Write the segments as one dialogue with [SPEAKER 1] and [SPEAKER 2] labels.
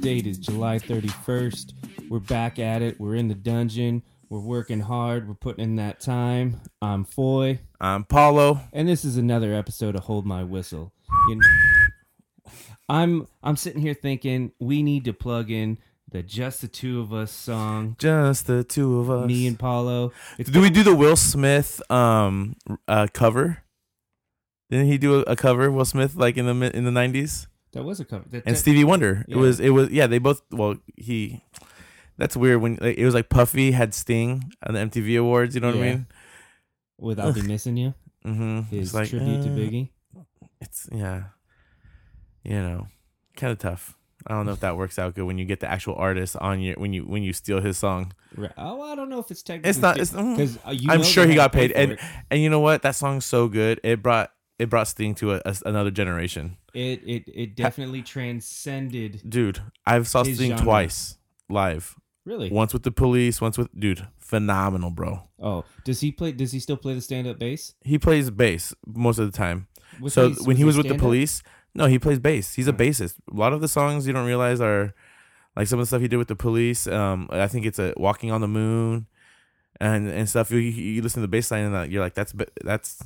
[SPEAKER 1] date is July 31st. We're back at it. We're in the dungeon. We're working hard. We're putting in that time. I'm Foy,
[SPEAKER 2] I'm Paulo.
[SPEAKER 1] and this is another episode of Hold My Whistle. You kn- I'm I'm sitting here thinking we need to plug in the Just the Two of Us song.
[SPEAKER 2] Just the two of us.
[SPEAKER 1] Me and Paulo. It's
[SPEAKER 2] do we do the Will Smith um uh, cover? Didn't he do a, a cover Will Smith like in the mi- in the nineties?
[SPEAKER 1] that was a cover. That-
[SPEAKER 2] And Stevie Wonder.
[SPEAKER 1] Yeah.
[SPEAKER 2] It was it was yeah. They both well he. That's weird when like, it was like Puffy had Sting on the MTV Awards. You know what
[SPEAKER 1] Yeah.
[SPEAKER 2] I mean?
[SPEAKER 1] Without be missing you.
[SPEAKER 2] Mm-hmm.
[SPEAKER 1] His
[SPEAKER 2] It's like
[SPEAKER 1] tribute to
[SPEAKER 2] uh,
[SPEAKER 1] Biggie.
[SPEAKER 2] It's yeah. You know, kind of tough. I don't know if that works out good when you get the actual artist on your when you when you steal his song.
[SPEAKER 1] Right. Oh, I don't know if it's technically.
[SPEAKER 2] It's not. It's, mm,
[SPEAKER 1] because you
[SPEAKER 2] I'm
[SPEAKER 1] know
[SPEAKER 2] sure
[SPEAKER 1] they
[SPEAKER 2] he
[SPEAKER 1] had
[SPEAKER 2] got
[SPEAKER 1] to pay
[SPEAKER 2] paid,
[SPEAKER 1] for
[SPEAKER 2] and
[SPEAKER 1] it.
[SPEAKER 2] and you know what? That song's so good. It brought it brought Sting to a, a- another generation,
[SPEAKER 1] It it it definitely transcended.
[SPEAKER 2] dude. I've saw
[SPEAKER 1] His
[SPEAKER 2] Sting
[SPEAKER 1] genre.
[SPEAKER 2] twice live.
[SPEAKER 1] Really?
[SPEAKER 2] Once with the police, once with dude. Phenomenal, bro.
[SPEAKER 1] Oh, does he play? Does he still play the stand up bass?
[SPEAKER 2] He plays bass most of the time.
[SPEAKER 1] Was
[SPEAKER 2] so
[SPEAKER 1] he-
[SPEAKER 2] when he Oh. was with the
[SPEAKER 1] stand-up?
[SPEAKER 2] police, no, he plays bass. He's a bassist. A lot of the songs you don't realize are like some of the stuff he did with the police. Um, I think it's a "Walking on the Moon" and and stuff. You, you you listen to the bass line and that you're like, that's ba- that's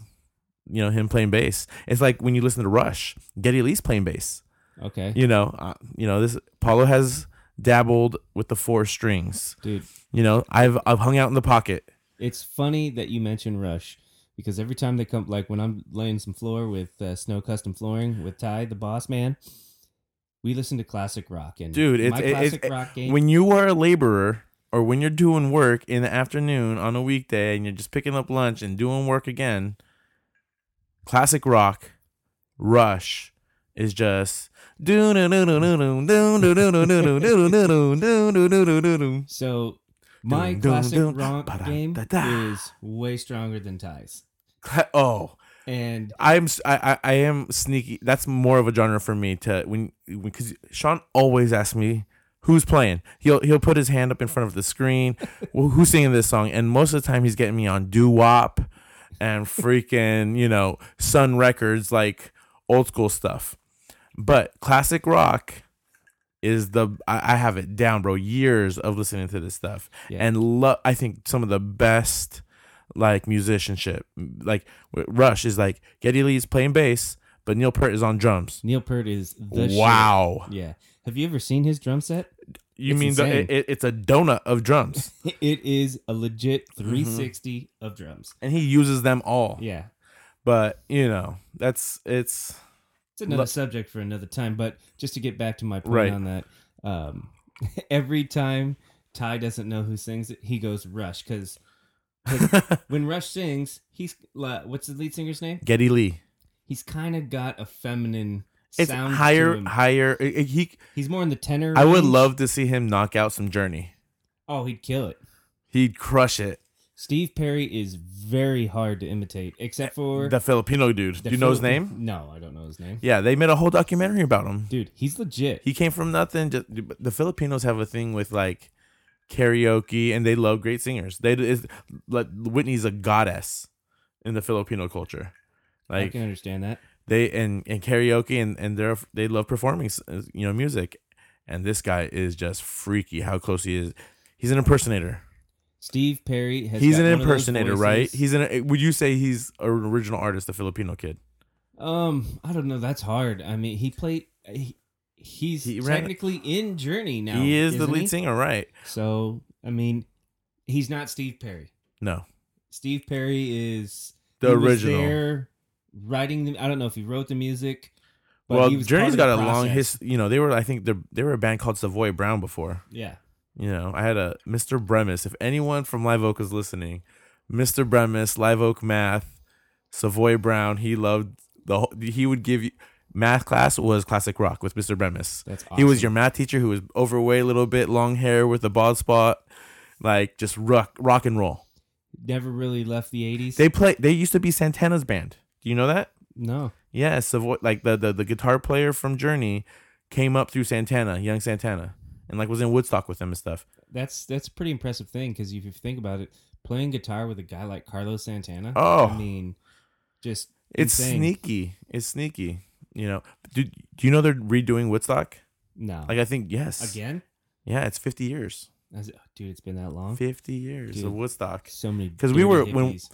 [SPEAKER 2] you know him playing bass. It's like when you listen to Rush, Geddy Lee's playing bass.
[SPEAKER 1] Okay,
[SPEAKER 2] You know, uh, you know this. Paulo has dabbled with the four strings.
[SPEAKER 1] dude,
[SPEAKER 2] You know, I've I've hung out in the pocket.
[SPEAKER 1] it's funny that you mention Rush because every time they come, like when I'm laying some floor with uh, Snow Custom Flooring with Ty, the boss man, we listen to classic rock and
[SPEAKER 2] Dude, it's-
[SPEAKER 1] my
[SPEAKER 2] it-
[SPEAKER 1] classic
[SPEAKER 2] it's-
[SPEAKER 1] rock game.
[SPEAKER 2] when you are a laborer or when you're doing work in the afternoon on a weekday and you're just picking up lunch and doing work again, classic rock, rush is just do do do do do do do do do do do do do do do do do do do.
[SPEAKER 1] so my
[SPEAKER 2] Dun, dun,
[SPEAKER 1] classic
[SPEAKER 2] dun,
[SPEAKER 1] rock
[SPEAKER 2] ba-da,
[SPEAKER 1] game
[SPEAKER 2] da-da.
[SPEAKER 1] is way stronger than Ty's,
[SPEAKER 2] Cla- Oh,
[SPEAKER 1] and
[SPEAKER 2] I'm s- I, I I am sneaky. That's more of a genre for me to when because Sean always asks me who's playing. He'll he'll put his hand up in front of the screen. well, who's singing this song? And most of the time he's getting me on doo wop and freaking you know Sun Records like old school stuff. But classic rock is the I, I have it down, bro. Years of listening to this stuff
[SPEAKER 1] Yeah.
[SPEAKER 2] and love. I think some of the best like musicianship, like w- Rush is like Geddy Lee's playing bass, but Neil Peart is on drums.
[SPEAKER 1] Neil Peart is the shit.
[SPEAKER 2] wow,
[SPEAKER 1] Yeah, have you ever seen his drum set?
[SPEAKER 2] you
[SPEAKER 1] It's
[SPEAKER 2] mean the,
[SPEAKER 1] insane.
[SPEAKER 2] it, it- it's a donut of drums,
[SPEAKER 1] It is a legit
[SPEAKER 2] Mm-hmm.
[SPEAKER 1] 360 of drums.
[SPEAKER 2] and he uses them all.
[SPEAKER 1] Yeah.
[SPEAKER 2] But you know, that's it's
[SPEAKER 1] It's another
[SPEAKER 2] Lo-
[SPEAKER 1] subject for another time, but just to get back to my point
[SPEAKER 2] Right.
[SPEAKER 1] on that, um, every time Ty doesn't know who sings it, he goes Rush because when Rush sings, he's la- what's the lead singer's name?
[SPEAKER 2] Geddy Lee.
[SPEAKER 1] He's kind of got a feminine
[SPEAKER 2] It's
[SPEAKER 1] sound
[SPEAKER 2] higher,
[SPEAKER 1] to him.
[SPEAKER 2] higher. it- it- he,
[SPEAKER 1] He's more in the tenor.
[SPEAKER 2] I would
[SPEAKER 1] range.
[SPEAKER 2] love to see him knock out some Journey.
[SPEAKER 1] Oh, he'd kill it.
[SPEAKER 2] He'd crush it.
[SPEAKER 1] Steve Perry is very hard to imitate, except for
[SPEAKER 2] Eh, The Filipino dude. Do you know his
[SPEAKER 1] Philip-
[SPEAKER 2] name?
[SPEAKER 1] No, I don't know his name.
[SPEAKER 2] Yeah, they made a whole documentary about him.
[SPEAKER 1] Dude, he's legit.
[SPEAKER 2] He came from nothing. Just the Filipinos have a thing with like karaoke, and they love great singers. They is like Whitney's a goddess in the Filipino culture.
[SPEAKER 1] I
[SPEAKER 2] Like
[SPEAKER 1] can understand that.
[SPEAKER 2] they and and karaoke, and and they're they love performing, s- uh, you know, music. And this guy is just freaky. How close he is. He's an impersonator.
[SPEAKER 1] Steve Perry has.
[SPEAKER 2] he's
[SPEAKER 1] got
[SPEAKER 2] an
[SPEAKER 1] one of those
[SPEAKER 2] impersonator, right?
[SPEAKER 1] voices.
[SPEAKER 2] He's an. uh, Would you say he's an original artist, the Filipino kid?
[SPEAKER 1] Um, I don't know. That's hard. I mean, he played. He, he's
[SPEAKER 2] He ran-
[SPEAKER 1] technically in Journey now.
[SPEAKER 2] he is the
[SPEAKER 1] isn't
[SPEAKER 2] lead
[SPEAKER 1] he?
[SPEAKER 2] singer, right?
[SPEAKER 1] So I mean, he's not Steve Perry.
[SPEAKER 2] No,
[SPEAKER 1] Steve Perry is
[SPEAKER 2] the
[SPEAKER 1] he was
[SPEAKER 2] original.
[SPEAKER 1] there writing the. I don't know if he wrote the music. But
[SPEAKER 2] well,
[SPEAKER 1] he was
[SPEAKER 2] Journey's
[SPEAKER 1] part
[SPEAKER 2] got
[SPEAKER 1] of
[SPEAKER 2] a
[SPEAKER 1] the
[SPEAKER 2] long
[SPEAKER 1] process.
[SPEAKER 2] his. You know, they were. I think they they were a band called Savoy Brown before.
[SPEAKER 1] Yeah,
[SPEAKER 2] You know, I had a Mr. Bremis. If anyone from Live Oak is listening, Mr. Bremis, Live Oak Math, Savoy Brown. He loved the. whole He would give you math class was classic rock with Mr. Bremis.
[SPEAKER 1] that's awesome.
[SPEAKER 2] He was your math teacher who was overweight, a little bit, long hair with a bald spot, like just rock rock and roll.
[SPEAKER 1] never really left the eighties.
[SPEAKER 2] They play. They used to be Santana's band. Do you know that?
[SPEAKER 1] No,
[SPEAKER 2] Yeah, Savoy, like the, the the guitar player from Journey came up through Santana, young Santana, and like was in Woodstock with them and stuff.
[SPEAKER 1] that's that's a pretty impressive thing because if you think about it, playing guitar with a guy like Carlos Santana.
[SPEAKER 2] Oh.
[SPEAKER 1] I mean, just
[SPEAKER 2] It's
[SPEAKER 1] insane.
[SPEAKER 2] sneaky. It's sneaky. You know, do, do you know they're redoing Woodstock?
[SPEAKER 1] No.
[SPEAKER 2] Like I think yes.
[SPEAKER 1] Again?
[SPEAKER 2] Yeah, it's 50 years.
[SPEAKER 1] I was- dude, it's been that long.
[SPEAKER 2] 50 years
[SPEAKER 1] Dude.
[SPEAKER 2] of Woodstock.
[SPEAKER 1] So many.
[SPEAKER 2] 'Cause we were-
[SPEAKER 1] dirty
[SPEAKER 2] when-
[SPEAKER 1] hippies.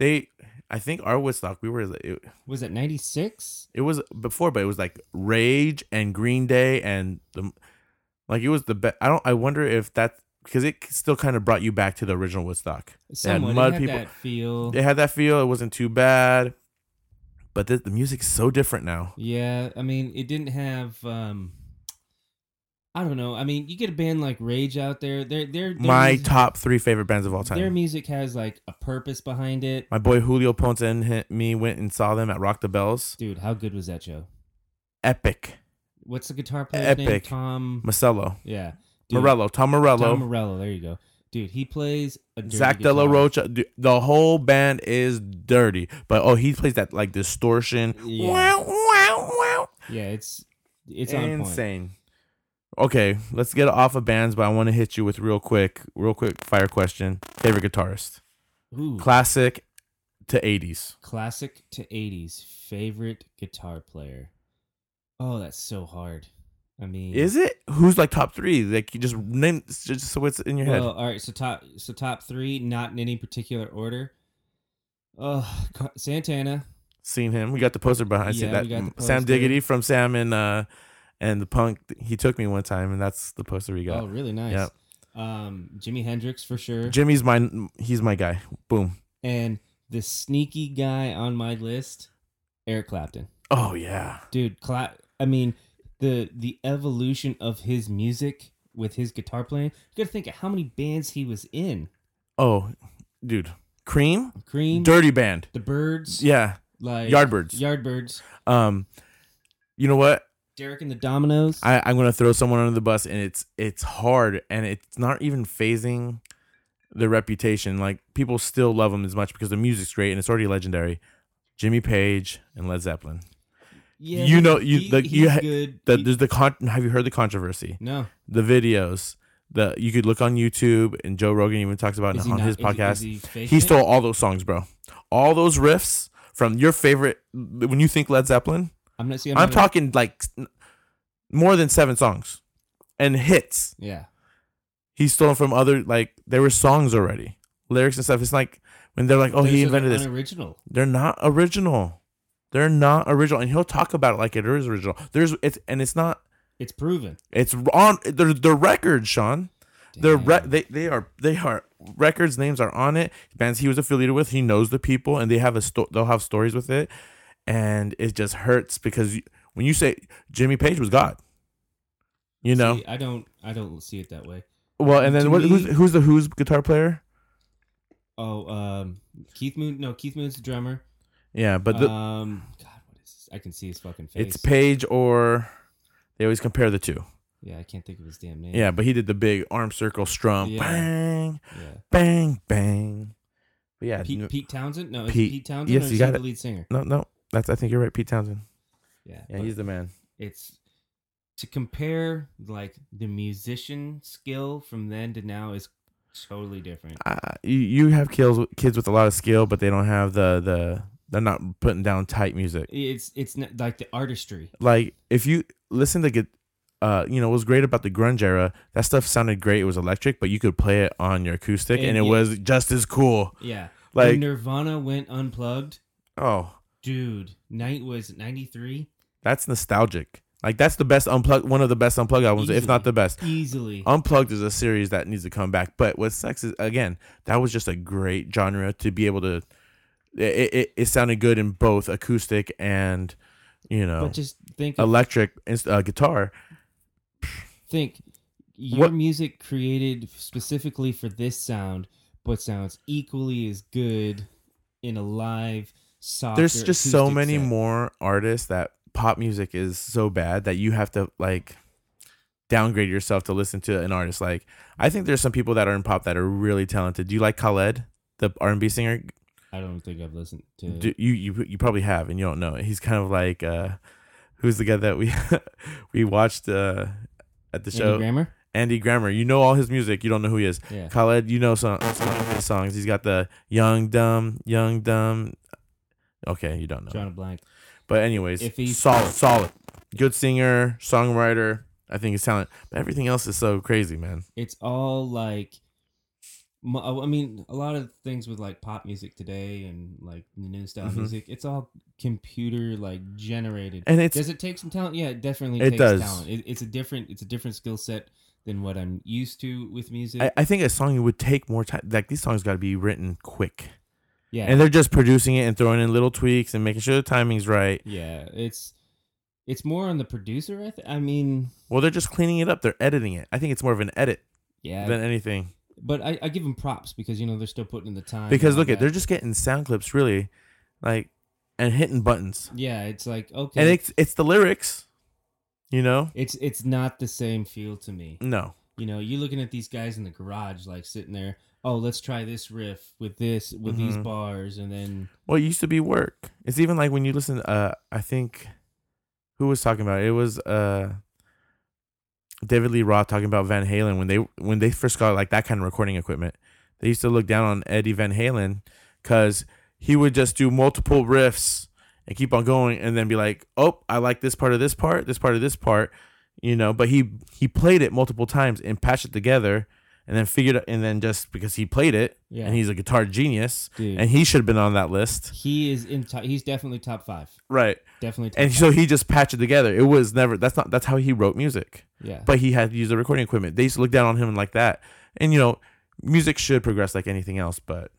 [SPEAKER 2] They I think our Woodstock, we were it,
[SPEAKER 1] was it ninety six?
[SPEAKER 2] it was before but it was like Rage and Green Day and the like it was the best. I don't I wonder if that cuz it still kind of brought you back to the original Woodstock.
[SPEAKER 1] Someone
[SPEAKER 2] mud
[SPEAKER 1] had
[SPEAKER 2] people-
[SPEAKER 1] that feel.
[SPEAKER 2] It had that feel, it wasn't too bad. But the, the music's so different now.
[SPEAKER 1] Yeah, I mean, it didn't have. um I don't know. I mean, you get a band like Rage out there. Their their their,
[SPEAKER 2] My
[SPEAKER 1] music,
[SPEAKER 2] top 3 favorite bands of all time.
[SPEAKER 1] their music has like a purpose behind it.
[SPEAKER 2] My boy Julio Ponce and hi- me went and saw them at Rock the Bells.
[SPEAKER 1] Dude, how good was that show?
[SPEAKER 2] Epic.
[SPEAKER 1] What's the guitar player's name?
[SPEAKER 2] Epic.
[SPEAKER 1] Tom.
[SPEAKER 2] Marcello.
[SPEAKER 1] Yeah, dude,
[SPEAKER 2] Morello. Tom Morello.
[SPEAKER 1] Tom Morello. There you go, dude. He plays a dirty
[SPEAKER 2] Zach De La
[SPEAKER 1] guitar.
[SPEAKER 2] Rocha. du- The whole band is dirty. But oh, he plays that like distortion.
[SPEAKER 1] Yeah.
[SPEAKER 2] Wow, wow, wow.
[SPEAKER 1] Yeah, it's it's on point.
[SPEAKER 2] Insane. Okay, let's get off of bands, but I want to hit you with real quick, real quick fire question. Favorite guitarist?
[SPEAKER 1] Ooh,
[SPEAKER 2] Classic to 80s.
[SPEAKER 1] classic to 80s favorite guitar player. Oh, that's so hard. I mean,
[SPEAKER 2] Is it? Who's like top three? Like you just name just so it's in your
[SPEAKER 1] well,
[SPEAKER 2] head.
[SPEAKER 1] all right, so top so top 3 not in any particular order. Oh, Ca- Santana.
[SPEAKER 2] Seen him. We got the poster behind.
[SPEAKER 1] Yeah,
[SPEAKER 2] Yeah,
[SPEAKER 1] we
[SPEAKER 2] see
[SPEAKER 1] got
[SPEAKER 2] that
[SPEAKER 1] the
[SPEAKER 2] Sam
[SPEAKER 1] poster.
[SPEAKER 2] Diggity from Sam and uh and the punk. He took me one time, and that's the poster we got.
[SPEAKER 1] Oh, really nice.
[SPEAKER 2] Yep.
[SPEAKER 1] Um Jimi Hendrix for sure.
[SPEAKER 2] Jimmy's my he's my guy. Boom.
[SPEAKER 1] and the sneaky guy on my list, Eric Clapton.
[SPEAKER 2] Oh yeah.
[SPEAKER 1] Dude, Cla- I mean, the the evolution of his music with his guitar playing. You got to think of how many bands he was in.
[SPEAKER 2] Oh, dude. Cream.
[SPEAKER 1] Cream,
[SPEAKER 2] Dirty Band.
[SPEAKER 1] The Birds,
[SPEAKER 2] Yeah.
[SPEAKER 1] like
[SPEAKER 2] Yardbirds.
[SPEAKER 1] Yardbirds,
[SPEAKER 2] Um, you know what?
[SPEAKER 1] Derek and the Dominoes.
[SPEAKER 2] I I'm gonna throw someone under the bus, and it's it's hard, and it's not even phasing their reputation. Like people still love them as much because the music's great and it's already legendary. Jimmy Page and Led Zeppelin.
[SPEAKER 1] yeah,
[SPEAKER 2] you know- you- like, you
[SPEAKER 1] he's
[SPEAKER 2] ha-
[SPEAKER 1] good.
[SPEAKER 2] The,
[SPEAKER 1] He-
[SPEAKER 2] there's the con- Have you heard the controversy?
[SPEAKER 1] no,
[SPEAKER 2] The videos. The you could look on YouTube, and Joe Rogan even talks about
[SPEAKER 1] Is
[SPEAKER 2] it
[SPEAKER 1] he
[SPEAKER 2] on
[SPEAKER 1] not-
[SPEAKER 2] his
[SPEAKER 1] is he- is
[SPEAKER 2] podcast.
[SPEAKER 1] he faking
[SPEAKER 2] He
[SPEAKER 1] it?
[SPEAKER 2] stole all those songs, bro. All those riffs from your favorite. When you think Led Zeppelin,
[SPEAKER 1] I'm not seeing.
[SPEAKER 2] I'm, talking like s- more than seven songs and hits.
[SPEAKER 1] Yeah,
[SPEAKER 2] He stole from other like there were songs already, lyrics and stuff. It's like when they're like, "Oh, he invented this."
[SPEAKER 1] Original.
[SPEAKER 2] They're not original. They're not original, and he'll talk about it like it is original. There's it's and it's not.
[SPEAKER 1] It's proven.
[SPEAKER 2] It's on the the record, Sean. They're re-
[SPEAKER 1] Damn.
[SPEAKER 2] they they are they are records names are on it. Bands he was affiliated with, he knows the people, and they have a sto- they'll have stories with it, and it just hurts because you, when you say Jimmy Page was God, you know.
[SPEAKER 1] See, I don't. I don't see it that way.
[SPEAKER 2] well, and
[SPEAKER 1] to
[SPEAKER 2] then what,
[SPEAKER 1] me-
[SPEAKER 2] who's who's the Who's guitar player?
[SPEAKER 1] Oh, um, Keith Moon. No, Keith Moon's the drummer.
[SPEAKER 2] Yeah, but the,
[SPEAKER 1] um, God, what is this? I can see his fucking face.
[SPEAKER 2] it's Page or they always compare the two.
[SPEAKER 1] yeah, I can't think of his damn name.
[SPEAKER 2] Yeah, but he did the big arm circle strum,
[SPEAKER 1] Yeah.
[SPEAKER 2] bang,
[SPEAKER 1] yeah.
[SPEAKER 2] bang, bang. But yeah,
[SPEAKER 1] Pete,
[SPEAKER 2] n-
[SPEAKER 1] Pete Townsend. No, is
[SPEAKER 2] Pete-
[SPEAKER 1] Pete, Pete Townsend.
[SPEAKER 2] yes,
[SPEAKER 1] or is he
[SPEAKER 2] you got
[SPEAKER 1] the
[SPEAKER 2] it.
[SPEAKER 1] lead singer.
[SPEAKER 2] no, no, that's I think you're right, Pete Townsend.
[SPEAKER 1] Yeah,
[SPEAKER 2] Yeah,
[SPEAKER 1] but-
[SPEAKER 2] he's the man.
[SPEAKER 1] it's to compare like the musician skill from then to now is totally different.
[SPEAKER 2] uh, you you have kids kids with a lot of skill, but they don't have the the they're not putting down tight music.
[SPEAKER 1] It's it's not, like the artistry.
[SPEAKER 2] Like if you listen to get, uh, you know, what was great about the grunge era. That stuff sounded great. It was electric, but you could play it on your acoustic, and,
[SPEAKER 1] And
[SPEAKER 2] it
[SPEAKER 1] yeah.
[SPEAKER 2] was just as cool.
[SPEAKER 1] Yeah,
[SPEAKER 2] Like
[SPEAKER 1] when Nirvana went unplugged,
[SPEAKER 2] oh,
[SPEAKER 1] dude. Night was ninety three
[SPEAKER 2] that's nostalgic. Like that's the best unplugged, one of the best unplugged albums, if
[SPEAKER 1] Easily.
[SPEAKER 2] not the best.
[SPEAKER 1] easily.
[SPEAKER 2] Unplugged is a series that needs to come back. But what sucks is again, that was just a great genre to be able to. It, it, it sounded good in both acoustic and, you know,
[SPEAKER 1] But just think of-
[SPEAKER 2] electric inst- uh, guitar.
[SPEAKER 1] think your
[SPEAKER 2] What-
[SPEAKER 1] music created specifically for this sound, but sounds equally as good in a live. Softer,
[SPEAKER 2] There's just so
[SPEAKER 1] acoustic
[SPEAKER 2] many
[SPEAKER 1] set.
[SPEAKER 2] more artists that pop music is so bad that you have to like downgrade yourself to listen to an artist. Like I think there's some people that are in pop that are really talented. Do you like Khaled, the R&B singer?
[SPEAKER 1] I don't think I've listened to.
[SPEAKER 2] Do, you you you probably have and you don't know. it. He's kind of like uh who's the guy that we we watched uh at the
[SPEAKER 1] Andy
[SPEAKER 2] show?
[SPEAKER 1] Grammer?
[SPEAKER 2] Andy Grammer. You know all his music. You don't know who he is.
[SPEAKER 1] Yeah.
[SPEAKER 2] Khaled, you know some, some of his songs. He's got the Young Dumb, Young Dumb. Okay, you don't know.
[SPEAKER 1] John Blank.
[SPEAKER 2] But anyways,
[SPEAKER 1] If he's-
[SPEAKER 2] solid, solid, good singer, songwriter. I think his talent. But everything else is so crazy, man.
[SPEAKER 1] it's all like mo- i mean a lot of things with like pop music today and like the new style
[SPEAKER 2] Mhm.
[SPEAKER 1] music it's all computer like generated
[SPEAKER 2] And it's
[SPEAKER 1] does it take some talent yeah it definitely
[SPEAKER 2] It
[SPEAKER 1] takes
[SPEAKER 2] does.
[SPEAKER 1] talent it, it's a different it's a different skill set than what i'm used to with music
[SPEAKER 2] I, I think a song would take more time. Like these songs got to be written quick,
[SPEAKER 1] yeah
[SPEAKER 2] and they're just producing it and throwing in little tweaks and making sure the timing's right.
[SPEAKER 1] yeah it's it's more on the producer i, th- I mean
[SPEAKER 2] Well, they're just cleaning it up. They're editing it. I think it's more of an edit
[SPEAKER 1] yeah
[SPEAKER 2] than anything.
[SPEAKER 1] but I, I give them props because you know they're still putting in the time and
[SPEAKER 2] Because
[SPEAKER 1] all
[SPEAKER 2] look at
[SPEAKER 1] that.
[SPEAKER 2] they're just getting sound clips, really, like and hitting buttons.
[SPEAKER 1] yeah it's like okay
[SPEAKER 2] And it's it's the lyrics, you know.
[SPEAKER 1] it's it's not the same feel to me
[SPEAKER 2] No,
[SPEAKER 1] You know, you're looking at these guys in the garage, like sitting there. Oh, let's try this riff with this with these
[SPEAKER 2] Mhm.
[SPEAKER 1] bars, and then
[SPEAKER 2] well, it used to be work. It's even like when you listen. Uh, I think who was talking about it? It was uh. David Lee Roth talking about Van Halen when they when they first got like that kind of recording equipment, they used to look down on Eddie Van Halen because he would just do multiple riffs and keep on going and then be like, "Oh, I like this part of this part, this part of this part," you know. But he he played it multiple times and patched it together and then figured out and then just because he played it
[SPEAKER 1] yeah,
[SPEAKER 2] and he's a guitar genius
[SPEAKER 1] dude,
[SPEAKER 2] and he should have been on that list,
[SPEAKER 1] he is in. Top, he's definitely top five.
[SPEAKER 2] right?
[SPEAKER 1] Definitely. Top
[SPEAKER 2] And
[SPEAKER 1] five.
[SPEAKER 2] so he just patched it together. It was never that's not that's how he wrote music
[SPEAKER 1] yeah,
[SPEAKER 2] but he had to use the recording equipment. They used to look down on him like that. And you know, music should progress like anything else, but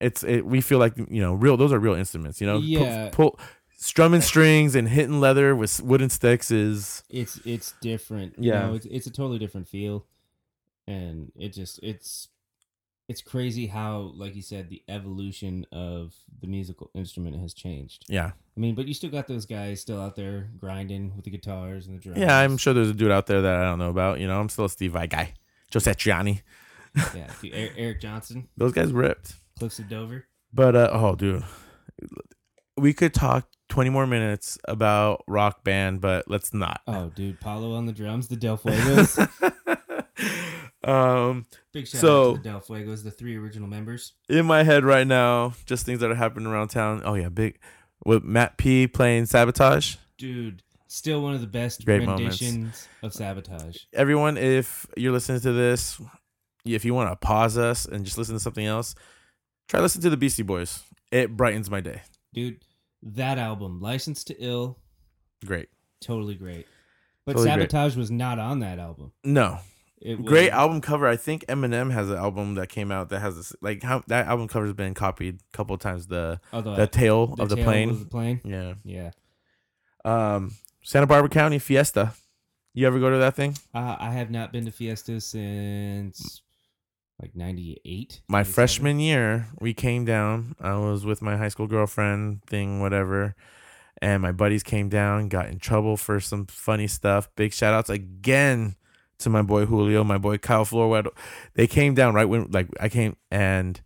[SPEAKER 2] it's it, we feel like you know real those are real instruments. You know, Pull-
[SPEAKER 1] Yeah.
[SPEAKER 2] pull, strumming strings and hitting leather with s- wooden sticks is
[SPEAKER 1] it's it's different.
[SPEAKER 2] Yeah.
[SPEAKER 1] Yeah, it's it's a totally different feel, and it just it's it's crazy how, like you said, the evolution of the musical instrument has changed.
[SPEAKER 2] yeah
[SPEAKER 1] I mean, but you still got those guys still out there grinding with the guitars and the drums.
[SPEAKER 2] yeah. I'm sure there's a dude out there that I don't know about. You know, I'm still a Steve Vai guy, Joe Satriani.
[SPEAKER 1] yeah. dude, Er- Eric Johnson,
[SPEAKER 2] Those guys ripped.
[SPEAKER 1] Cliffs of Dover.
[SPEAKER 2] But uh, oh, dude, we could talk 20 more minutes about rock band, but let's not.
[SPEAKER 1] Oh, dude, Paulo on the drums, the Del Fuegos.
[SPEAKER 2] um,
[SPEAKER 1] Big shout
[SPEAKER 2] So-
[SPEAKER 1] out to the Del Fuegos, the three original members.
[SPEAKER 2] in my head right now, just things that are happening around town. Oh yeah, big with Matt P playing Sabotage.
[SPEAKER 1] Dude, still one of the best
[SPEAKER 2] Great moments.
[SPEAKER 1] renditions of Sabotage.
[SPEAKER 2] Everyone, if you're listening to this, if you want to pause us and just listen to something else, try listen to the Beastie Boys. It brightens my day.
[SPEAKER 1] Dude, that album, License to Ill,
[SPEAKER 2] Great.
[SPEAKER 1] totally great. But
[SPEAKER 2] Totally great.
[SPEAKER 1] Sabotage was not on that album.
[SPEAKER 2] No,
[SPEAKER 1] It was,
[SPEAKER 2] great album cover. I think Eminem has an album that came out that has this like how that album cover's been copied a couple times. The
[SPEAKER 1] Although
[SPEAKER 2] the tail of the
[SPEAKER 1] tail
[SPEAKER 2] plane.
[SPEAKER 1] of the plane.
[SPEAKER 2] yeah.
[SPEAKER 1] Yeah.
[SPEAKER 2] Um, Santa Barbara County Fiesta. You ever go to that thing?
[SPEAKER 1] Uh, I have not been to Fiesta since like 98.
[SPEAKER 2] my
[SPEAKER 1] 97.
[SPEAKER 2] freshman year, we came down. I was with my high school girlfriend thing, whatever. And my buddies came down, got in trouble for some funny stuff. Big shout outs again to my boy Julio, my boy Kyle Florwed. They came down right when like I came and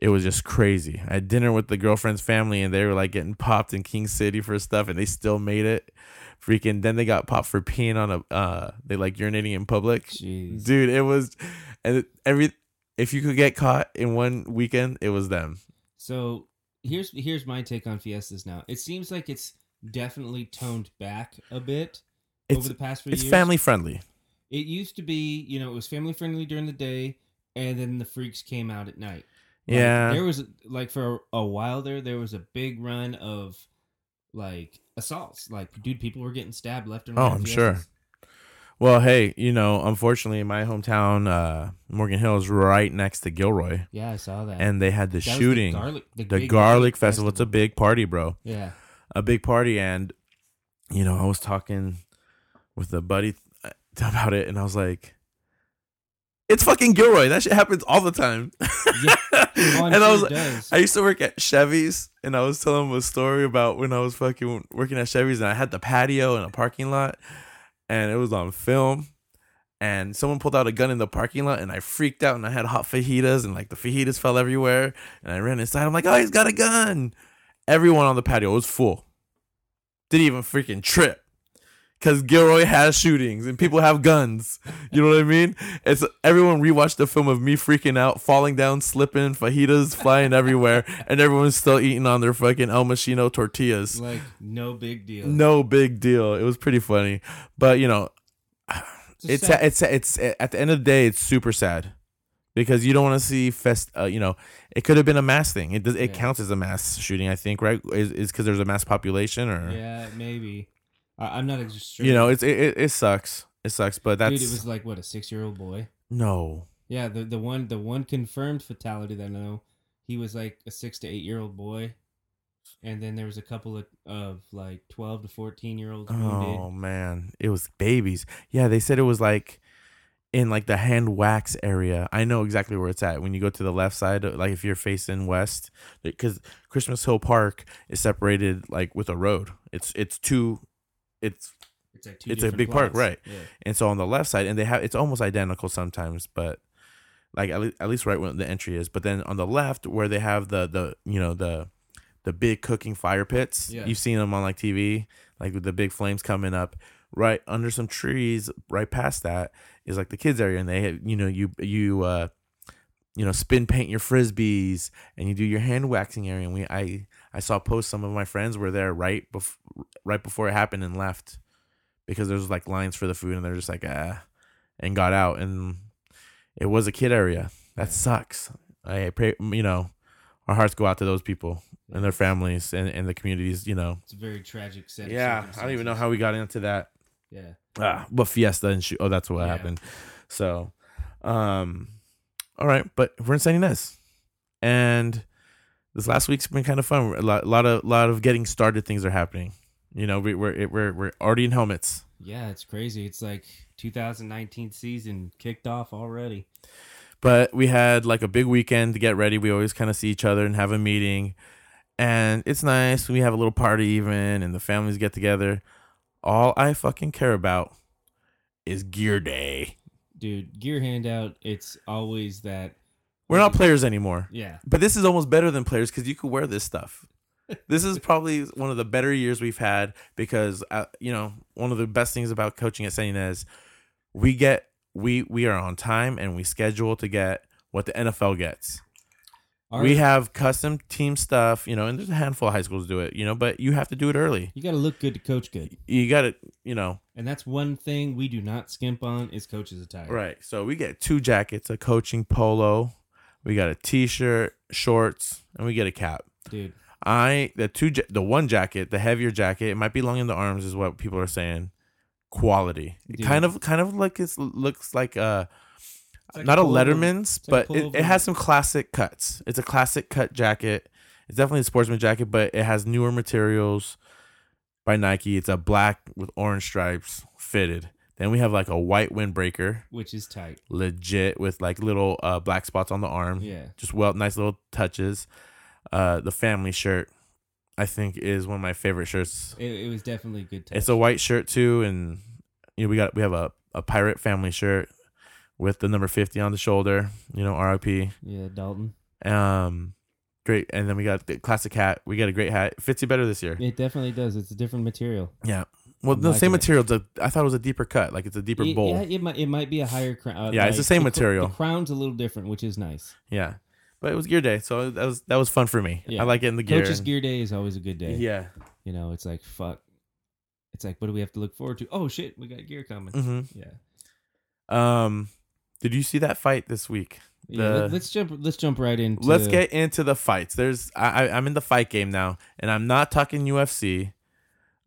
[SPEAKER 2] it was just crazy. I had dinner with the girlfriend's family and they were like getting popped in King City for stuff and they still made it. Freaking then they got popped for peeing on a uh they like urinating in public
[SPEAKER 1] Jeez.
[SPEAKER 2] dude it was and it- every if you could get caught in one weekend it was them
[SPEAKER 1] So here's here's my take on fiestas now. It seems like it's definitely toned back a bit over
[SPEAKER 2] it's
[SPEAKER 1] the past few
[SPEAKER 2] it's
[SPEAKER 1] years.
[SPEAKER 2] family friendly
[SPEAKER 1] It used to be, you know, it was family friendly during the day, and then the freaks came out at night. Like,
[SPEAKER 2] yeah
[SPEAKER 1] there was like for a while there, there was a big run of like assaults. Like, dude, people were getting stabbed left and
[SPEAKER 2] Oh,
[SPEAKER 1] right. at
[SPEAKER 2] I'm
[SPEAKER 1] fiestas.
[SPEAKER 2] sure. well hey you know unfortunately in my hometown uh morgan hill is right next to gilroy
[SPEAKER 1] Yeah, I saw that.
[SPEAKER 2] and they had the
[SPEAKER 1] That was
[SPEAKER 2] shooting
[SPEAKER 1] the garlic, the
[SPEAKER 2] the
[SPEAKER 1] big
[SPEAKER 2] garlic festival it's a big party bro
[SPEAKER 1] yeah,
[SPEAKER 2] a big party and you know i was talking with a buddy uh, about it and i was like it's fucking gilroy that shit happens all the time
[SPEAKER 1] yeah. Oh, I'm
[SPEAKER 2] and i
[SPEAKER 1] sure
[SPEAKER 2] was
[SPEAKER 1] it does.
[SPEAKER 2] I used to work at Chevy's, and I was telling him a story about when I was fucking working at Chevy's, and I had the patio and a parking lot, and it was on film. And someone pulled out a gun in the parking lot, and I freaked out, and I had hot fajitas, and like the fajitas fell everywhere, and I ran inside. I'm like, oh, he's got a gun. Everyone on the patio was full. Didn't even freaking trip. Cause Gilroy has shootings and people have guns. You know what I mean? It's everyone rewatched the film of me freaking out, falling down, slipping, fajitas flying everywhere, and everyone's still eating on their fucking El Machino tortillas.
[SPEAKER 1] like no big deal.
[SPEAKER 2] No big deal. It was pretty funny. But you know,
[SPEAKER 1] Just
[SPEAKER 2] it's
[SPEAKER 1] sad.
[SPEAKER 2] it's it's at the end of the day, it's super sad because you don't want to see fest. Uh, you know, it could have been a mass thing. It does. It
[SPEAKER 1] Yeah.
[SPEAKER 2] counts as a mass shooting, I think, right? Is is because there's a mass population, or
[SPEAKER 1] yeah, maybe. I, I'm not ex- sure.
[SPEAKER 2] you know, it's it, it, it sucks. It sucks, but that's
[SPEAKER 1] dude, it was like what a six year old boy.
[SPEAKER 2] no.
[SPEAKER 1] Yeah, the the one the one confirmed fatality that I know, he was like a six to eight year old boy, and then there was a couple of of like twelve to fourteen year olds wounded.
[SPEAKER 2] Oh man, it was babies. Yeah, they said it was like in like the hand wax area. I know exactly where it's at. When you go to the left side, like if you're facing west, because Christmas Hill Park is separated like with a road. It's it's two, it's
[SPEAKER 1] It's like two.
[SPEAKER 2] it's a
[SPEAKER 1] different
[SPEAKER 2] big park,
[SPEAKER 1] plots.
[SPEAKER 2] right.
[SPEAKER 1] Yeah.
[SPEAKER 2] and so on the left side, and they have it's almost identical sometimes, but like at, le- at least right where the entry is. But then on the left, where they have the the you know the the big cooking fire pits,
[SPEAKER 1] Yeah.
[SPEAKER 2] you've seen them on like TV, like with the big flames coming up. Right under some trees, right past that is like the kids area, and they have, you know you you uh you know spin paint your frisbees and you do your hand waxing area. And we I I saw posts some of my friends were there right bef- right before it happened and left because there's like lines for the food and they're just like ah and got out and it was a kid area that sucks i pray you know our hearts go out to those people and their families and, and the communities you know
[SPEAKER 1] It's a very tragic set. of
[SPEAKER 2] yeah i don't even know how we got into that
[SPEAKER 1] circumstances. Yeah.
[SPEAKER 2] ah, but fiesta and shoot oh that's what
[SPEAKER 1] Yeah.
[SPEAKER 2] happened so um all right but we're in san Ynez. and this last week's been kind of fun a lot, lot of lot of getting started things are happening you know we, we're we're we're already in helmets
[SPEAKER 1] Yeah, it's crazy. It's like 2019 season kicked off already.
[SPEAKER 2] but we had like a big weekend to get ready. We always kind of see each other and have a meeting, and it's nice. We have a little party even, and the families get together. All I fucking care about is gear day.
[SPEAKER 1] Dude, gear handout, it's always that
[SPEAKER 2] We're not players anymore,
[SPEAKER 1] yeah.
[SPEAKER 2] but this is almost better than players because you could wear this stuff. This is probably one of the better years we've had because uh, you know one of the best things about coaching at San Ynez, we get we we are on time and we schedule to get what the NFL gets.
[SPEAKER 1] Our-
[SPEAKER 2] we have custom team stuff, you know, and there's a handful of high schools do it, you know, but you have to do it early.
[SPEAKER 1] you got to look good to coach good.
[SPEAKER 2] You got to, you know,
[SPEAKER 1] And that's one thing we do not skimp on is coaches attire.
[SPEAKER 2] right. So we get two jackets, a coaching polo, we got a t-shirt, shorts, and we get a cap.
[SPEAKER 1] Dude,
[SPEAKER 2] I the two ja- the one jacket, the heavier jacket, it might be long in the arms is what people are saying. Quality. It
[SPEAKER 1] Dude.
[SPEAKER 2] kind of kind of like it looks like uh
[SPEAKER 1] like
[SPEAKER 2] not a
[SPEAKER 1] a pullover.
[SPEAKER 2] Letterman's,
[SPEAKER 1] It's like
[SPEAKER 2] but
[SPEAKER 1] a
[SPEAKER 2] it, it
[SPEAKER 1] pullover.
[SPEAKER 2] has some classic cuts. It's a classic cut jacket. It's definitely a sportsman jacket, but it has newer materials by Nike. It's a black with orange stripes fitted. Then we have like a white windbreaker,
[SPEAKER 1] which is tight.
[SPEAKER 2] legit with like little uh, black spots on the arm.
[SPEAKER 1] Yeah.
[SPEAKER 2] Just well, nice little touches. Uh, the family shirt, I think, is one of my favorite shirts.
[SPEAKER 1] It, it was definitely a good touch.
[SPEAKER 2] It's a white shirt too, and you know we got we have a, a pirate family shirt with the number fifty on the shoulder. You know, RIP.
[SPEAKER 1] yeah, Dalton.
[SPEAKER 2] Um, great. And then we got the classic hat. We got a great hat. Fits you better this year.
[SPEAKER 1] It definitely does. It's a different material.
[SPEAKER 2] Yeah. Well,
[SPEAKER 1] I'm
[SPEAKER 2] the same
[SPEAKER 1] liking it.
[SPEAKER 2] material. the- I thought it was a deeper cut. Like it's a deeper
[SPEAKER 1] It-
[SPEAKER 2] bowl.
[SPEAKER 1] Yeah, it might it might be a higher crown. uh,
[SPEAKER 2] Yeah, it's the same
[SPEAKER 1] the cr-
[SPEAKER 2] material.
[SPEAKER 1] The crown's a little different, which is nice.
[SPEAKER 2] Yeah. But it was gear day, so that was that was fun for me.
[SPEAKER 1] Yeah.
[SPEAKER 2] I like getting the gear.
[SPEAKER 1] Coaches Gear Day is always a good day.
[SPEAKER 2] Yeah.
[SPEAKER 1] You know, it's like fuck. It's like what do we have to look forward to? Oh shit, we got gear coming.
[SPEAKER 2] hmm
[SPEAKER 1] Yeah.
[SPEAKER 2] Um, did you see that fight this week?
[SPEAKER 1] yeah
[SPEAKER 2] The-
[SPEAKER 1] let, us jump let's jump right into
[SPEAKER 2] Let's get into the fights. There's I, I I'm in the fight game now, and I'm not talking UFC.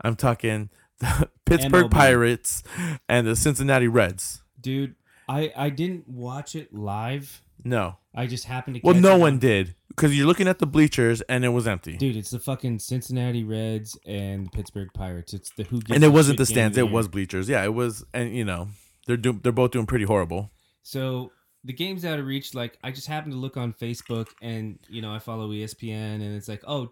[SPEAKER 2] I'm talking the Pittsburgh
[SPEAKER 1] MLB.
[SPEAKER 2] Pirates and the Cincinnati Reds.
[SPEAKER 1] dude, I I didn't watch it live.
[SPEAKER 2] No.
[SPEAKER 1] I just happened to
[SPEAKER 2] Well,
[SPEAKER 1] catch
[SPEAKER 2] no
[SPEAKER 1] it
[SPEAKER 2] one
[SPEAKER 1] on-
[SPEAKER 2] did because you're looking at the bleachers and it was empty.
[SPEAKER 1] Dude, it's the fucking Cincinnati Reds and the Pittsburgh Pirates. It's the who gets
[SPEAKER 2] and it wasn't
[SPEAKER 1] shit
[SPEAKER 2] the
[SPEAKER 1] game of
[SPEAKER 2] stands; it
[SPEAKER 1] year.
[SPEAKER 2] was bleachers. Yeah, it was, and you know they're do- they're both doing pretty horrible.
[SPEAKER 1] So the game's out of reach. Like I just happened to look on Facebook, and you know I follow E ESPN, and it's like, oh,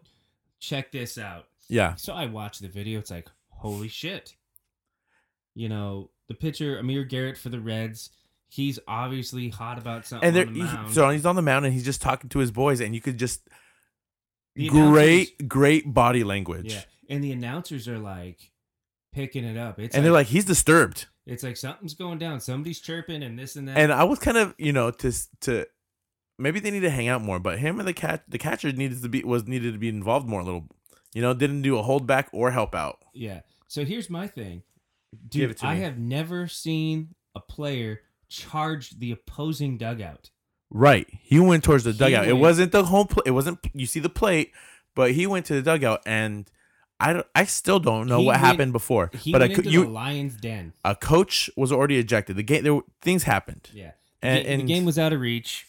[SPEAKER 1] check this out.
[SPEAKER 2] Yeah,
[SPEAKER 1] So I watch the video. It's like, holy shit. You know the pitcher Amir Garrett for the Reds. He's obviously hot about something.
[SPEAKER 2] and they're
[SPEAKER 1] on the mound.
[SPEAKER 2] he- so he's on the mound and he's just talking to his boys, and you could just
[SPEAKER 1] The announcers-
[SPEAKER 2] great great body language.
[SPEAKER 1] Yeah, and the announcers are like picking it up. It's
[SPEAKER 2] and they're like he's disturbed,
[SPEAKER 1] it's like something's going down. Somebody's chirping, and this and that.
[SPEAKER 2] and I was kind of you know to s- to maybe they need to hang out more, but him and the cat the catcher needed to be was needed to be involved more a little. You know, didn't do a hold back or help out.
[SPEAKER 1] Yeah. So here's my thing.
[SPEAKER 2] Give
[SPEAKER 1] Dude,
[SPEAKER 2] it to
[SPEAKER 1] I
[SPEAKER 2] me.
[SPEAKER 1] have never seen a a player charged the opposing dugout.
[SPEAKER 2] Right. He went towards the
[SPEAKER 1] He
[SPEAKER 2] dugout. It
[SPEAKER 1] went-
[SPEAKER 2] wasn't the home plate. It wasn't you see the plate, but he went to the dugout and I, don't- I still don't know
[SPEAKER 1] He
[SPEAKER 2] what
[SPEAKER 1] went-
[SPEAKER 2] happened before.
[SPEAKER 1] He
[SPEAKER 2] But I
[SPEAKER 1] went
[SPEAKER 2] could
[SPEAKER 1] into
[SPEAKER 2] you
[SPEAKER 1] the lion's den.
[SPEAKER 2] a coach was already ejected. The game there were- things happened.
[SPEAKER 1] Yeah,
[SPEAKER 2] And
[SPEAKER 1] the,
[SPEAKER 2] and,
[SPEAKER 1] the game was out of reach.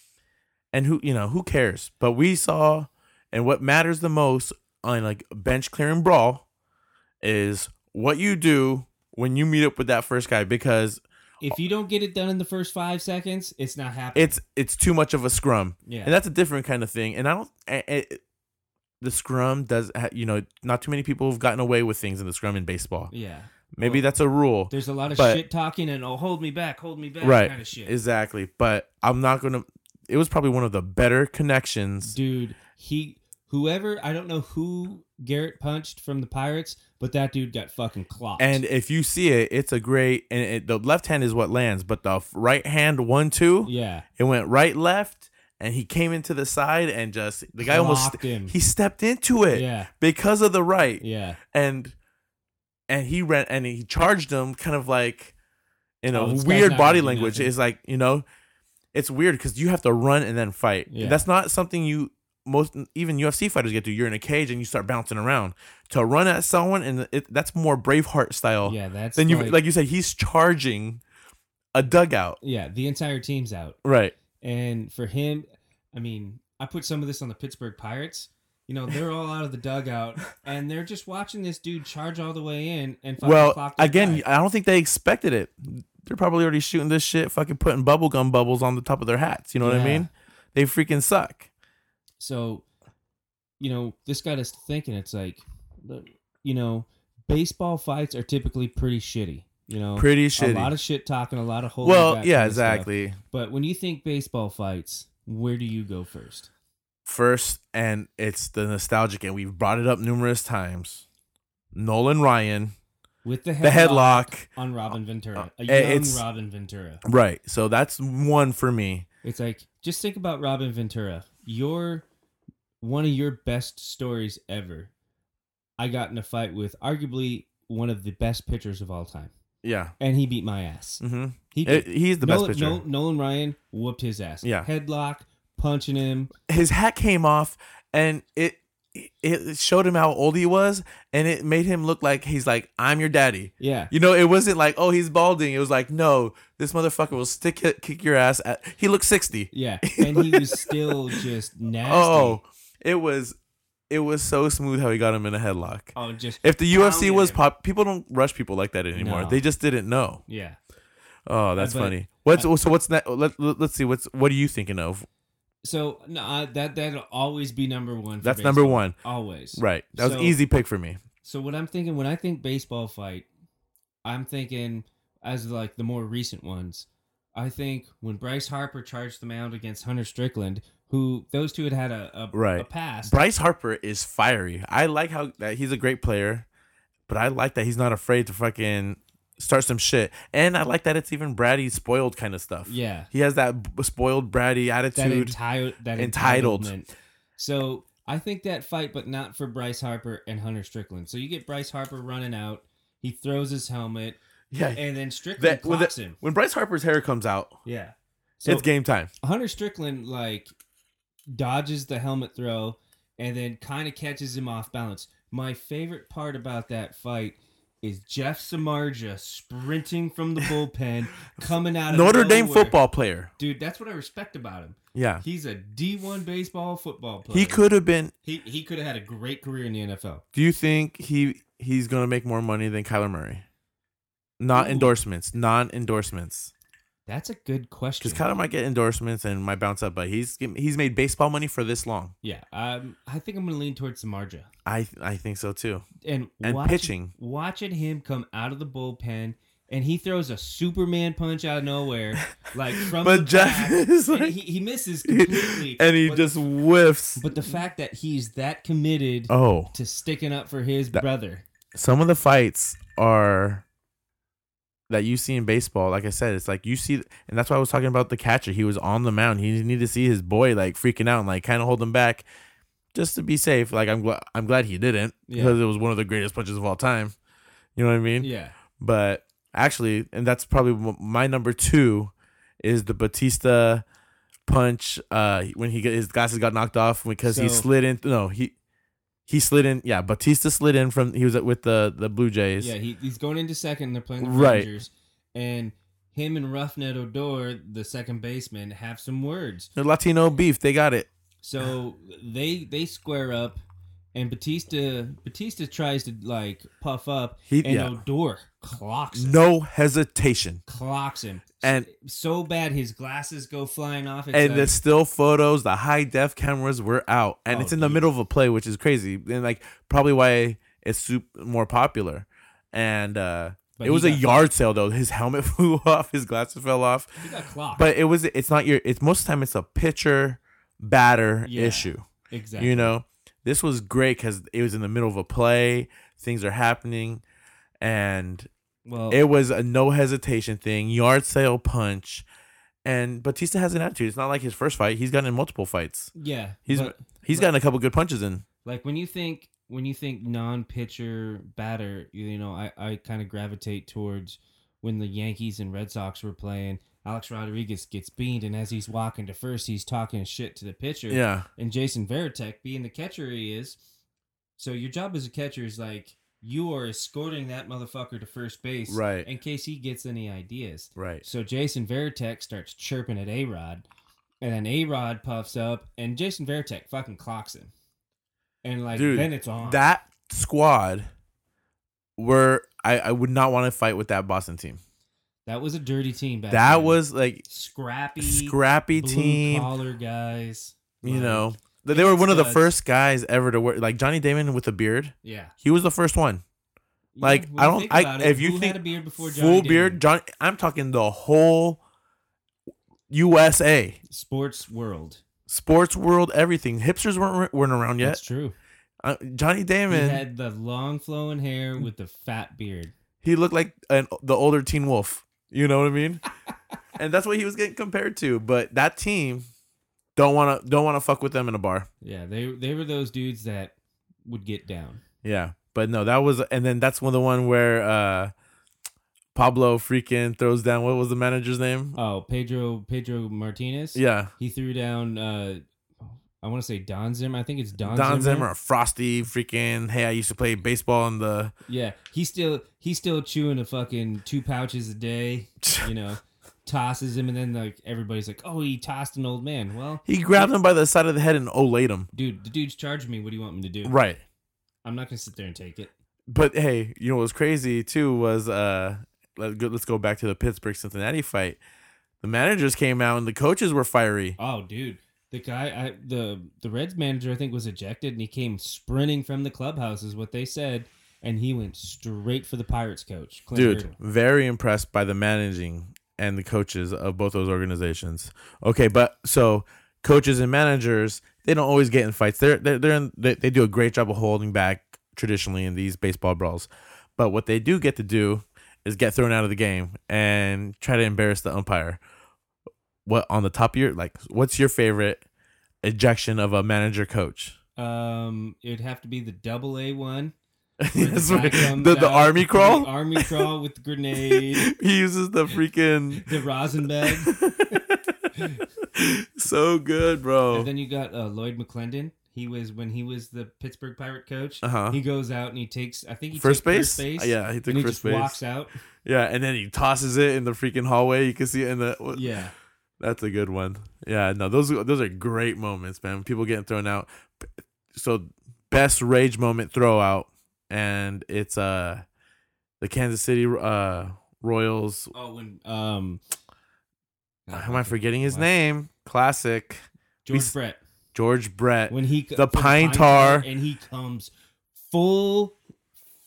[SPEAKER 2] and who you know, who cares? But we saw and what matters the most on like bench clearing brawl is what you do when you meet up with that first guy because
[SPEAKER 1] If you don't get it done in the first five seconds, it's not happening.
[SPEAKER 2] it's it's too much of a scrum.
[SPEAKER 1] yeah,
[SPEAKER 2] and that's a different kind of thing. And I don't. I- I- the scrum does, ha- you know, not too many people have gotten away with things in the scrum in baseball.
[SPEAKER 1] yeah.
[SPEAKER 2] Maybe
[SPEAKER 1] Well,
[SPEAKER 2] that's a rule,
[SPEAKER 1] There's a lot of
[SPEAKER 2] but-
[SPEAKER 1] shit talking and oh, hold me back, hold me back,
[SPEAKER 2] Right.
[SPEAKER 1] kind of shit.
[SPEAKER 2] exactly. But I'm not gonna. It was probably one of the better connections.
[SPEAKER 1] dude, he whoever I don't know who Garrett punched from the Pirates, but that dude got fucking clocked.
[SPEAKER 2] And if you see it, it's a great. And it, the left hand is what lands, but the f- right hand one two,
[SPEAKER 1] yeah,
[SPEAKER 2] it went right left, and he came into the side and just the guy almost
[SPEAKER 1] Clocked him.
[SPEAKER 2] he stepped into it
[SPEAKER 1] yeah,
[SPEAKER 2] because of the right.
[SPEAKER 1] yeah.
[SPEAKER 2] and and he ran and he charged him kind of like in a
[SPEAKER 1] Oh, this guy's
[SPEAKER 2] weird
[SPEAKER 1] not
[SPEAKER 2] body
[SPEAKER 1] gonna do
[SPEAKER 2] language
[SPEAKER 1] nothing.
[SPEAKER 2] it's like you know it's weird because you have to run and then fight
[SPEAKER 1] Yeah.
[SPEAKER 2] that's not something you most even ufc fighters get to you're in a cage and you start bouncing around to run at someone and it, that's more braveheart style
[SPEAKER 1] Yeah, that's
[SPEAKER 2] then you
[SPEAKER 1] like,
[SPEAKER 2] like you said he's charging a dugout
[SPEAKER 1] yeah, the entire team's out.
[SPEAKER 2] right
[SPEAKER 1] And for him, I mean, I put some of this on the Pittsburgh Pirates. You know, they're all out of the dugout and they're just watching this dude charge all the way in and fucking
[SPEAKER 2] well
[SPEAKER 1] clock this
[SPEAKER 2] again
[SPEAKER 1] guy.
[SPEAKER 2] i don't think they expected it they're probably already shooting this shit fucking putting bubblegum bubbles on the top of their hats you know what i
[SPEAKER 1] Yeah.
[SPEAKER 2] mean they freaking suck
[SPEAKER 1] So, you know, this got us thinking. It's like, you know, baseball fights are typically pretty shitty. You know,
[SPEAKER 2] pretty
[SPEAKER 1] a lot
[SPEAKER 2] shitty.
[SPEAKER 1] of shit talking, a lot of holding
[SPEAKER 2] Well,
[SPEAKER 1] back
[SPEAKER 2] yeah,
[SPEAKER 1] kind of stuff.
[SPEAKER 2] exactly.
[SPEAKER 1] But when you think baseball fights, where do you go first?
[SPEAKER 2] First, and it's the nostalgic, and we've brought it up numerous times. Nolan Ryan,
[SPEAKER 1] With the headlock,
[SPEAKER 2] the headlock,
[SPEAKER 1] on Robin Ventura,
[SPEAKER 2] uh,
[SPEAKER 1] a young
[SPEAKER 2] it's-
[SPEAKER 1] Robin Ventura.
[SPEAKER 2] right? So that's one for me.
[SPEAKER 1] It's like just think about Robin Ventura. Your one of your best stories ever. I got in a fight with arguably one of the best pitchers of all time,
[SPEAKER 2] Yeah,
[SPEAKER 1] and he beat my ass.
[SPEAKER 2] hmm
[SPEAKER 1] He beat,
[SPEAKER 2] he's the
[SPEAKER 1] Nolan,
[SPEAKER 2] best pitcher.
[SPEAKER 1] Nolan- Nolan Ryan whooped his ass.
[SPEAKER 2] Yeah.
[SPEAKER 1] headlock, punching him.
[SPEAKER 2] His hat came off, and it it showed him how old he was, and it made him look like he's like I'm your daddy.
[SPEAKER 1] Yeah,
[SPEAKER 2] You know, it wasn't like oh he's balding. It was like no, this motherfucker will stick kick your ass. At, he looks sixty.
[SPEAKER 1] yeah, and he was still just nasty.
[SPEAKER 2] Oh, it was it was so smooth how he got him in a headlock.
[SPEAKER 1] oh, just
[SPEAKER 2] If the UFC was
[SPEAKER 1] Pounded.
[SPEAKER 2] pop, people don't rush people like that anymore.
[SPEAKER 1] No.
[SPEAKER 2] They just didn't know.
[SPEAKER 1] yeah.
[SPEAKER 2] Oh, that's
[SPEAKER 1] But-
[SPEAKER 2] funny. What's so? What's that? Let, let, us see. What's what are you thinking of?
[SPEAKER 1] So no, I, that that'll always be number one. For
[SPEAKER 2] That's
[SPEAKER 1] baseball.
[SPEAKER 2] number one.
[SPEAKER 1] Always.
[SPEAKER 2] Right. That was
[SPEAKER 1] So-
[SPEAKER 2] an easy pick for me.
[SPEAKER 1] So what I'm thinking when I think baseball fight, I'm thinking as like the more recent ones. I think when Bryce Harper charged the mound against Hunter Strickland, who those two had had a a,
[SPEAKER 2] Right.
[SPEAKER 1] a pass.
[SPEAKER 2] Bryce Harper is fiery. I like how that he's a great player, but I like that he's not afraid to fucking start some shit. And I like that it's even Bratty spoiled kind of stuff.
[SPEAKER 1] yeah,
[SPEAKER 2] He has that b- spoiled Bratty
[SPEAKER 1] that
[SPEAKER 2] attitude.
[SPEAKER 1] entitled that
[SPEAKER 2] Entitled.
[SPEAKER 1] entitlement. So I think that fight, but not for Bryce Harper and Hunter Strickland. So you get Bryce Harper running out. He throws his helmet,
[SPEAKER 2] yeah.
[SPEAKER 1] and then Strickland
[SPEAKER 2] That, when,
[SPEAKER 1] clocks
[SPEAKER 2] the-
[SPEAKER 1] him.
[SPEAKER 2] when Bryce Harper's hair comes out,
[SPEAKER 1] Yeah. So
[SPEAKER 2] it's game time.
[SPEAKER 1] Hunter Strickland like dodges the helmet throw and then kind of catches him off balance. My favorite part about that fight is Jeff Samarja sprinting from the bullpen, coming out of
[SPEAKER 2] Notre Dame
[SPEAKER 1] nowhere.
[SPEAKER 2] football player.
[SPEAKER 1] Dude, that's what I respect about him.
[SPEAKER 2] Yeah.
[SPEAKER 1] He's a D1 baseball football player.
[SPEAKER 2] He could have been.
[SPEAKER 1] he, he could have had a great career in the NFL.
[SPEAKER 2] Do you think he he's gonna make more money than Kyler Murray? Not
[SPEAKER 1] Ooh.
[SPEAKER 2] endorsements, non endorsements.
[SPEAKER 1] That's a good question.
[SPEAKER 2] Because Kyler might get endorsements and might bounce up, but he's he's made baseball money for this long.
[SPEAKER 1] yeah, um, I think I'm going to lean towards Samarja.
[SPEAKER 2] I I think so too.
[SPEAKER 1] and,
[SPEAKER 2] And
[SPEAKER 1] watching,
[SPEAKER 2] pitching.
[SPEAKER 1] watching him come out of the bullpen and he throws a Superman punch out of nowhere, like from
[SPEAKER 2] But
[SPEAKER 1] the
[SPEAKER 2] Jeff
[SPEAKER 1] back,
[SPEAKER 2] is
[SPEAKER 1] and
[SPEAKER 2] like-
[SPEAKER 1] he, he misses completely,
[SPEAKER 2] and he
[SPEAKER 1] but,
[SPEAKER 2] just whiffs.
[SPEAKER 1] But the fact that he's that committed
[SPEAKER 2] Oh,
[SPEAKER 1] to sticking up for his
[SPEAKER 2] That-
[SPEAKER 1] brother,
[SPEAKER 2] some of the fights are that you see in baseball. Like I said, it's like you see, and that's why I was talking about the catcher. He was on the mound. He needed to see his boy like freaking out and like kind of hold him back, just to be safe. Like I'm glad I'm glad he didn't
[SPEAKER 1] Yeah.
[SPEAKER 2] because it was one of the greatest punches of all time. You know what I mean?
[SPEAKER 1] yeah.
[SPEAKER 2] But Actually, and that's probably m- my number two is the Batista punch uh when he got, his glasses got knocked off because he
[SPEAKER 1] So-
[SPEAKER 2] slid in. No, he he slid in. Yeah, Batista slid in from he was with the the Blue Jays.
[SPEAKER 1] Yeah, he, he's going into second. They're playing the
[SPEAKER 2] Right.
[SPEAKER 1] Rangers, and him and Roughneck Odor, the second baseman, have some words.
[SPEAKER 2] They're Latino beef. They got it.
[SPEAKER 1] So they they square up, and Batista Batista tries to like puff up,
[SPEAKER 2] He
[SPEAKER 1] and
[SPEAKER 2] yeah.
[SPEAKER 1] Odor clocks him,
[SPEAKER 2] No hesitation.
[SPEAKER 1] clocks him,
[SPEAKER 2] And
[SPEAKER 1] so bad his glasses go flying off. It's
[SPEAKER 2] and
[SPEAKER 1] like-
[SPEAKER 2] the still photos, the high def cameras were out, and
[SPEAKER 1] Oh,
[SPEAKER 2] it's in the
[SPEAKER 1] dude.
[SPEAKER 2] middle of a play, which is crazy, and like probably why it's sup- more popular. And uh,
[SPEAKER 1] but
[SPEAKER 2] it
[SPEAKER 1] he
[SPEAKER 2] was a
[SPEAKER 1] got-
[SPEAKER 2] yard sale though. His helmet flew off, his glasses fell off,
[SPEAKER 1] He got clocked.
[SPEAKER 2] but it was it's not your. It's most of the time it's a pitcher batter
[SPEAKER 1] Yeah,
[SPEAKER 2] issue.
[SPEAKER 1] exactly.
[SPEAKER 2] You know, this was great because it was in the middle of a play, things are happening, and
[SPEAKER 1] well,
[SPEAKER 2] it was a no hesitation thing, yard sale punch, and Batista has an attitude. It's not like his first fight. He's gotten in multiple fights.
[SPEAKER 1] yeah,
[SPEAKER 2] He's
[SPEAKER 1] but-
[SPEAKER 2] he's gotten a couple good punches in.
[SPEAKER 1] like when you think when you think non-pitcher batter you, you know i, I kind of gravitate towards when the yankees and red sox were playing alex rodriguez gets beamed and as he's walking to first he's talking shit to the pitcher
[SPEAKER 2] Yeah,
[SPEAKER 1] and jason veritek being the catcher he is so your job as a catcher is like you are escorting that motherfucker to first base
[SPEAKER 2] Right.
[SPEAKER 1] in case he gets any ideas
[SPEAKER 2] right.
[SPEAKER 1] so Jason Veritek starts chirping at A Rod, and then A Rod puffs up, and Jason Veritek fucking clocks him. And like
[SPEAKER 2] Dude,
[SPEAKER 1] then it's on.
[SPEAKER 2] That squad were I I would not want to fight with that Boston team.
[SPEAKER 1] that was a dirty team back
[SPEAKER 2] That
[SPEAKER 1] then.
[SPEAKER 2] was like
[SPEAKER 1] scrappy,
[SPEAKER 2] scrappy
[SPEAKER 1] blue
[SPEAKER 2] team.
[SPEAKER 1] collar guys.
[SPEAKER 2] You
[SPEAKER 1] Like,
[SPEAKER 2] know, Th- they were one of the
[SPEAKER 1] studs.
[SPEAKER 2] first guys ever to wear like Johnny Damon with a beard.
[SPEAKER 1] yeah.
[SPEAKER 2] He was the first one. Like,
[SPEAKER 1] when
[SPEAKER 2] I
[SPEAKER 1] you
[SPEAKER 2] don't-
[SPEAKER 1] think
[SPEAKER 2] I-
[SPEAKER 1] about it,
[SPEAKER 2] if you
[SPEAKER 1] who
[SPEAKER 2] think
[SPEAKER 1] had a beard before Johnny
[SPEAKER 2] Full
[SPEAKER 1] Damon?
[SPEAKER 2] beard. John. I'm talking the whole USA.
[SPEAKER 1] sports world.
[SPEAKER 2] sports world, everything. Hipsters weren't weren't around
[SPEAKER 1] That's
[SPEAKER 2] yet.
[SPEAKER 1] true.
[SPEAKER 2] Uh, Johnny
[SPEAKER 1] He
[SPEAKER 2] Damon, he,
[SPEAKER 1] had the long flowing hair with the fat beard.
[SPEAKER 2] looked like an, the older Teen Wolf. You know what I mean? and that's what he was getting compared to. But that team don't want to don't want to fuck with them in a bar.
[SPEAKER 1] Yeah, they they were those dudes that would get down.
[SPEAKER 2] Yeah, but no, that was and then that's one the one where uh Pablo freaking throws down. What was the manager's name?
[SPEAKER 1] Oh, Pedro Pedro Martinez.
[SPEAKER 2] yeah,
[SPEAKER 1] He threw down. Uh, I want to say Don Zimmer. I think it's Don,
[SPEAKER 2] Don, Zimmer, Frosty, freaking. Hey, I used to play baseball in the.
[SPEAKER 1] Yeah, he's still he's still chewing a fucking two pouches a day. You know, tosses him, and then like everybody's like, "Oh, he tossed an old man." Well,
[SPEAKER 2] He grabbed him by the side of the head and olayed him.
[SPEAKER 1] dude, the dude's charged me. What do you want me to do?
[SPEAKER 2] Right.
[SPEAKER 1] I'm not gonna sit there and take it.
[SPEAKER 2] But hey, you know what was crazy too was uh let go, let's go back to the Pittsburgh Cincinnati fight. The managers came out and the coaches were fiery.
[SPEAKER 1] Oh, dude, the guy, I, the the Reds manager, I think was ejected, and he came sprinting from the clubhouse, is what they said, and he went straight for the Pirates coach, Clint
[SPEAKER 2] Dude,
[SPEAKER 1] Hurdle.
[SPEAKER 2] very impressed by the managing and the coaches of both those organizations. Okay, but so coaches and managers they don't always get in fights. They're they're, they're in, they they do a great job of holding back traditionally in these baseball brawls. But what they do get to do is get thrown out of the game and try to embarrass the umpire. What on the top of your like? What's your favorite ejection of a manager coach?
[SPEAKER 1] Um, it'd have to be the double A one.
[SPEAKER 2] That's
[SPEAKER 1] guy
[SPEAKER 2] what-
[SPEAKER 1] comes
[SPEAKER 2] the, the
[SPEAKER 1] out,
[SPEAKER 2] army
[SPEAKER 1] the
[SPEAKER 2] crawl.
[SPEAKER 1] army crawl with the grenade,
[SPEAKER 2] he uses the freaking
[SPEAKER 1] the rosin bag,
[SPEAKER 2] so good, bro.
[SPEAKER 1] and then you got uh, Lloyd McClendon. He was when he was the Pittsburgh Pirate coach.
[SPEAKER 2] Uh huh.
[SPEAKER 1] He goes out and he takes. I think he
[SPEAKER 2] First
[SPEAKER 1] took
[SPEAKER 2] base? Uh, Yeah, he took
[SPEAKER 1] and he
[SPEAKER 2] first
[SPEAKER 1] just walks
[SPEAKER 2] base.
[SPEAKER 1] out.
[SPEAKER 2] Yeah, and then he tosses it in the freaking hallway. You can see it in the.
[SPEAKER 1] Yeah,
[SPEAKER 2] That's a good one. Yeah, no, those are- those are great moments, man. People getting thrown out. So best rage moment throw out, and it's uh the Kansas City uh Royals.
[SPEAKER 1] Oh, when um, God,
[SPEAKER 2] Am I forgetting his
[SPEAKER 1] Wow.
[SPEAKER 2] name? Classic
[SPEAKER 1] George
[SPEAKER 2] s-
[SPEAKER 1] Brett
[SPEAKER 2] George Brett.
[SPEAKER 1] when he
[SPEAKER 2] The pine tar.
[SPEAKER 1] and he comes full,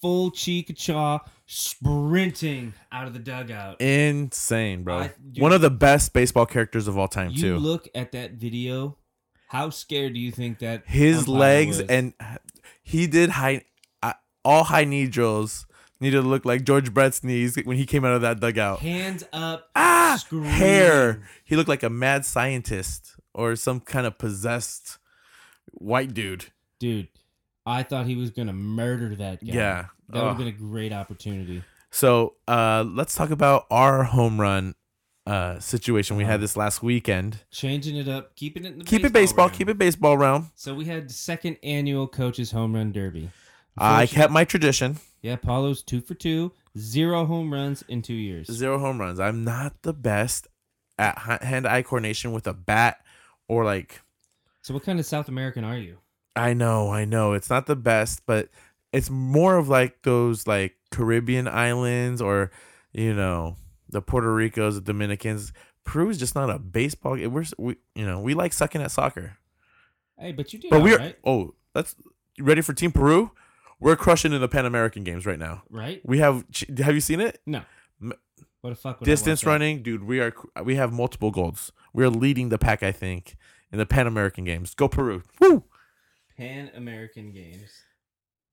[SPEAKER 1] full cheek chaw sprinting out of the dugout.
[SPEAKER 2] Insane, bro.
[SPEAKER 1] I- dude-
[SPEAKER 2] one of the best baseball characters of all time,
[SPEAKER 1] you
[SPEAKER 2] too.
[SPEAKER 1] look at that video. How scared do you think that
[SPEAKER 2] his
[SPEAKER 1] umpire
[SPEAKER 2] legs
[SPEAKER 1] was?
[SPEAKER 2] and he did high I- all high knee drills needed to look like George Brett's knees when he came out of that dugout.
[SPEAKER 1] hands up?
[SPEAKER 2] Ah,
[SPEAKER 1] Scream.
[SPEAKER 2] hair. He looked like a mad scientist or some kind of possessed white dude.
[SPEAKER 1] Dude, I thought he was gonna murder that guy.
[SPEAKER 2] Yeah.
[SPEAKER 1] that would
[SPEAKER 2] Ugh.
[SPEAKER 1] have been a great opportunity.
[SPEAKER 2] So uh, let's talk about our home run uh, situation we had this last weekend.
[SPEAKER 1] Changing it up, keeping it in Uh-huh. the
[SPEAKER 2] Keep it baseball.
[SPEAKER 1] realm.
[SPEAKER 2] Keep it baseball realm.
[SPEAKER 1] So we had the second annual coaches home run derby.
[SPEAKER 2] I
[SPEAKER 1] Unfortunately-
[SPEAKER 2] kept my tradition.
[SPEAKER 1] Yeah, Paulo's two for two, zero home runs in two years.
[SPEAKER 2] Zero home runs. I'm not the best at hand eye coordination with a bat or like
[SPEAKER 1] So what kind of South American are you?
[SPEAKER 2] I know, I know. It's not the best, but it's more of like those like Caribbean islands or you know the Puerto Ricos, the Dominicans. Peru's just not a baseball. We're s- we you know we like sucking at soccer,
[SPEAKER 1] Hey, but you did
[SPEAKER 2] but
[SPEAKER 1] all
[SPEAKER 2] we're
[SPEAKER 1] right,
[SPEAKER 2] oh that's you ready for Team Peru. We're crushing in the Pan American games right now.
[SPEAKER 1] right?
[SPEAKER 2] We have ch- have you seen it?
[SPEAKER 1] What the fuck? Would I
[SPEAKER 2] Distance
[SPEAKER 1] watch that?
[SPEAKER 2] running, dude. We are we have multiple golds. We are leading the pack, I think, in the Pan American games. Go Peru! Woo!
[SPEAKER 1] Pan American games.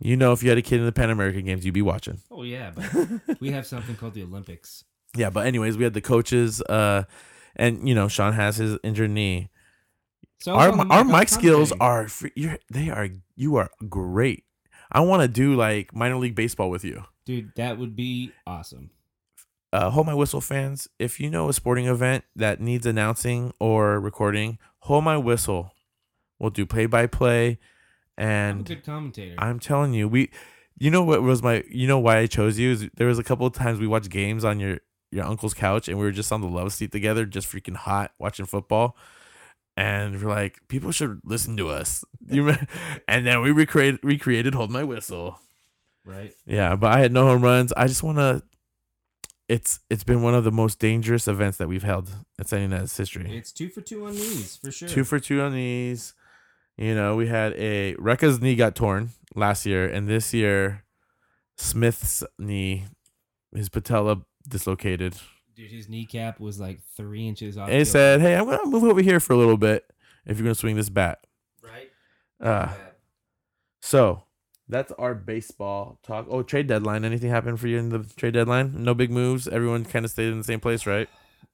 [SPEAKER 2] You know, if you had a kid in the Pan American games, you'd be watching.
[SPEAKER 1] Oh yeah, but we have something called the Olympics.
[SPEAKER 2] yeah but anyways we had the coaches uh and you know sean has his injured knee
[SPEAKER 1] So I
[SPEAKER 2] our,
[SPEAKER 1] was on the
[SPEAKER 2] our
[SPEAKER 1] mic on
[SPEAKER 2] mic skills
[SPEAKER 1] commentary.
[SPEAKER 2] are free, you're, they are you are great i want to do like minor league baseball with you
[SPEAKER 1] dude. That would be awesome.
[SPEAKER 2] uh hold my whistle fans if you know a sporting event that needs announcing or recording hold my whistle we'll do play by play
[SPEAKER 1] I'm a
[SPEAKER 2] and
[SPEAKER 1] good commentator.
[SPEAKER 2] I'm telling you, we. You know what was my? You know why I chose you is there was a couple of times we watched games on your your uncle's couch and we were just on the love seat together, just freaking hot watching football, and we're like, people should listen to us. You remember? and then we recreated recreated hold my whistle.
[SPEAKER 1] right?
[SPEAKER 2] Yeah, but I had no home runs. I just want to. It's it's been one of the most dangerous events that we've held in San Diego's history
[SPEAKER 1] It's two for two on knees for sure.
[SPEAKER 2] two for two on these. You know, we had a Rekka's knee got torn last year, and this year Smith's knee, his patella dislocated.
[SPEAKER 1] dude, his kneecap was like three inches off.
[SPEAKER 2] They
[SPEAKER 1] kilter,
[SPEAKER 2] said, "Hey, I'm gonna move over here for a little bit if you're gonna swing this bat."
[SPEAKER 1] right?
[SPEAKER 2] Uh, so that's our baseball talk. Oh, trade deadline. Anything happened for you in the trade deadline? No big moves. Everyone kind of stayed in the same place, right?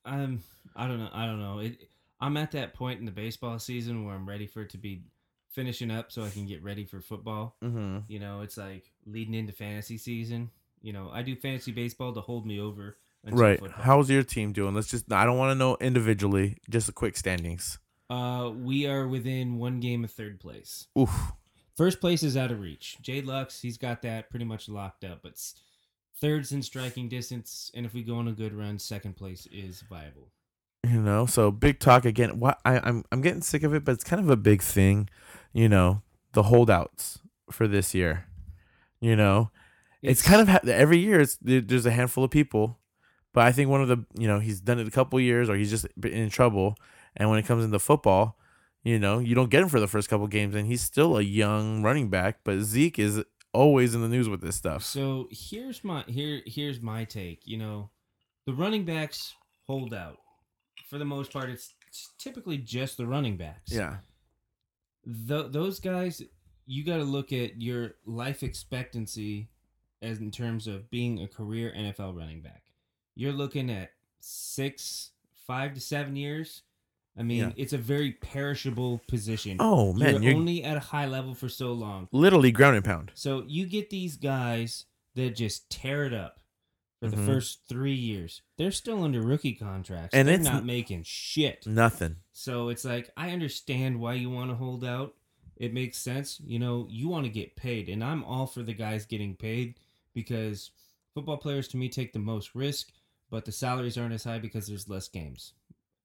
[SPEAKER 1] I'm. I don't know. I don't know. It, I'm at that point in the baseball season where I'm ready for it to be finishing up, so I can get ready for football.
[SPEAKER 2] Mm-hmm.
[SPEAKER 1] You know, it's like leading into fantasy season. You know, I do fantasy baseball to hold me over. Until
[SPEAKER 2] Right.
[SPEAKER 1] Football.
[SPEAKER 2] How's your team doing? Let's just. I don't want to know individually. Just the quick standings.
[SPEAKER 1] Uh, we are within one game of third place.
[SPEAKER 2] Oof.
[SPEAKER 1] First place is out of reach. Jade Lux, he's got that pretty much locked up, but s- third's in striking distance, and if we go on a good run, second place is viable.
[SPEAKER 2] you know so big talk again what I, I'm, I'm getting sick of it but it's kind of a big thing you know the holdouts for this year you know it's, kind of ha- every year it's, there- there's a handful of people but i think one of the you know he's done it a couple years or he's just been in trouble and when it comes into football you know you don't get him for the first couple games and he's still a young running back but zeke is always in the news with this stuff
[SPEAKER 1] So here's my here here's my take. You know, the running backs hold out for the most part. It's it's typically just the running backs.
[SPEAKER 2] yeah
[SPEAKER 1] Tho- those guys, you got to look at your life expectancy as in terms of being a career NFL running back. You're looking at six, five to seven years. I mean,
[SPEAKER 2] Yeah.
[SPEAKER 1] it's a very perishable position.
[SPEAKER 2] oh man
[SPEAKER 1] you're
[SPEAKER 2] you're,
[SPEAKER 1] only at a high level for so long.
[SPEAKER 2] literally ground and pound
[SPEAKER 1] So you get these guys that just tear it up for
[SPEAKER 2] Mhm.
[SPEAKER 1] the first three years. They're still under rookie contracts,
[SPEAKER 2] And
[SPEAKER 1] and they're
[SPEAKER 2] it's
[SPEAKER 1] not
[SPEAKER 2] n-
[SPEAKER 1] making shit.
[SPEAKER 2] nothing
[SPEAKER 1] So it's like I understand why you want to hold out. It makes sense. You know, you want to get paid, and I'm all for the guys getting paid because football players to me take the most risk, but the salaries aren't as high because there's less games.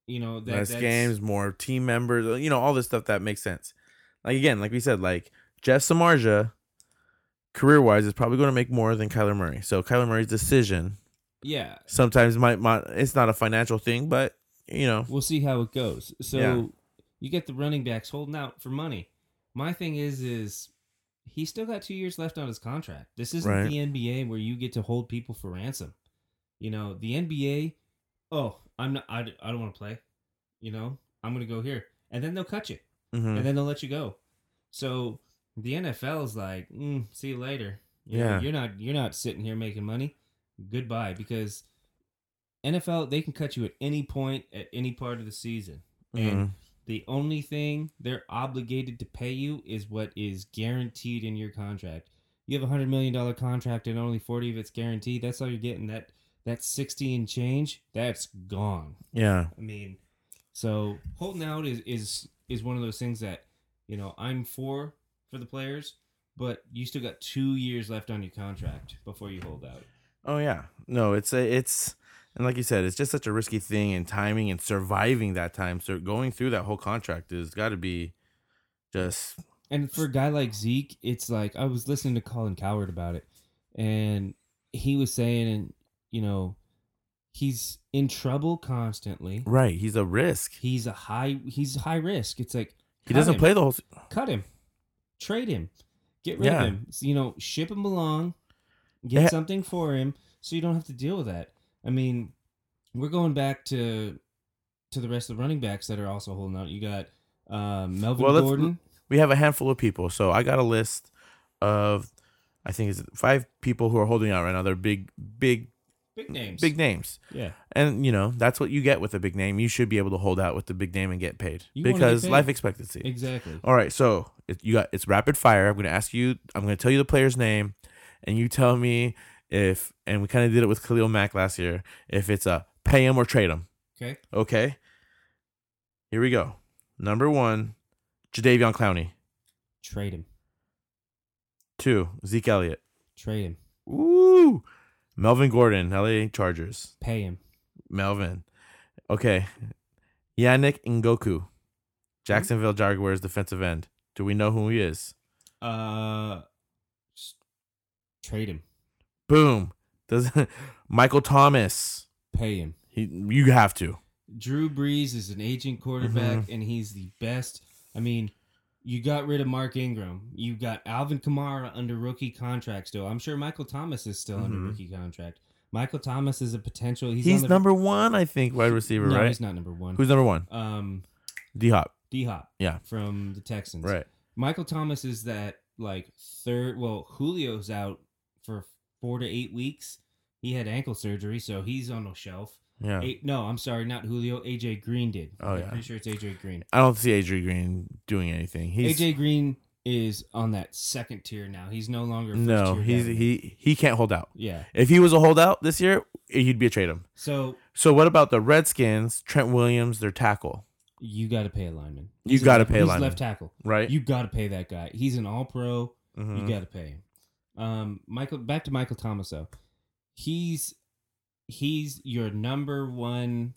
[SPEAKER 1] You know, that,
[SPEAKER 2] less
[SPEAKER 1] that's,
[SPEAKER 2] games, more team members, uh, you know, all this stuff that makes sense. Like again, like we said, like Jeff Samarja, career wise, is probably going to make more than Kyler Murray. So Kyler Murray's decision
[SPEAKER 1] Yeah,
[SPEAKER 2] sometimes might, might it's not a financial thing, but you know,
[SPEAKER 1] we'll see how it goes. So
[SPEAKER 2] Yeah.
[SPEAKER 1] you get the running backs holding out for money. My thing is, is he's still got two years left on his contract. This isn't
[SPEAKER 2] Right.
[SPEAKER 1] the NBA where you get to hold people for ransom. You know, the NBA. Oh, I'm not. I, I don't want to play. You know, I'm gonna go here, and then they'll cut you,
[SPEAKER 2] mhm.
[SPEAKER 1] and then they'll let you go. So the NFL is like, mm, see you later. You know,
[SPEAKER 2] Yeah.
[SPEAKER 1] you're not you're not sitting here making money. Goodbye, because NFL they can cut you at any point at any part of the season, and
[SPEAKER 2] Mhm.
[SPEAKER 1] the only thing they're obligated to pay you is what is guaranteed in your contract. you have a hundred million dollar contract and only forty of it's guaranteed. That's all you're getting. That that sixty and change, that's gone.
[SPEAKER 2] Yeah.
[SPEAKER 1] I mean, so holding out is is is one of those things that you know I'm for for the players, but you still got two years left on your contract before you hold out.
[SPEAKER 2] Oh yeah. No, it's a, it's and like you said, it's just such a risky thing and timing and surviving that time. So going through that whole contract is got to be just
[SPEAKER 1] And for a guy like Zeke, it's like I was listening to Colin Coward about it, and he was saying, and you know, he's in trouble constantly.
[SPEAKER 2] right. He's a risk.
[SPEAKER 1] He's a high he's high risk. It's like
[SPEAKER 2] He
[SPEAKER 1] cut
[SPEAKER 2] doesn't
[SPEAKER 1] him,
[SPEAKER 2] play the whole. se-
[SPEAKER 1] Cut him, trade him, get rid
[SPEAKER 2] Yeah.
[SPEAKER 1] of him. You know, ship him along, get
[SPEAKER 2] Yeah.
[SPEAKER 1] something for him, so you don't have to deal with that. I mean, we're going back to to the rest of the running backs that are also holding out. You got um, Melvin
[SPEAKER 2] Well, let's-
[SPEAKER 1] Gordon.
[SPEAKER 2] We have a handful of people. So I got a list of, I think it's five people who are holding out right now. They're big, big,
[SPEAKER 1] Big names.
[SPEAKER 2] big names.
[SPEAKER 1] yeah.
[SPEAKER 2] And you know that's what you get with a big name. You should be able to hold out with the big name and get paid
[SPEAKER 1] You wanna get
[SPEAKER 2] because
[SPEAKER 1] paid.
[SPEAKER 2] life expectancy.
[SPEAKER 1] Exactly.
[SPEAKER 2] All right, so it, you got it's rapid fire. I'm gonna ask you. I'm gonna tell you the player's name, and you tell me if. And we kind of did it with Khalil Mack last year. If it's a pay him or trade him.
[SPEAKER 1] Okay.
[SPEAKER 2] Okay. Here we go. Number one, Jadavion Clowney.
[SPEAKER 1] Trade him.
[SPEAKER 2] Two, Zeke Elliott.
[SPEAKER 1] Trade him.
[SPEAKER 2] Woo. Melvin Gordon, LA Chargers.
[SPEAKER 1] Pay him.
[SPEAKER 2] Melvin. Okay. Yannick Ngoku, Jacksonville Jaguars defensive end. Do we know who he is?
[SPEAKER 1] Uh, s- trade him.
[SPEAKER 2] Boom. Does Michael Thomas?
[SPEAKER 1] Pay him.
[SPEAKER 2] He, you have to.
[SPEAKER 1] Drew Brees is an aging quarterback,
[SPEAKER 2] Mm-hmm.
[SPEAKER 1] and he's the best. I mean, you got rid of Mark Ingram. You got Alvin Kamara under rookie contract still. I'm sure Michael Thomas is still under
[SPEAKER 2] Mhm.
[SPEAKER 1] rookie contract. Michael Thomas is a potential. He's,
[SPEAKER 2] He's,
[SPEAKER 1] on the,
[SPEAKER 2] number one, I think, wide receiver,
[SPEAKER 1] No,
[SPEAKER 2] right?
[SPEAKER 1] he's not number one.
[SPEAKER 2] Who's number one?
[SPEAKER 1] um,
[SPEAKER 2] D Hop.
[SPEAKER 1] D Hop.
[SPEAKER 2] Yeah.
[SPEAKER 1] From the Texans.
[SPEAKER 2] Right.
[SPEAKER 1] Michael Thomas is that like third. Well, Julio's out for four to eight weeks. He had ankle surgery, so he's on the shelf.
[SPEAKER 2] Yeah.
[SPEAKER 1] Eight, no, I'm sorry, not Julio. AJ Green did.
[SPEAKER 2] Oh,
[SPEAKER 1] I'm
[SPEAKER 2] yeah.
[SPEAKER 1] pretty sure it's AJ Green.
[SPEAKER 2] I don't see Adrian Green doing anything. He's
[SPEAKER 1] AJ Green is on that second tier now. He's no longer first
[SPEAKER 2] no,
[SPEAKER 1] tier
[SPEAKER 2] he's
[SPEAKER 1] guy.
[SPEAKER 2] he he can't hold out.
[SPEAKER 1] yeah.
[SPEAKER 2] If he was a holdout this year, he'd be a trade him.
[SPEAKER 1] So
[SPEAKER 2] So what about the Redskins? Trent Williams, their tackle,
[SPEAKER 1] you got to pay a lineman.
[SPEAKER 2] You
[SPEAKER 1] He's a
[SPEAKER 2] gotta
[SPEAKER 1] left-
[SPEAKER 2] pay a
[SPEAKER 1] he's
[SPEAKER 2] lineman. Eh.
[SPEAKER 1] left tackle.
[SPEAKER 2] right?
[SPEAKER 1] You got to pay that guy. He's an All Pro.
[SPEAKER 2] Mhm.
[SPEAKER 1] You got to pay him. Um, Michael, back to Michael Thomas though. He's he's your number one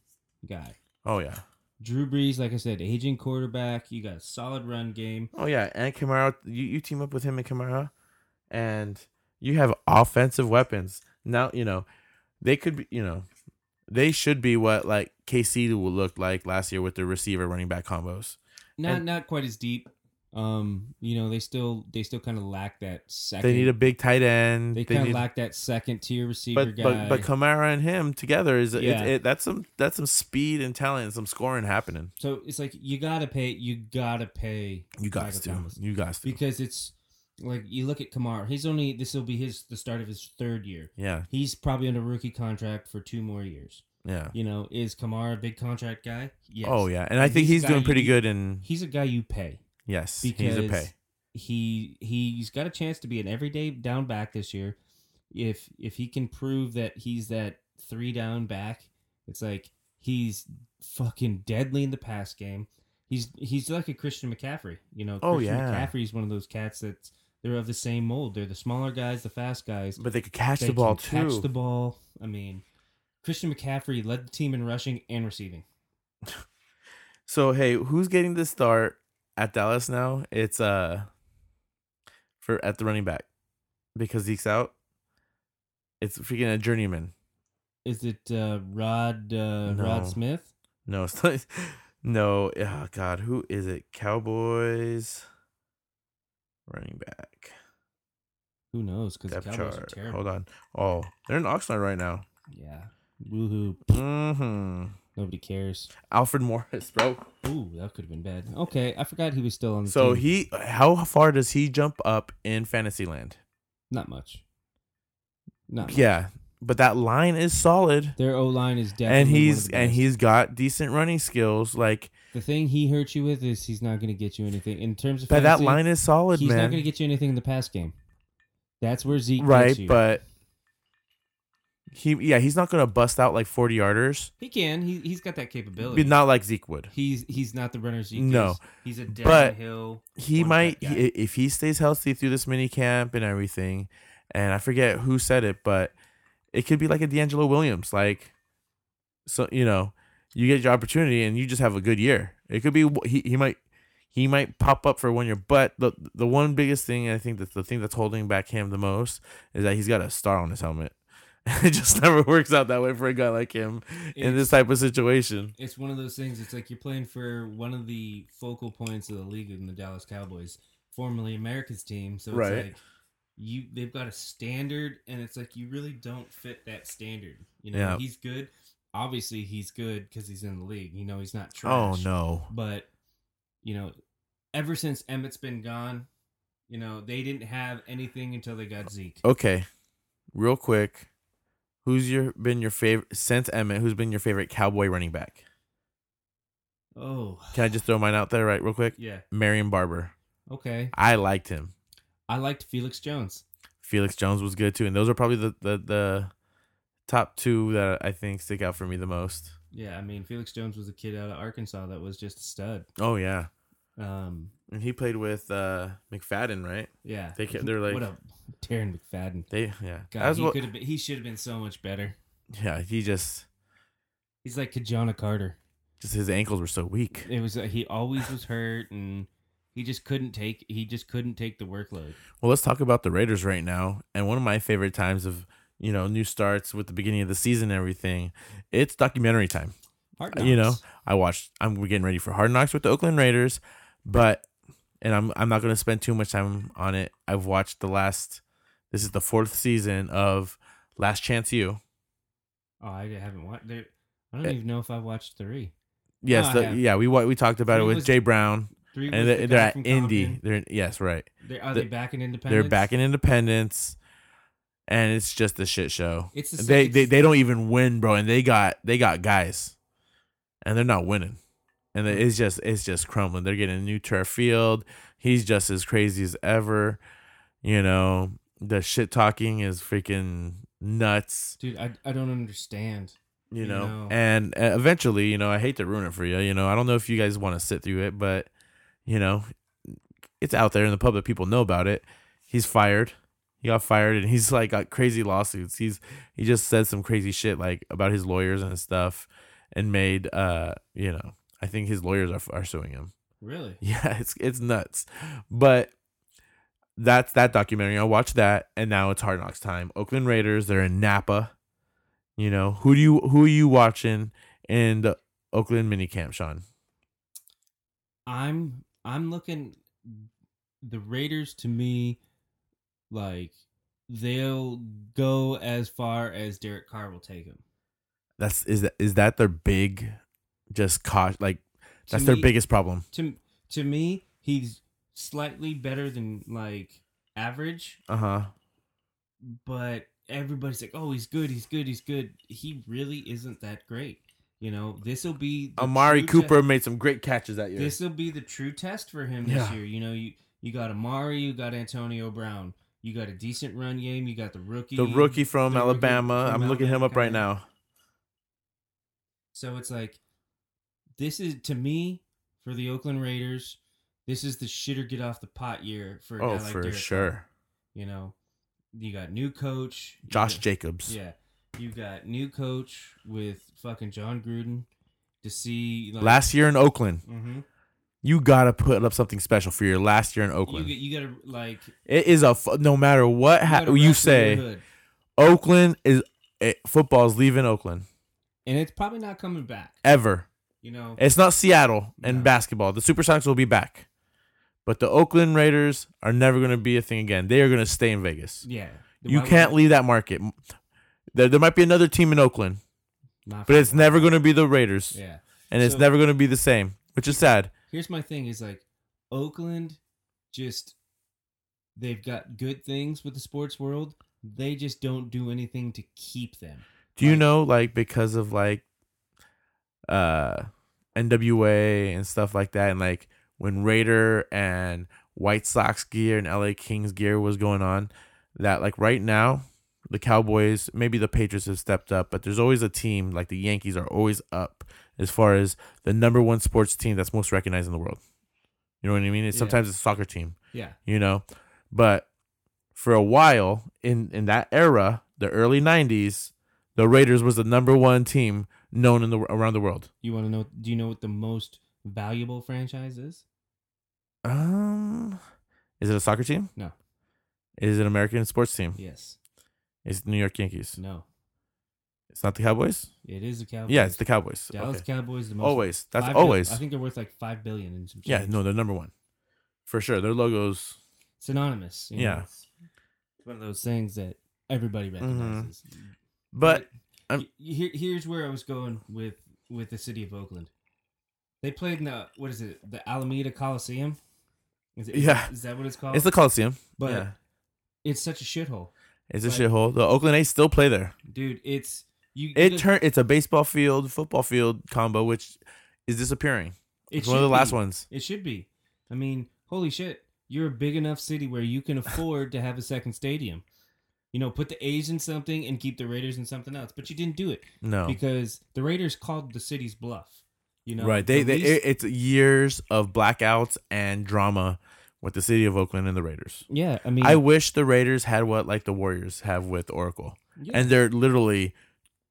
[SPEAKER 1] guy.
[SPEAKER 2] oh yeah,
[SPEAKER 1] Drew Brees, like I said, aging quarterback. You got a solid run game.
[SPEAKER 2] oh yeah. And Kamara, you, you team up with him and Kamara, and you have offensive weapons. Now you know they could be. You know they should be what like KC will look like last year with the receiver running back combos.
[SPEAKER 1] Not
[SPEAKER 2] And-
[SPEAKER 1] not quite as deep. Um, you know they still they still kind of lack that second.
[SPEAKER 2] They need a big tight end.
[SPEAKER 1] they kind
[SPEAKER 2] need-
[SPEAKER 1] of lack that second tier receiver
[SPEAKER 2] but,
[SPEAKER 1] guy.
[SPEAKER 2] but but Kamara and him together is
[SPEAKER 1] Yeah.
[SPEAKER 2] it, it, that's some that's some speed and talent and some scoring happening.
[SPEAKER 1] so it's like you gotta pay. You gotta pay.
[SPEAKER 2] You guys
[SPEAKER 1] Michael
[SPEAKER 2] do.
[SPEAKER 1] Thomas.
[SPEAKER 2] You guys do.
[SPEAKER 1] because it's like you look at Kamara. He's only this will be his the start of his third year.
[SPEAKER 2] yeah,
[SPEAKER 1] He's probably under rookie contract for two more years.
[SPEAKER 2] yeah.
[SPEAKER 1] You know, is Kamara a big contract guy? Yes.
[SPEAKER 2] Oh yeah, and I
[SPEAKER 1] And
[SPEAKER 2] think
[SPEAKER 1] he's
[SPEAKER 2] he's
[SPEAKER 1] a guy
[SPEAKER 2] doing
[SPEAKER 1] you
[SPEAKER 2] pretty
[SPEAKER 1] need-
[SPEAKER 2] good. And
[SPEAKER 1] He's a guy you pay
[SPEAKER 2] yes,
[SPEAKER 1] because
[SPEAKER 2] he's a pay.
[SPEAKER 1] he he's got a chance to be an everyday down back this year. If if he can prove that he's that three down back, it's like he's fucking deadly in the pass game. He's he's like a Christian McCaffrey. You know,
[SPEAKER 2] Oh,
[SPEAKER 1] Christian
[SPEAKER 2] yeah.
[SPEAKER 1] McCaffrey's one of those cats that's they're of the same mold. They're the smaller guys, the fast guys.
[SPEAKER 2] But they could catch
[SPEAKER 1] They
[SPEAKER 2] the ball
[SPEAKER 1] can
[SPEAKER 2] too.
[SPEAKER 1] Catch the ball. I mean, Christian McCaffrey led the team in rushing and receiving.
[SPEAKER 2] so hey, who's getting the start at Dallas now? It's uh for at the running back because Zeke's out. It's freaking a journeyman.
[SPEAKER 1] Is it uh, Rod uh,
[SPEAKER 2] No.
[SPEAKER 1] Rod Smith?
[SPEAKER 2] No, it's not, no. Oh God, who is it? Cowboys running back
[SPEAKER 1] Who knows? Because
[SPEAKER 2] depth
[SPEAKER 1] Cowboys are
[SPEAKER 2] chart.
[SPEAKER 1] terrible.
[SPEAKER 2] Hold on. Oh, they're in Oxnard right now.
[SPEAKER 1] Yeah. Woohoo!
[SPEAKER 2] hmm
[SPEAKER 1] Nobody cares.
[SPEAKER 2] Alfred Morris, bro.
[SPEAKER 1] Ooh, that could have been bad. Okay, I forgot he was still on. The
[SPEAKER 2] So
[SPEAKER 1] team.
[SPEAKER 2] he, how far does he jump up in Fantasyland?
[SPEAKER 1] not much. Not much.
[SPEAKER 2] Yeah, but that line is solid,
[SPEAKER 1] Their O line is definitely
[SPEAKER 2] and
[SPEAKER 1] one of
[SPEAKER 2] he's
[SPEAKER 1] the
[SPEAKER 2] and
[SPEAKER 1] best.
[SPEAKER 2] he's got decent running skills. Like,
[SPEAKER 1] the thing he hurt you with is he's not going to get you anything in terms of
[SPEAKER 2] but that
[SPEAKER 1] fantasy,
[SPEAKER 2] line is solid,
[SPEAKER 1] He's not
[SPEAKER 2] man.
[SPEAKER 1] going to get you anything in the pass game. That's where Zeke
[SPEAKER 2] right?
[SPEAKER 1] gets you.
[SPEAKER 2] But he, yeah, he's not gonna bust out like forty yarders,
[SPEAKER 1] he can. He he's got that capability.
[SPEAKER 2] but not like Zeke would.
[SPEAKER 1] he's he's not the runner Zeke.
[SPEAKER 2] No.
[SPEAKER 1] is. he's a
[SPEAKER 2] But
[SPEAKER 1] downhill.
[SPEAKER 2] He
[SPEAKER 1] one-cut
[SPEAKER 2] might,
[SPEAKER 1] guy.
[SPEAKER 2] he, if he stays healthy through this mini camp and everything, and I forget who said it, but it could be like a D'Angelo Williams, like so you know, you get your opportunity and you just have a good year. It could be he he might. He might pop up for one year, but the the one biggest thing I think that the thing that's holding back him the most is that he's got a star on his helmet. it just never works out that way for a guy like him in
[SPEAKER 1] It's-
[SPEAKER 2] this type of situation.
[SPEAKER 1] it's one of those things. It's like you're playing for one of the focal points of the league in the Dallas Cowboys, formerly America's team. So it's
[SPEAKER 2] Right.
[SPEAKER 1] like you they've got a standard, and it's like you really don't fit that standard. You know,
[SPEAKER 2] Yeah.
[SPEAKER 1] he's good. Obviously, he's good because he's in the league. You know, he's not trash.
[SPEAKER 2] Oh no.
[SPEAKER 1] But you know, ever since Emmett's been gone, you know they didn't have anything until they got Zeke.
[SPEAKER 2] Okay. Real quick, who's your been your favorite since Emmett, who's been your favorite cowboy running back?
[SPEAKER 1] Oh,
[SPEAKER 2] Can I just throw mine out there right real quick?
[SPEAKER 1] yeah.
[SPEAKER 2] Marion Barber.
[SPEAKER 1] Okay,
[SPEAKER 2] I liked him.
[SPEAKER 1] I liked Felix Jones.
[SPEAKER 2] Felix Jones was good too. And those are probably the, the, the top two that I think stick out for me the most.
[SPEAKER 1] Yeah, I mean Felix Jones was a kid out of Arkansas that was just a stud.
[SPEAKER 2] Oh yeah.
[SPEAKER 1] Um,
[SPEAKER 2] And he played with uh McFadden, right?
[SPEAKER 1] yeah,
[SPEAKER 2] They ca- they're like-
[SPEAKER 1] what a Taryn McFadden.
[SPEAKER 2] They yeah.
[SPEAKER 1] God,
[SPEAKER 2] That's
[SPEAKER 1] he
[SPEAKER 2] what-
[SPEAKER 1] could have been. He should have been so much better.
[SPEAKER 2] yeah, he just
[SPEAKER 1] He's like Kajana Carter.
[SPEAKER 2] just his ankles were so weak.
[SPEAKER 1] It was uh, he always was hurt, and he just couldn't take. He just couldn't take the workload.
[SPEAKER 2] Well, let's talk about the Raiders right now. And one of my favorite times of, you know, new starts with the beginning of the season and everything, it's documentary time.
[SPEAKER 1] Hard
[SPEAKER 2] Uh, You know,
[SPEAKER 1] knocks.
[SPEAKER 2] I watched I'm we're getting ready for Hard Knocks with the Oakland Raiders, but and I'm I'm not going to spend too much time on it. I've watched the last this is the fourth season of Last Chance You.
[SPEAKER 1] Oh, I haven't watched. there- I don't
[SPEAKER 2] Eh.
[SPEAKER 1] even know if I watched three.
[SPEAKER 2] Yes,
[SPEAKER 1] No, I
[SPEAKER 2] the-
[SPEAKER 1] have.
[SPEAKER 2] yeah, we wa- we talked about it
[SPEAKER 1] Three
[SPEAKER 2] with
[SPEAKER 1] Ah, was-
[SPEAKER 2] Jay Brown
[SPEAKER 1] Three. was
[SPEAKER 2] and
[SPEAKER 1] the guy
[SPEAKER 2] they're, they're at
[SPEAKER 1] from
[SPEAKER 2] Indy.
[SPEAKER 1] Compton.
[SPEAKER 2] They're in- yes, right.
[SPEAKER 1] They're, are
[SPEAKER 2] The-
[SPEAKER 1] they back in Independence?
[SPEAKER 2] They're back in Independence and it's just a shit show.
[SPEAKER 1] It's the
[SPEAKER 2] they,
[SPEAKER 1] same-
[SPEAKER 2] they they don't even win, bro, and they got they got guys, and they're not winning, and it's just it's just crumbling. They're getting a new turf field. He's just as crazy as ever, you know. The shit talking is freaking nuts,
[SPEAKER 1] dude. I, I don't understand.
[SPEAKER 2] you
[SPEAKER 1] You
[SPEAKER 2] know.
[SPEAKER 1] know.
[SPEAKER 2] And uh, eventually, you know, I hate to ruin it for you, you know. I don't know if you guys want to sit through it, but you know, it's out there in the public. People know about it. He's fired he got fired and he's like got crazy lawsuits. He's he just said some crazy shit like about his lawyers and stuff and made uh you know, I think his lawyers are are suing him.
[SPEAKER 1] Really?
[SPEAKER 2] Yeah, it's it's nuts. But that's that documentary. I watched that and now it's Hard Knocks time. Oakland Raiders, they're in Napa. You know, who do you who are you watching in the Oakland minicamp, Sean?
[SPEAKER 1] I'm I'm looking the Raiders to me like they'll go as far as Derek Carr will take them.
[SPEAKER 2] That's is that is that their big just cost like that's their biggest problem.
[SPEAKER 1] to to me he's slightly better than like average,
[SPEAKER 2] Uh-huh.
[SPEAKER 1] but everybody's like, "Oh, he's good, he's good, he's good." He really isn't that great. You know, this will be the
[SPEAKER 2] Amari
[SPEAKER 1] true
[SPEAKER 2] Cooper made some great catches that year.
[SPEAKER 1] This will be the true test for him this
[SPEAKER 2] Yeah.
[SPEAKER 1] year. You know, you you got Amari, you got Antonio Brown, you got a decent run game, you got the rookie,
[SPEAKER 2] the rookie from
[SPEAKER 1] the rookie
[SPEAKER 2] Alabama.
[SPEAKER 1] from
[SPEAKER 2] I'm looking him
[SPEAKER 1] Alabama
[SPEAKER 2] up
[SPEAKER 1] coming
[SPEAKER 2] right
[SPEAKER 1] in.
[SPEAKER 2] now.
[SPEAKER 1] So it's like, this is to me for the Oakland Raiders. This is the shit or get off the pot year for a guy
[SPEAKER 2] Oh,
[SPEAKER 1] like
[SPEAKER 2] for
[SPEAKER 1] Derek Carr.
[SPEAKER 2] sure.
[SPEAKER 1] You know, you got new coach you
[SPEAKER 2] Josh
[SPEAKER 1] got-
[SPEAKER 2] Jacobs.
[SPEAKER 1] Yeah, you got new coach with fucking John Gruden to see like,
[SPEAKER 2] Last year in Oakland,
[SPEAKER 1] Mhm.
[SPEAKER 2] you gotta put up something special for your last year in Oakland.
[SPEAKER 1] You get you got to like you
[SPEAKER 2] it is a f- no matter what ha-
[SPEAKER 1] gotta
[SPEAKER 2] you
[SPEAKER 1] rep through your
[SPEAKER 2] say.
[SPEAKER 1] hood.
[SPEAKER 2] Oakland is eh, football's leaving Oakland
[SPEAKER 1] and it's probably not coming back.
[SPEAKER 2] ever.
[SPEAKER 1] You know,
[SPEAKER 2] It's not Seattle and
[SPEAKER 1] No.
[SPEAKER 2] basketball. The Supersonics will be back, but the Oakland Raiders are never gonna be a thing again. They are gonna stay in Vegas.
[SPEAKER 1] yeah,
[SPEAKER 2] You can't leave that market. There, there might be another team in Oakland,
[SPEAKER 1] Not
[SPEAKER 2] but it's never going to be the Raiders.
[SPEAKER 1] Yeah.
[SPEAKER 2] and it's
[SPEAKER 1] So-
[SPEAKER 2] never going to be the same, which is sad.
[SPEAKER 1] Here's my thing: is like Oakland, just they've got good things with the sports world. They just don't do anything to keep them.
[SPEAKER 2] Do you
[SPEAKER 1] Like-
[SPEAKER 2] know, like, because of like, uh, NWA and stuff like that, and like when Raider and White Sox gear and LA Kings gear was going on, that like right now the Cowboys, maybe the Patriots have stepped up, but there's always a team like the Yankees are always up as far as the number one sports team that's most recognized in the world. You know what I mean? It's,
[SPEAKER 1] Yeah.
[SPEAKER 2] Sometimes it's a soccer team,
[SPEAKER 1] Yeah.
[SPEAKER 2] you know, but for a while in in that era, the early '90s, the Raiders was the number one team known in the around the world.
[SPEAKER 1] You want to know? Do you know what the most valuable franchise is?
[SPEAKER 2] Um, is it a soccer team?
[SPEAKER 1] No.
[SPEAKER 2] Is it an American sports team?
[SPEAKER 1] Yes.
[SPEAKER 2] It's New York Yankees.
[SPEAKER 1] No.
[SPEAKER 2] It's not the Cowboys.
[SPEAKER 1] It is the Cowboys.
[SPEAKER 2] Yeah, it's the Cowboys.
[SPEAKER 1] Dallas
[SPEAKER 2] Okay.
[SPEAKER 1] Cowboys. The most.
[SPEAKER 2] Always. That's
[SPEAKER 1] five bil-
[SPEAKER 2] always.
[SPEAKER 1] I think they're worth like five billion and some.
[SPEAKER 2] Yeah,
[SPEAKER 1] change.
[SPEAKER 2] no, they're number one for sure. Their logos.
[SPEAKER 1] synonymous. you know,
[SPEAKER 2] Yeah. Mm-hmm.
[SPEAKER 1] it's it's one of those things that everybody recognizes.
[SPEAKER 2] But I'm-
[SPEAKER 1] Y- y- here, here's where I was going with with the city of Oakland. They played in the what is it? The Alameda Coliseum. Is it, is
[SPEAKER 2] Yeah.
[SPEAKER 1] that- is that what it's called?
[SPEAKER 2] it's the Coliseum.
[SPEAKER 1] but
[SPEAKER 2] yeah,
[SPEAKER 1] it's such a shithole,
[SPEAKER 2] it's a
[SPEAKER 1] like-
[SPEAKER 2] shithole. The Oakland A's still play there.
[SPEAKER 1] dude. It's you. you
[SPEAKER 2] It
[SPEAKER 1] just-
[SPEAKER 2] turn. It's a baseball field, football field combo, which is disappearing.
[SPEAKER 1] it
[SPEAKER 2] It's one of
[SPEAKER 1] should
[SPEAKER 2] the last
[SPEAKER 1] be.
[SPEAKER 2] ones.
[SPEAKER 1] It should be. I mean, holy shit! You're a big enough city where you can afford to have a second stadium. You know, put the A's in something and keep the Raiders in something else. But you didn't do it.
[SPEAKER 2] No,
[SPEAKER 1] because the Raiders called the city's bluff. You know,
[SPEAKER 2] right? They,
[SPEAKER 1] the
[SPEAKER 2] they
[SPEAKER 1] least-
[SPEAKER 2] it, it's years of blackouts and drama with the city of Oakland and the Raiders.
[SPEAKER 1] yeah. I mean,
[SPEAKER 2] I wish the Raiders had what like the Warriors have with Oracle,
[SPEAKER 1] yeah.
[SPEAKER 2] and they're literally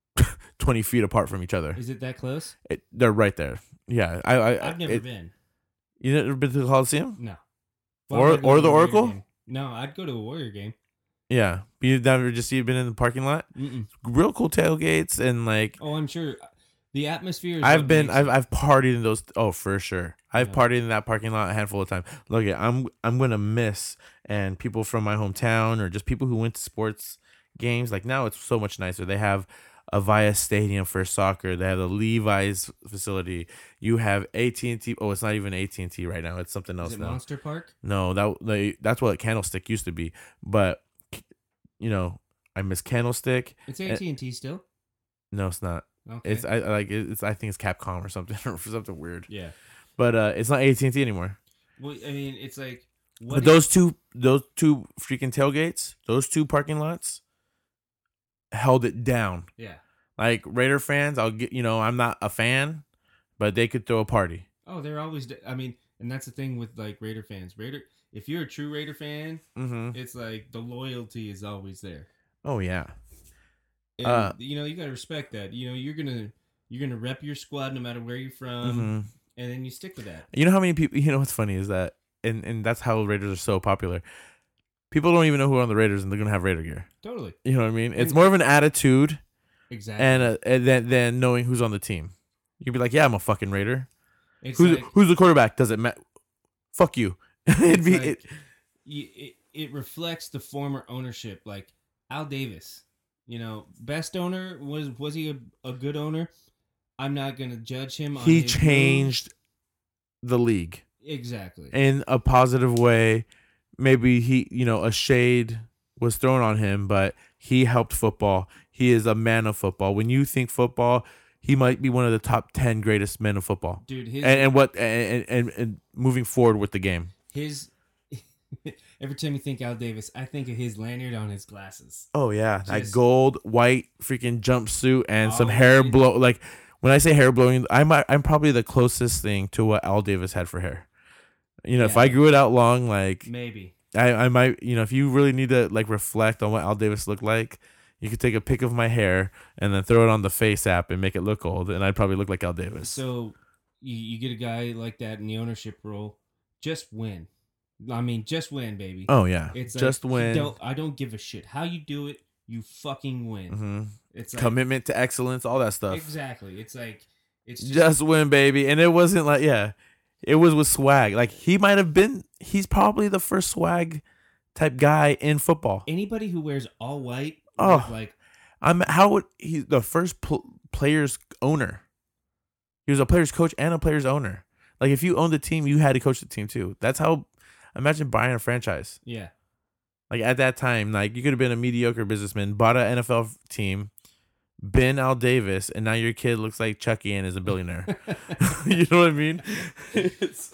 [SPEAKER 2] twenty feet apart from each other.
[SPEAKER 1] is it that close?
[SPEAKER 2] It, they're right there. Yeah, I, I
[SPEAKER 1] I've never
[SPEAKER 2] it-
[SPEAKER 1] been.
[SPEAKER 2] You never been to the Coliseum?
[SPEAKER 1] No.
[SPEAKER 2] Or-
[SPEAKER 1] would I go
[SPEAKER 2] or
[SPEAKER 1] to
[SPEAKER 2] the
[SPEAKER 1] a Warrior
[SPEAKER 2] Oracle?
[SPEAKER 1] game? No, I'd go to a Warrior game.
[SPEAKER 2] Yeah, but you've never just you've been in the parking lot.
[SPEAKER 1] Mm-mm.
[SPEAKER 2] Real cool tailgates and like
[SPEAKER 1] Oh, I'm sure the atmosphere. Is
[SPEAKER 2] I've
[SPEAKER 1] what
[SPEAKER 2] been
[SPEAKER 1] makes
[SPEAKER 2] I've
[SPEAKER 1] it.
[SPEAKER 2] I've partied in those. Oh, for sure, I've
[SPEAKER 1] Yeah.
[SPEAKER 2] partied in that parking lot a handful of times. Look, it, I'm I'm gonna miss and people from my hometown or just people who went to sports games. Like now, it's so much nicer. They have a Via Stadium for soccer. They have the Levi's facility. You have AT and T. Oh, it's not even AT and T right now. It's something else
[SPEAKER 1] Is it
[SPEAKER 2] now.
[SPEAKER 1] Monster Park?
[SPEAKER 2] No, that they, that's what Candlestick used to be. But you know, I miss Candlestick.
[SPEAKER 1] It's AT and T still.
[SPEAKER 2] No, it's not.
[SPEAKER 1] Okay.
[SPEAKER 2] It's uh, I I like it's I think it's Capcom or something or something weird.
[SPEAKER 1] yeah.
[SPEAKER 2] But uh, it's not AT and T anymore.
[SPEAKER 1] Well, I mean, it's like what
[SPEAKER 2] But
[SPEAKER 1] if-
[SPEAKER 2] those two, those two freaking tailgates, those two parking lots, held it down.
[SPEAKER 1] yeah.
[SPEAKER 2] Like Raider fans, I'll get you know I'm not a fan, but they could throw a party.
[SPEAKER 1] Oh, they're always. d- I mean, and that's the thing with like Raider fans. Raider, if you're a true Raider fan,
[SPEAKER 2] Mm-hmm.
[SPEAKER 1] it's like the loyalty is always there.
[SPEAKER 2] Oh yeah,
[SPEAKER 1] And,
[SPEAKER 2] Uh,
[SPEAKER 1] you know, you gotta respect that. You know, you're gonna you're gonna rep your squad no matter where you're from,
[SPEAKER 2] hmm
[SPEAKER 1] and then you stick with that.
[SPEAKER 2] You know how many people? You know what's funny is that, and and that's how Raiders are so popular. People don't even know who are on the Raiders, and they're gonna have Raider gear.
[SPEAKER 1] Totally,
[SPEAKER 2] You know what I mean? It's
[SPEAKER 1] And-
[SPEAKER 2] more of an attitude
[SPEAKER 1] exactly.
[SPEAKER 2] and, uh, a, and then than knowing who's on the team. You'd be like, yeah, I'm a fucking Raider.
[SPEAKER 1] it's
[SPEAKER 2] Who's
[SPEAKER 1] like,
[SPEAKER 2] who's the quarterback? Does it matter? Fuck you. It'd
[SPEAKER 1] it's
[SPEAKER 2] be
[SPEAKER 1] like,
[SPEAKER 2] it,
[SPEAKER 1] you- it, it reflects the former ownership, like Al Davis. You know, best owner was was he a, a good owner? I'm not gonna judge him. on
[SPEAKER 2] he
[SPEAKER 1] his
[SPEAKER 2] changed the league
[SPEAKER 1] moves. exactly.
[SPEAKER 2] in a positive way. Maybe he, you know, a shade was thrown on him, but he helped football. He is a man of football. When you think football, he might be one of the top ten greatest men of football.
[SPEAKER 1] Dude, his
[SPEAKER 2] And, and what and, and and moving forward with the game.
[SPEAKER 1] his. Every time you think Al Davis, I think of his lanyard on his glasses.
[SPEAKER 2] Oh yeah, that
[SPEAKER 1] Just-
[SPEAKER 2] gold white freaking jumpsuit and some
[SPEAKER 1] Oh,
[SPEAKER 2] hair
[SPEAKER 1] yeah.
[SPEAKER 2] blow. Like when I say hair blowing, I'm I'm probably the closest thing to what Al Davis had for hair. You know, if
[SPEAKER 1] Yeah.
[SPEAKER 2] I grew it out long, like
[SPEAKER 1] Maybe
[SPEAKER 2] I, I might, you know, if you really need to like reflect on what Al Davis looked like, you could take a pic of my hair and then throw it on the Face app and make it look old, and I'd probably look like Al Davis.
[SPEAKER 1] So you, you get a guy like that in the ownership role, just win. I mean, just win, baby.
[SPEAKER 2] oh yeah,
[SPEAKER 1] it's like,
[SPEAKER 2] just
[SPEAKER 1] he
[SPEAKER 2] win.
[SPEAKER 1] Don't, I don't give a shit how you do it. You fucking win.
[SPEAKER 2] hmm
[SPEAKER 1] It's like,
[SPEAKER 2] Commitment to excellence, all that stuff.
[SPEAKER 1] exactly. It's like it's just,
[SPEAKER 2] just win, baby. And it wasn't like, yeah, it was with swag. Like he might have been, he's probably the first swag type guy in football.
[SPEAKER 1] anybody who wears all white.
[SPEAKER 2] Oh.
[SPEAKER 1] with, like
[SPEAKER 2] I'm how would he the first pl- players owner? He was a player's coach and a player's owner. Like if you owned the team, you had to coach the team too. That's how. Imagine buying a franchise.
[SPEAKER 1] yeah,
[SPEAKER 2] Like at that time, like you could have been a mediocre businessman, bought an NFL team, been Al Davis, and now your kid looks like Chucky and is a billionaire. you know what I mean? It's-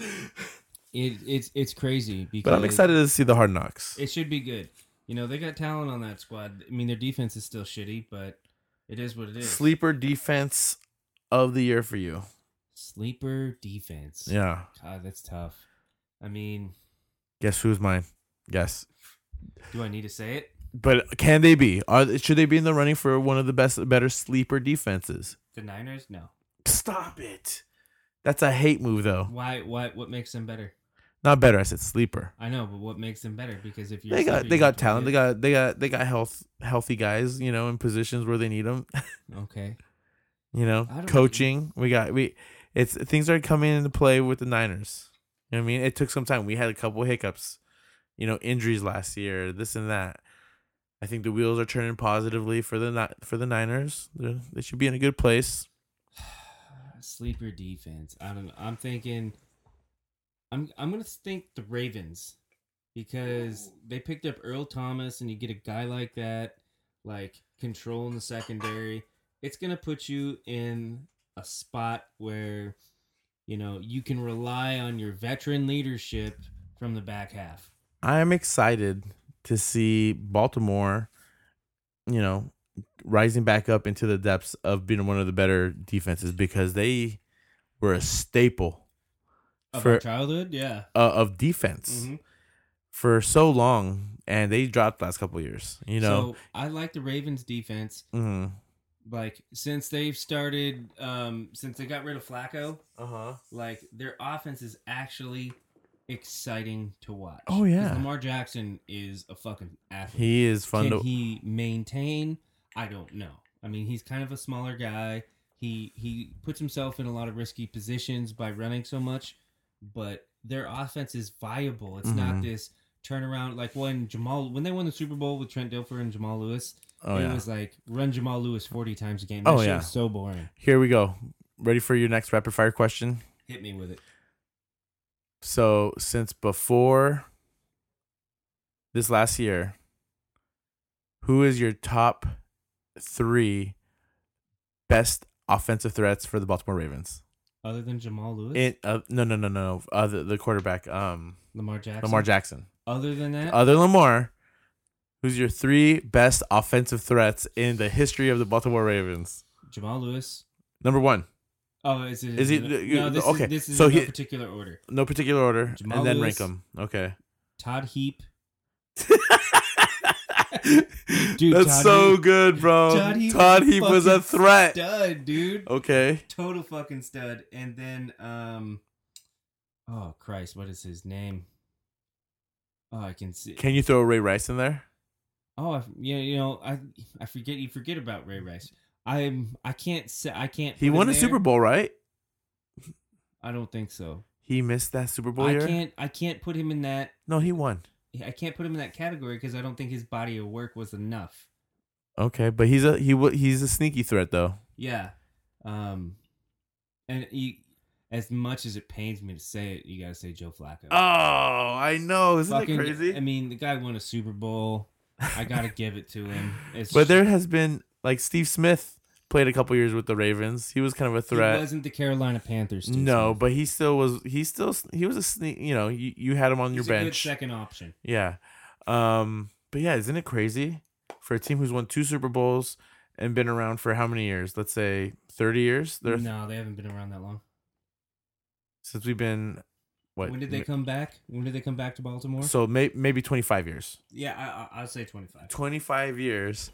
[SPEAKER 1] it, it's it's crazy because
[SPEAKER 2] But I'm excited to see the Hard Knocks.
[SPEAKER 1] It should be good. You know, they got talent on that squad. I mean, their defense is still shitty, but it is what it is.
[SPEAKER 2] Sleeper defense of the year for you.
[SPEAKER 1] Sleeper defense.
[SPEAKER 2] Yeah.
[SPEAKER 1] God, that's tough. I mean,
[SPEAKER 2] Guess who's mine? Guess.
[SPEAKER 1] do I need to say it?
[SPEAKER 2] But can they be? Are should they be in the running for one of the best, better sleeper defenses?
[SPEAKER 1] The Niners? No.
[SPEAKER 2] Stop it. That's a hate move, though.
[SPEAKER 1] Why? What? What makes them better?
[SPEAKER 2] Not better. I said sleeper.
[SPEAKER 1] I know, but what makes them better? Because if you're
[SPEAKER 2] They
[SPEAKER 1] a
[SPEAKER 2] got
[SPEAKER 1] sleeper,
[SPEAKER 2] they
[SPEAKER 1] you
[SPEAKER 2] got
[SPEAKER 1] can
[SPEAKER 2] talent. They
[SPEAKER 1] play
[SPEAKER 2] got they got they got health healthy guys. You know, in positions where they need them.
[SPEAKER 1] it. okay.
[SPEAKER 2] You know,
[SPEAKER 1] I don't
[SPEAKER 2] coaching. We got we. It's things are coming into play with the Niners. You know what I mean, it took some time. We had a couple hiccups. You know, injuries last year, this and that. I think the wheels are turning positively for the Ni- for the Niners. They're, they should be in a good place.
[SPEAKER 1] Sleeper defense. I don't know. I'm thinking. I'm I'm gonna think the Ravens because they picked up Earl Thomas, and you get a guy like that, like controlling the secondary. It's gonna put you in a spot where, you know, you can rely on your veteran leadership from the back half.
[SPEAKER 2] I am excited to see Baltimore. You know, rising back up into the depths of being one of the better defenses because they were a staple
[SPEAKER 1] Of
[SPEAKER 2] For-
[SPEAKER 1] our childhood, yeah.
[SPEAKER 2] uh, of defense.
[SPEAKER 1] Mhm.
[SPEAKER 2] for so long and they dropped last couple years you know
[SPEAKER 1] so I like the Ravens defense.
[SPEAKER 2] Mhm.
[SPEAKER 1] Like since they've started, um, since they got rid of Flacco,
[SPEAKER 2] uh-huh
[SPEAKER 1] like their offense is actually exciting to watch.
[SPEAKER 2] Oh, yeah.
[SPEAKER 1] 'Cause Lamar Jackson is a fucking athlete.
[SPEAKER 2] he is fun
[SPEAKER 1] Can
[SPEAKER 2] to
[SPEAKER 1] he maintain? I don't know. I mean, he's kind of a smaller guy. He he puts himself in a lot of risky positions by running so much, but their offense is viable. It's
[SPEAKER 2] Mhm.
[SPEAKER 1] not this turnaround like when Jamal when they won the Super Bowl with Trent Dilfer and Jamal Lewis.
[SPEAKER 2] oh
[SPEAKER 1] it
[SPEAKER 2] yeah
[SPEAKER 1] was like run Jamal Lewis forty times a game. That
[SPEAKER 2] Oh,
[SPEAKER 1] shit
[SPEAKER 2] yeah.
[SPEAKER 1] was so boring.
[SPEAKER 2] here we go ready for your next rapid fire question
[SPEAKER 1] Hit me with it.
[SPEAKER 2] so since before this last year who is your top three best offensive threats for the baltimore ravens
[SPEAKER 1] Other than Jamal Lewis,
[SPEAKER 2] it uh, no no no no uh, the, the quarterback um
[SPEAKER 1] Lamar Jackson.
[SPEAKER 2] lamar jackson
[SPEAKER 1] Other than that,
[SPEAKER 2] other than Lamar, who's your three best offensive threats in the history of the Baltimore Ravens?
[SPEAKER 1] Jamal Lewis.
[SPEAKER 2] Number one,
[SPEAKER 1] Oh, is it?
[SPEAKER 2] Is he-
[SPEAKER 1] No, this
[SPEAKER 2] okay,
[SPEAKER 1] is this is
[SPEAKER 2] so
[SPEAKER 1] in no
[SPEAKER 2] he-
[SPEAKER 1] particular order.
[SPEAKER 2] no particular order,
[SPEAKER 1] Jamal
[SPEAKER 2] and then
[SPEAKER 1] Lewis.
[SPEAKER 2] rank them. Okay.
[SPEAKER 1] Todd Heap. Dude,
[SPEAKER 2] That's
[SPEAKER 1] Todd
[SPEAKER 2] so
[SPEAKER 1] Heap-
[SPEAKER 2] good, bro.
[SPEAKER 1] Todd
[SPEAKER 2] Todd
[SPEAKER 1] Heap
[SPEAKER 2] Heap,
[SPEAKER 1] is a
[SPEAKER 2] was a
[SPEAKER 1] fucking
[SPEAKER 2] threat.
[SPEAKER 1] Stud, dude.
[SPEAKER 2] Oh. Okay.
[SPEAKER 1] Total fucking stud. And then, um, oh Christ, what is his name? Oh, I can see.
[SPEAKER 2] Can you throw Ray Rice in there?
[SPEAKER 1] Oh, I, yeah, you know, I I forget you forget about Ray Rice. I'm I can't say I can't.
[SPEAKER 2] He
[SPEAKER 1] put
[SPEAKER 2] won
[SPEAKER 1] him
[SPEAKER 2] a
[SPEAKER 1] there.
[SPEAKER 2] Super Bowl, right?
[SPEAKER 1] I don't think so.
[SPEAKER 2] He missed that Super Bowl
[SPEAKER 1] I
[SPEAKER 2] year.
[SPEAKER 1] can't I can't put him in that.
[SPEAKER 2] No, he won.
[SPEAKER 1] I can't put him in that category because I don't think his body of work was enough.
[SPEAKER 2] Okay, but he's a he wa- he's a sneaky threat though.
[SPEAKER 1] Yeah. Um and you as much as it pains me to say it, you gotta say Joe Flacco.
[SPEAKER 2] Oh, I know. Isn't
[SPEAKER 1] Fucking-
[SPEAKER 2] that crazy?
[SPEAKER 1] I mean, the guy won a Super Bowl. I gotta give it to him. It's
[SPEAKER 2] But there
[SPEAKER 1] just-
[SPEAKER 2] has been like Steve Smith played a couple years with the Ravens. He was kind of a
[SPEAKER 1] he
[SPEAKER 2] threat.
[SPEAKER 1] wasn't the Carolina Panthers. Steve
[SPEAKER 2] No,
[SPEAKER 1] Smith.
[SPEAKER 2] but he still was. He still he was a sneak. You know, you, you had him on your
[SPEAKER 1] He's a good
[SPEAKER 2] bench.
[SPEAKER 1] second option.
[SPEAKER 2] Yeah. Um. But yeah, isn't it crazy for a team who's won two Super Bowls and been around for how many years? Let's say thirty years. They're,
[SPEAKER 1] no, they haven't been around that long.
[SPEAKER 2] Since we've been what?
[SPEAKER 1] when did they come back? When did they come back to Baltimore?
[SPEAKER 2] So may, maybe twenty five years.
[SPEAKER 1] yeah, I, I, I'd say twenty-five.
[SPEAKER 2] 25 years.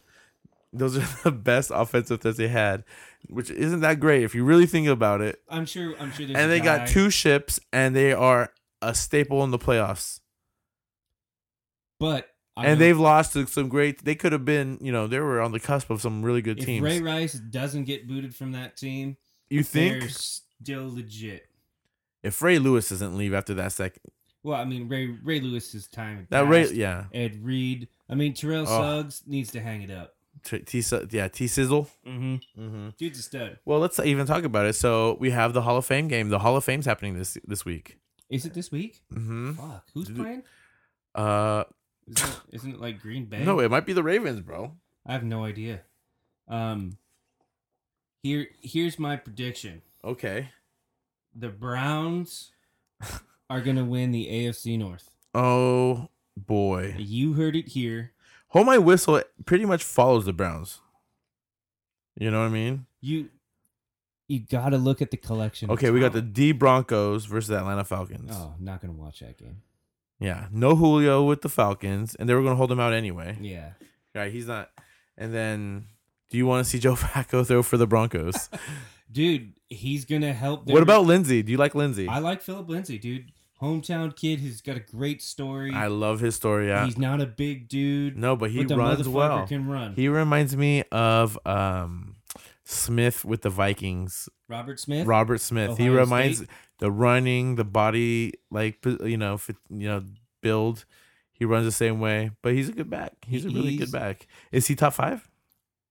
[SPEAKER 2] Those are the best offensive that they had, which isn't that great if you really think about it.
[SPEAKER 1] I'm sure. I'm sure. There's
[SPEAKER 2] and
[SPEAKER 1] a
[SPEAKER 2] they
[SPEAKER 1] guy-
[SPEAKER 2] got two ships, and they are a staple in the playoffs.
[SPEAKER 1] but I
[SPEAKER 2] and
[SPEAKER 1] know
[SPEAKER 2] they've lost to some great. They could have been, you know, they were on the cusp of some really good
[SPEAKER 1] if
[SPEAKER 2] teams.
[SPEAKER 1] Ray Rice doesn't get booted from that team,
[SPEAKER 2] you think
[SPEAKER 1] they're still legit.
[SPEAKER 2] if Ray Lewis doesn't leave after that second,
[SPEAKER 1] Well, I mean, Ray Ray Lewis's time. had
[SPEAKER 2] that Ray,
[SPEAKER 1] passed.
[SPEAKER 2] yeah,
[SPEAKER 1] Ed Reed. I mean, Terrell
[SPEAKER 2] Oh.
[SPEAKER 1] Suggs needs to hang it up.
[SPEAKER 2] T, T Su- yeah, T Sizzle.
[SPEAKER 1] Mm-hmm.
[SPEAKER 2] Mm-hmm.
[SPEAKER 1] Dude's a stud.
[SPEAKER 2] Well, let's even talk about it. So we have the Hall of Fame game. The Hall of Fame's happening this this week.
[SPEAKER 1] Is it this week?
[SPEAKER 2] Mm-hmm.
[SPEAKER 1] Fuck. Who's
[SPEAKER 2] Dude.
[SPEAKER 1] playing?
[SPEAKER 2] Uh,
[SPEAKER 1] Isn't it, isn't it like Green Bay?
[SPEAKER 2] no, it might be the Ravens, bro.
[SPEAKER 1] I have no idea. Um. Here, here's my prediction.
[SPEAKER 2] Okay.
[SPEAKER 1] The Browns are gonna win the AFC North.
[SPEAKER 2] Oh boy.
[SPEAKER 1] You heard it here.
[SPEAKER 2] Hold My Whistle pretty much follows the Browns. You know what I mean?
[SPEAKER 1] You you gotta look at the collection.
[SPEAKER 2] Okay, we got the D Broncos versus the Atlanta Falcons.
[SPEAKER 1] Oh, not gonna watch that game.
[SPEAKER 2] Yeah, no Julio with the Falcons, and they were going to hold him out anyway.
[SPEAKER 1] Yeah.
[SPEAKER 2] Right, he's not. And then, do you want to see Joe Flacco throw for the Broncos?
[SPEAKER 1] Dude, he's gonna help
[SPEAKER 2] what about Lindsey? Do you like Lindsey?
[SPEAKER 1] I
[SPEAKER 2] I,
[SPEAKER 1] like Philip Lindsay, dude. Hometown kid who's got a great story.
[SPEAKER 2] love his story. Yeah,
[SPEAKER 1] He's not a big dude.
[SPEAKER 2] no, but he
[SPEAKER 1] but the
[SPEAKER 2] runs
[SPEAKER 1] motherfucker
[SPEAKER 2] well.
[SPEAKER 1] can run.
[SPEAKER 2] He reminds me of um, Smith with the Vikings.
[SPEAKER 1] Robert Smith.
[SPEAKER 2] Robert Smith. he
[SPEAKER 1] Ohio
[SPEAKER 2] reminds
[SPEAKER 1] State.
[SPEAKER 2] the running, the body, like p- you know, fit, you know, build. He runs the same way, but he's a good back. He's a really
[SPEAKER 1] He's-
[SPEAKER 2] good back. Is he top five?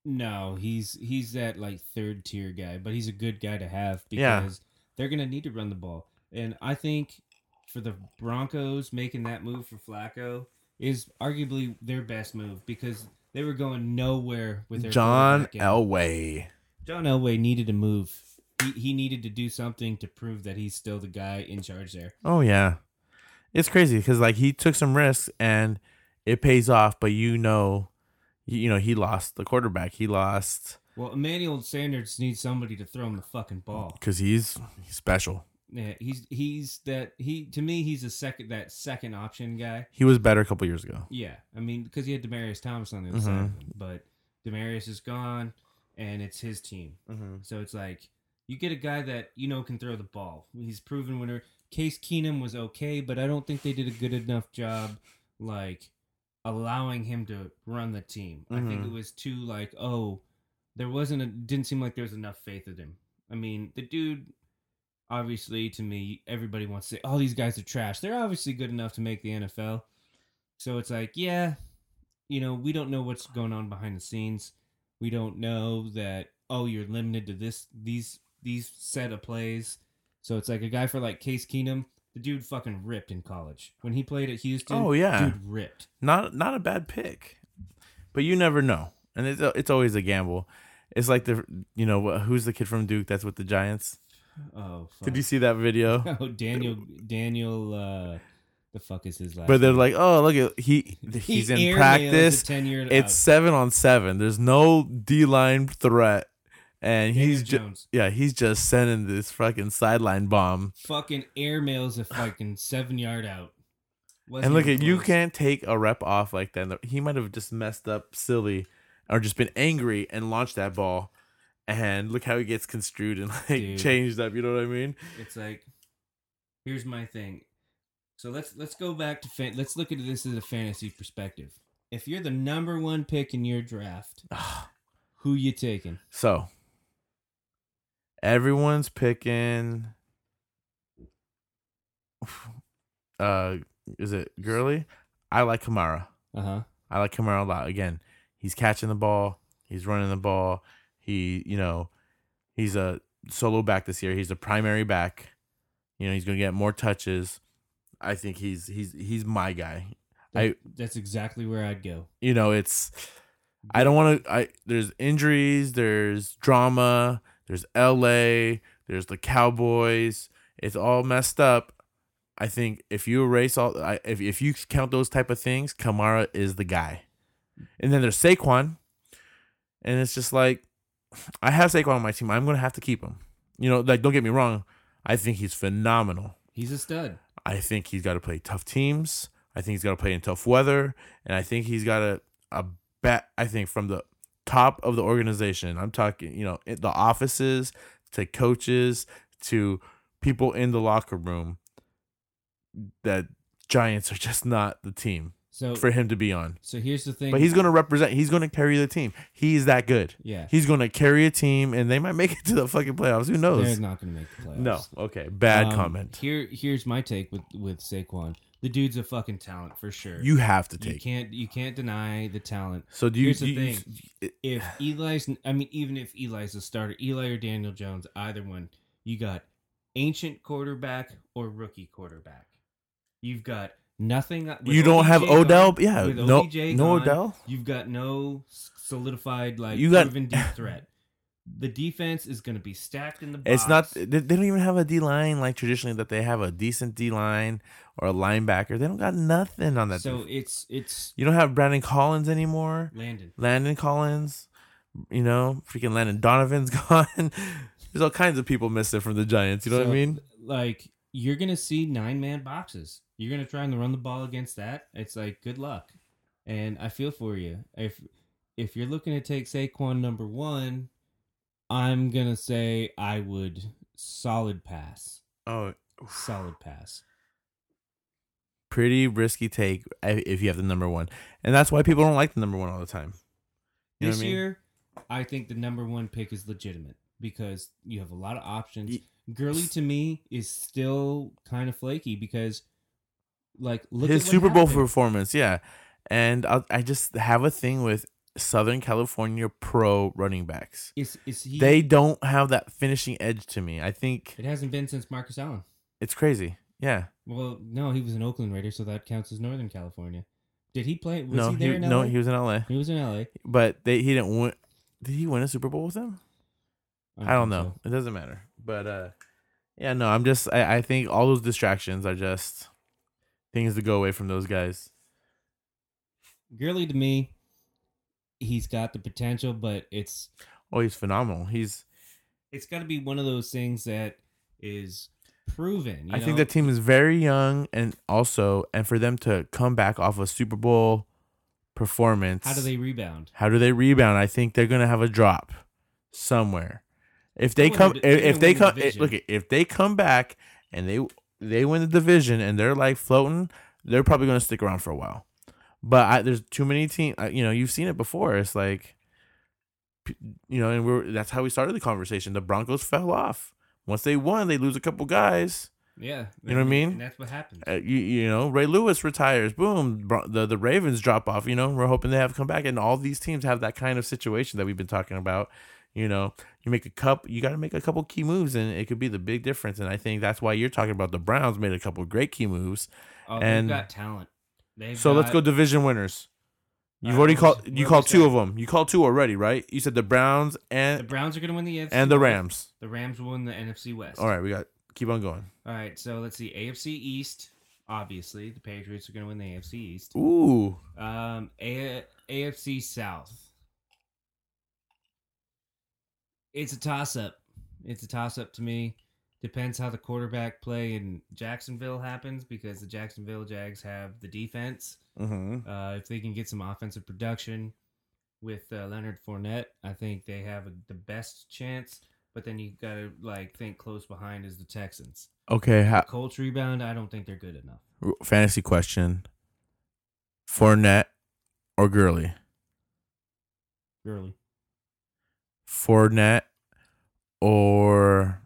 [SPEAKER 1] No, he's he's that like third tier guy, but he's a good guy to have
[SPEAKER 2] Yeah.
[SPEAKER 1] because they're gonna need to run the ball. And I think for the Broncos making that move for Flacco is arguably their best move because they were going nowhere with their
[SPEAKER 2] John
[SPEAKER 1] quarterback. And
[SPEAKER 2] Elway.
[SPEAKER 1] John Elway needed a move. He, he needed to do something to prove that he's still the guy in charge there.
[SPEAKER 2] Oh yeah, it's crazy because like he took some risks and it pays off. But you know, you, you know he lost the quarterback. He lost
[SPEAKER 1] Well, Emmanuel Sanders needs somebody to throw him the fucking ball.
[SPEAKER 2] because he's, he's special.
[SPEAKER 1] Yeah, he's he's that he to me he's a second that second option guy.
[SPEAKER 2] He was better a couple years ago.
[SPEAKER 1] Yeah, I mean because he had Demarius Thomas on the other side, of him, but Demarius is gone, and it's his team. So it's like you get a guy that you know can throw the ball. He's proven winner. Case Keenum was okay, but I don't think they did a good enough job like allowing him to run the team. I think
[SPEAKER 2] Mhm.
[SPEAKER 1] it was too like oh, there wasn't a didn't seem like there was enough faith in him. I mean the dude. Obviously, to me, everybody wants to say, "Oh, these guys are trash." They're obviously good enough to make the NFL, so it's like, yeah, you know, we don't know what's going on behind the scenes. We don't know that oh, you're limited to this these these set of plays. So it's like a guy for like Case Keenum, the dude fucking ripped in college. When he played at Houston,
[SPEAKER 2] Oh, yeah.
[SPEAKER 1] dude ripped.
[SPEAKER 2] Not not a bad pick, but you never know, and it's it's always a gamble. It's like the you know who's the kid from Duke that's with the Giants.
[SPEAKER 1] Oh, fuck.
[SPEAKER 2] Did you see that video?
[SPEAKER 1] Oh, Daniel Daniel uh the fuck is his last
[SPEAKER 2] But they're
[SPEAKER 1] name?
[SPEAKER 2] like, oh look, at he
[SPEAKER 1] He
[SPEAKER 2] he's in
[SPEAKER 1] airmails a uh,
[SPEAKER 2] practice.
[SPEAKER 1] 10-year
[SPEAKER 2] It's
[SPEAKER 1] out.
[SPEAKER 2] seven on seven. There's no D line threat, and
[SPEAKER 1] Daniel
[SPEAKER 2] he's just
[SPEAKER 1] Jones.
[SPEAKER 2] yeah, he's just sending this fucking sideline bomb.
[SPEAKER 1] fucking airmails a fucking 7 yard out. Wasn't
[SPEAKER 2] and look
[SPEAKER 1] even
[SPEAKER 2] at you
[SPEAKER 1] close.
[SPEAKER 2] can't take a rep off like that. He might have just messed up silly, or just been angry and launched that ball. And look how he gets construed and like
[SPEAKER 1] Dude.
[SPEAKER 2] changed up. You know what I mean?
[SPEAKER 1] it's like here's my thing so let's let's go back to fan- let's look at this as a fantasy perspective if you're the number one pick in your draft who you taking
[SPEAKER 2] So everyone's picking. Uh, is it Gurley? I like Kamara.
[SPEAKER 1] uh-huh
[SPEAKER 2] I like Kamara a lot. Again, he's catching the ball, he's running the ball. He, you know, he's a solo back this year. He's a primary back. You know, he's gonna get more touches. I think he's he's he's my guy. I-
[SPEAKER 1] that's exactly where i'd go
[SPEAKER 2] You know, it's I don't want to. I there's injuries, there's drama, there's L.A., there's the Cowboys. It's all messed up. I think if you erase all, I, if if you count those type of things, Kamara is the guy. And then there's Saquon, and it's just like I have Saquon on my team. I'm gonna have to keep him. You know, like don't get me wrong. I think he's phenomenal.
[SPEAKER 1] he's a stud
[SPEAKER 2] I think he's got to play tough teams. I think he's got to play in tough weather, and I think he's got a a bat. I think from the top of the organization, I'm talking, you know, it- the offices to coaches to people in the locker room. That Giants are just not the team
[SPEAKER 1] so
[SPEAKER 2] for him to be on.
[SPEAKER 1] so here's the thing
[SPEAKER 2] But he's going to represent. He's going to carry the team. He's that good.
[SPEAKER 1] yeah
[SPEAKER 2] He's going to carry a team, and they might make it to the fucking playoffs. Who
[SPEAKER 1] they're
[SPEAKER 2] knows?
[SPEAKER 1] not gonna make the playoffs
[SPEAKER 2] No. Okay. Bad
[SPEAKER 1] Um,
[SPEAKER 2] comment.
[SPEAKER 1] here here's my take with with saquon the dude's a fucking talent for sure
[SPEAKER 2] You have to
[SPEAKER 1] you
[SPEAKER 2] take.
[SPEAKER 1] can't you can't deny the talent
[SPEAKER 2] So do you?
[SPEAKER 1] Here's the
[SPEAKER 2] do you-
[SPEAKER 1] thing.
[SPEAKER 2] it-
[SPEAKER 1] if Eli's, I mean, even if Eli's the starter, Eli or Daniel Jones, either one, you got ancient quarterback or rookie quarterback. You've got nothing. with
[SPEAKER 2] you don't have
[SPEAKER 1] OBJ gone-
[SPEAKER 2] Odell. yeah,
[SPEAKER 1] with
[SPEAKER 2] no,
[SPEAKER 1] OBJ
[SPEAKER 2] no
[SPEAKER 1] gone,
[SPEAKER 2] Odell.
[SPEAKER 1] You've got no s- solidified like
[SPEAKER 2] You got-
[SPEAKER 1] proven deep threat. the defense is going to be stacked in the box.
[SPEAKER 2] It's not. They, they don't even have a D line like traditionally that they have a decent D line or a linebacker. They don't got nothing on that.
[SPEAKER 1] so
[SPEAKER 2] def-
[SPEAKER 1] it's it's
[SPEAKER 2] you don't have Brandon Collins anymore.
[SPEAKER 1] Landon.
[SPEAKER 2] Landon Collins, you know, freaking Landon Donovan's gone. There's all kinds of people missing from the Giants. You know what I
[SPEAKER 1] So,
[SPEAKER 2] mean?
[SPEAKER 1] Like you're going to see nine man boxes. You're going to try and run the ball against that. It's like good luck. And I feel for you. If if you're looking to take Saquon number 1, I'm going to say I would solid pass.
[SPEAKER 2] Oh,
[SPEAKER 1] Solid pass.
[SPEAKER 2] pretty risky take i- if you have the number one, and that's why people don't like the number one all the time. You know
[SPEAKER 1] this
[SPEAKER 2] what I mean?
[SPEAKER 1] year, I think the number one pick is legitimate because you have a lot of options.
[SPEAKER 2] Ye-
[SPEAKER 1] Gurley to me is still kind of flaky because, like, look
[SPEAKER 2] his
[SPEAKER 1] at what
[SPEAKER 2] Super Bowl
[SPEAKER 1] happened.
[SPEAKER 2] performance, yeah, and I, I just have a thing with Southern California pro running backs.
[SPEAKER 1] is is he?
[SPEAKER 2] They don't have that finishing edge to me. I think
[SPEAKER 1] it hasn't been since Marcus Allen.
[SPEAKER 2] it's crazy. Yeah,
[SPEAKER 1] Well, no, he was an Oakland Raider, so that counts as Northern California. Did he play? Was
[SPEAKER 2] no,
[SPEAKER 1] he there
[SPEAKER 2] he,
[SPEAKER 1] in LA?
[SPEAKER 2] no, he was in LA,
[SPEAKER 1] He was in LA.
[SPEAKER 2] but they he didn't win. Did he win a Super Bowl with them? I don't
[SPEAKER 1] think
[SPEAKER 2] know.
[SPEAKER 1] so.
[SPEAKER 2] It doesn't matter. But uh yeah, no, I'm just I, I think all those distractions are just things to go away from those guys.
[SPEAKER 1] Gurley to me, he's got the potential, but it's
[SPEAKER 2] Oh, he's phenomenal. He's
[SPEAKER 1] it's got to be one of those things that is proven. You
[SPEAKER 2] I
[SPEAKER 1] know?
[SPEAKER 2] think the team is very young and also and for them to come back off a Super Bowl performance.
[SPEAKER 1] How do they rebound?
[SPEAKER 2] how do they rebound? I think they're gonna have a drop somewhere. If
[SPEAKER 1] They
[SPEAKER 2] they
[SPEAKER 1] win
[SPEAKER 2] come
[SPEAKER 1] the- they
[SPEAKER 2] if, if they
[SPEAKER 1] win the
[SPEAKER 2] come
[SPEAKER 1] division.
[SPEAKER 2] look if they come back and they they win the division and they're like floating, they're probably gonna stick around for a while. But I, there's too many teams. You know, you've seen it before. It's like, p- you know, and we're that's how we started the conversation. The Broncos fell off. Once they won, they lose a couple guys.
[SPEAKER 1] Yeah,
[SPEAKER 2] You know what I mean?
[SPEAKER 1] And that's what happens.
[SPEAKER 2] Uh, you, you know, Ray Lewis retires. Boom, Bro- the the Ravens drop off. You know, we're hoping they have come back, and all these teams have that kind of situation that we've been talking about. You know, you make a cup, you got to make a couple key moves, and it could be the big difference. And I think that's why you're talking about the Browns made a couple great key moves.
[SPEAKER 1] Oh,
[SPEAKER 2] and-
[SPEAKER 1] they've got talent. They've
[SPEAKER 2] so let's go
[SPEAKER 1] got-
[SPEAKER 2] division winners. You've
[SPEAKER 1] All right,
[SPEAKER 2] already
[SPEAKER 1] what
[SPEAKER 2] called.
[SPEAKER 1] was-
[SPEAKER 2] You
[SPEAKER 1] what
[SPEAKER 2] called
[SPEAKER 1] was
[SPEAKER 2] two
[SPEAKER 1] that?
[SPEAKER 2] of them. You called two already, right? You said the Browns
[SPEAKER 1] The
[SPEAKER 2] and
[SPEAKER 1] Browns are going to win the NFC
[SPEAKER 2] and the
[SPEAKER 1] West.
[SPEAKER 2] Rams.
[SPEAKER 1] The Rams will win the NFC West.
[SPEAKER 2] All right, we got. Keep on going.
[SPEAKER 1] All right. So let's see. AFC East. Obviously, the Patriots are going to win the AFC East.
[SPEAKER 2] Ooh,
[SPEAKER 1] Um, A- AFC South. It's a toss up. It's a toss up to me. Depends how the quarterback play in Jacksonville happens because the Jacksonville Jags have the defense.
[SPEAKER 2] mm-hmm.
[SPEAKER 1] Uh, if they can get some offensive production with uh, Leonard Fournette, I think they have the best chance. But then you gotta like think close behind is the Texans.
[SPEAKER 2] okay. How,
[SPEAKER 1] Colts rebound, I don't think they're good enough.
[SPEAKER 2] fantasy question: Fournette or Gurley?
[SPEAKER 1] Really,
[SPEAKER 2] Fournette or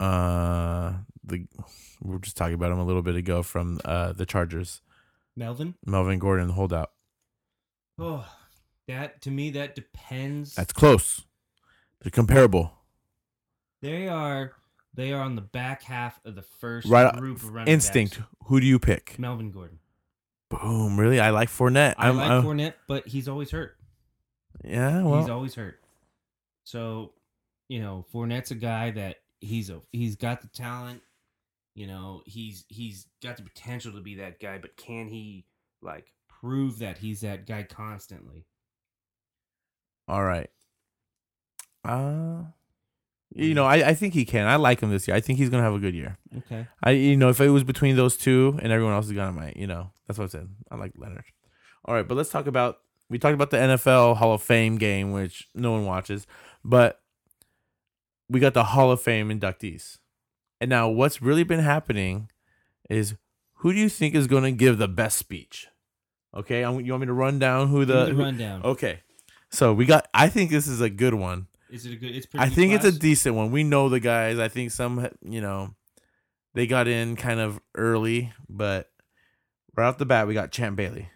[SPEAKER 2] uh the we were just talking about him a little bit ago from uh the Chargers,
[SPEAKER 1] Melvin?
[SPEAKER 2] Melvin Gordon holdout.
[SPEAKER 1] Oh, that to me that depends.
[SPEAKER 2] That's close. They're comparable.
[SPEAKER 1] they are they are on the back half of the first
[SPEAKER 2] Right, uh,
[SPEAKER 1] group of running
[SPEAKER 2] Instinct.
[SPEAKER 1] backs.
[SPEAKER 2] Who do you pick?
[SPEAKER 1] Melvin Gordon.
[SPEAKER 2] Boom! Really, I like Fournette.
[SPEAKER 1] I
[SPEAKER 2] I'm,
[SPEAKER 1] like
[SPEAKER 2] I'm-
[SPEAKER 1] Fournette, but he's always hurt.
[SPEAKER 2] Yeah, well,
[SPEAKER 1] he's always hurt. So, you know, Fournette's a guy that he's a he's got the talent. You know, he's he's got the potential to be that guy, but can he like prove that he's that guy constantly?
[SPEAKER 2] All right. Uh you know, I, I think he can. I like him this year. I think he's gonna have a good year.
[SPEAKER 1] Okay.
[SPEAKER 2] I you know, if it was between those two and everyone else is gonna might, you know, that's what I said. I like Leonard. All right, but let's talk about we talked about the NFL Hall of Fame game, which no one watches, but we got the Hall of Fame inductees. And now what's really been happening is who do you think is gonna give the best speech? Okay, I, want- you want me to run down who the,
[SPEAKER 1] The,
[SPEAKER 2] who- Oh
[SPEAKER 1] rundown.
[SPEAKER 2] Okay. So we got I think this is a good one.
[SPEAKER 1] Is it a good? It's pretty.
[SPEAKER 2] I
[SPEAKER 1] good
[SPEAKER 2] think it's a
[SPEAKER 1] class?
[SPEAKER 2] decent one. We know the guys. I think some you know they got in kind of early, but right off the bat we got Champ Bailey.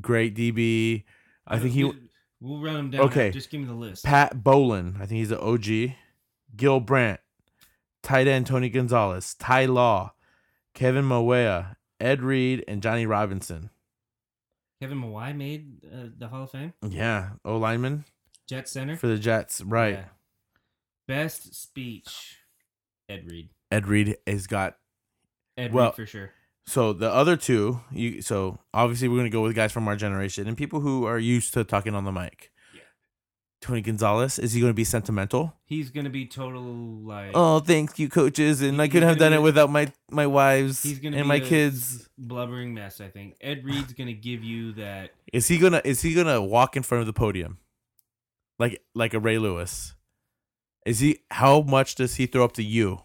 [SPEAKER 2] Great DB. I think he
[SPEAKER 1] We- We'll run him down.
[SPEAKER 2] Okay.
[SPEAKER 1] Just give me the list.
[SPEAKER 2] Pat Bolin. I think he's an OG. Gil Brandt. Tight end Tony Gonzalez. Ty Law. Kevin Mawea. Ed Reed and Johnny Robinson.
[SPEAKER 1] Kevin Mawai made uh, the Hall of Fame.
[SPEAKER 2] Yeah. O lineman.
[SPEAKER 1] Jet Center.
[SPEAKER 2] for the Jets, right?
[SPEAKER 1] Yeah. Best speech, Ed Reed.
[SPEAKER 2] Ed Reed has got
[SPEAKER 1] Ed
[SPEAKER 2] Well-
[SPEAKER 1] Reed for sure.
[SPEAKER 2] so the other two. You so obviously we're gonna go with guys from our generation and people who are used to talking on the mic.
[SPEAKER 1] Yeah.
[SPEAKER 2] Tony Gonzalez is he gonna be sentimental?
[SPEAKER 1] He's gonna be total like
[SPEAKER 2] Oh, thank you, coaches, and I
[SPEAKER 1] He's
[SPEAKER 2] couldn't have
[SPEAKER 1] gonna
[SPEAKER 2] done it
[SPEAKER 1] be-
[SPEAKER 2] without my my wives
[SPEAKER 1] He's gonna
[SPEAKER 2] and
[SPEAKER 1] be
[SPEAKER 2] my
[SPEAKER 1] a-
[SPEAKER 2] kids.
[SPEAKER 1] blubbering mess. I think Ed Reed's gonna give you that.
[SPEAKER 2] Is he gonna is he gonna walk in front of the podium, like like a Ray Lewis? Is he? How much does he throw up to you?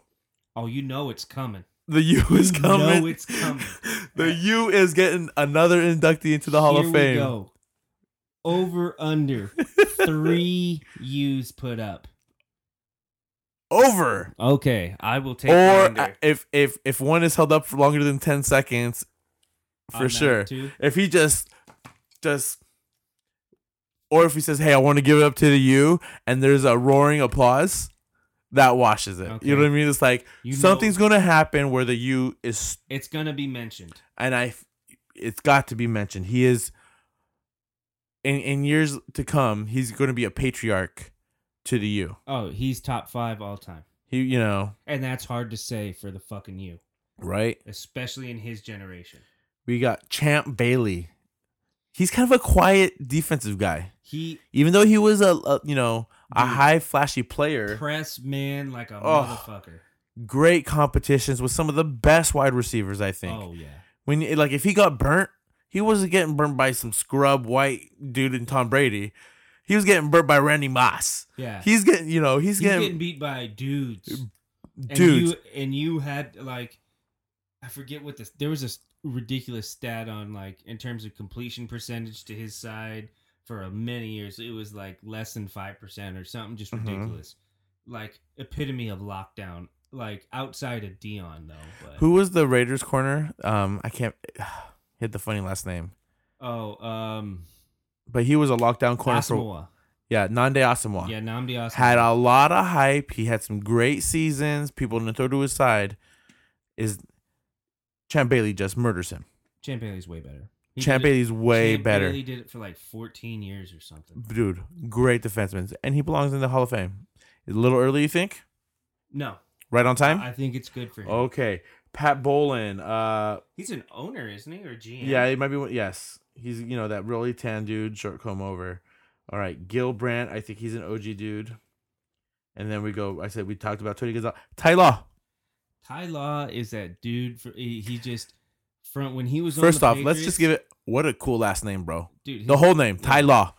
[SPEAKER 1] Oh, you know it's coming.
[SPEAKER 2] The U is
[SPEAKER 1] You
[SPEAKER 2] coming.
[SPEAKER 1] know it's coming.
[SPEAKER 2] The U is getting another inductee into the Hall
[SPEAKER 1] Here
[SPEAKER 2] of
[SPEAKER 1] we
[SPEAKER 2] Fame.
[SPEAKER 1] go. Over under three U's put up.
[SPEAKER 2] Over.
[SPEAKER 1] Okay, I will take. the
[SPEAKER 2] Or
[SPEAKER 1] under
[SPEAKER 2] uh, if if if one is held up for longer than ten seconds,
[SPEAKER 1] on
[SPEAKER 2] for
[SPEAKER 1] that
[SPEAKER 2] sure.
[SPEAKER 1] too.
[SPEAKER 2] If he just just or if he says, "Hey, I want to give it up to the U," and there's a roaring applause, that washes it. You know
[SPEAKER 1] Okay.
[SPEAKER 2] what I mean? It's like
[SPEAKER 1] You know
[SPEAKER 2] something's going to happen where the U is
[SPEAKER 1] It's gonna be mentioned.
[SPEAKER 2] and I it's got to be mentioned. He is in in years to come, he's going to be a patriarch to the U.
[SPEAKER 1] Oh, he's top five all time,
[SPEAKER 2] He, you know,
[SPEAKER 1] and that's hard to say for the fucking U,
[SPEAKER 2] right?
[SPEAKER 1] especially in his generation.
[SPEAKER 2] We got Champ Bailey. He's kind of a quiet defensive guy.
[SPEAKER 1] He
[SPEAKER 2] Even though he was a, a you know, a
[SPEAKER 1] Dude.
[SPEAKER 2] high flashy player,
[SPEAKER 1] press man like a
[SPEAKER 2] Oh,
[SPEAKER 1] motherfucker.
[SPEAKER 2] great competitions with some of the best wide receivers, I think.
[SPEAKER 1] Oh yeah.
[SPEAKER 2] When you- like if he got burnt, he wasn't getting burnt by some scrub white dude in Tom Brady. He was getting burnt by Randy Moss.
[SPEAKER 1] Yeah.
[SPEAKER 2] He's getting, you know,
[SPEAKER 1] He's
[SPEAKER 2] he's, getting,
[SPEAKER 1] getting beat by dudes. And
[SPEAKER 2] dudes.
[SPEAKER 1] you, and you had like, I forget what this. There was this ridiculous stat on like in terms of completion percentage to his side for many years. It was like less than five percent or something, just
[SPEAKER 2] Mhm.
[SPEAKER 1] ridiculous. Like epitome of lockdown. Like outside of Dion though, but
[SPEAKER 2] Who was the Raiders corner? Um, I can't he had the funny last name,
[SPEAKER 1] oh um,
[SPEAKER 2] but he was a lockdown corner for
[SPEAKER 1] Asamoah.
[SPEAKER 2] yeah Nande Asamoah.
[SPEAKER 1] Yeah, Namdi Asamoah.
[SPEAKER 2] Had a lot of hype. He had some great seasons. People didn't throw to his side. Is Champ Bailey just murders him?
[SPEAKER 1] Champ Bailey's way better. He
[SPEAKER 2] Champ
[SPEAKER 1] did it-
[SPEAKER 2] Bailey's way
[SPEAKER 1] Champ
[SPEAKER 2] better,
[SPEAKER 1] Bailey did it for like 14 years or something.
[SPEAKER 2] dude. Great defenseman, and he belongs in the Hall of Fame. Is it a little early, you think?
[SPEAKER 1] No,
[SPEAKER 2] Right on time.
[SPEAKER 1] I think it's good for him.
[SPEAKER 2] okay, Pat Bolin. Uh,
[SPEAKER 1] He's an owner, isn't he, or GM?
[SPEAKER 2] Yeah, it might be. one- Yes, he's you know that really tan dude, short comb over. All right, Gil Brandt. I think he's an OG dude. And then we go. I said we talked about Tony Gonzalez. Ty Law.
[SPEAKER 1] Ty Law is that dude. For, he, he just front when he was on
[SPEAKER 2] First
[SPEAKER 1] the
[SPEAKER 2] off, let's
[SPEAKER 1] Patriots-
[SPEAKER 2] just give it. What a cool last name, bro.
[SPEAKER 1] dude
[SPEAKER 2] The
[SPEAKER 1] his-
[SPEAKER 2] whole name, Ty Law.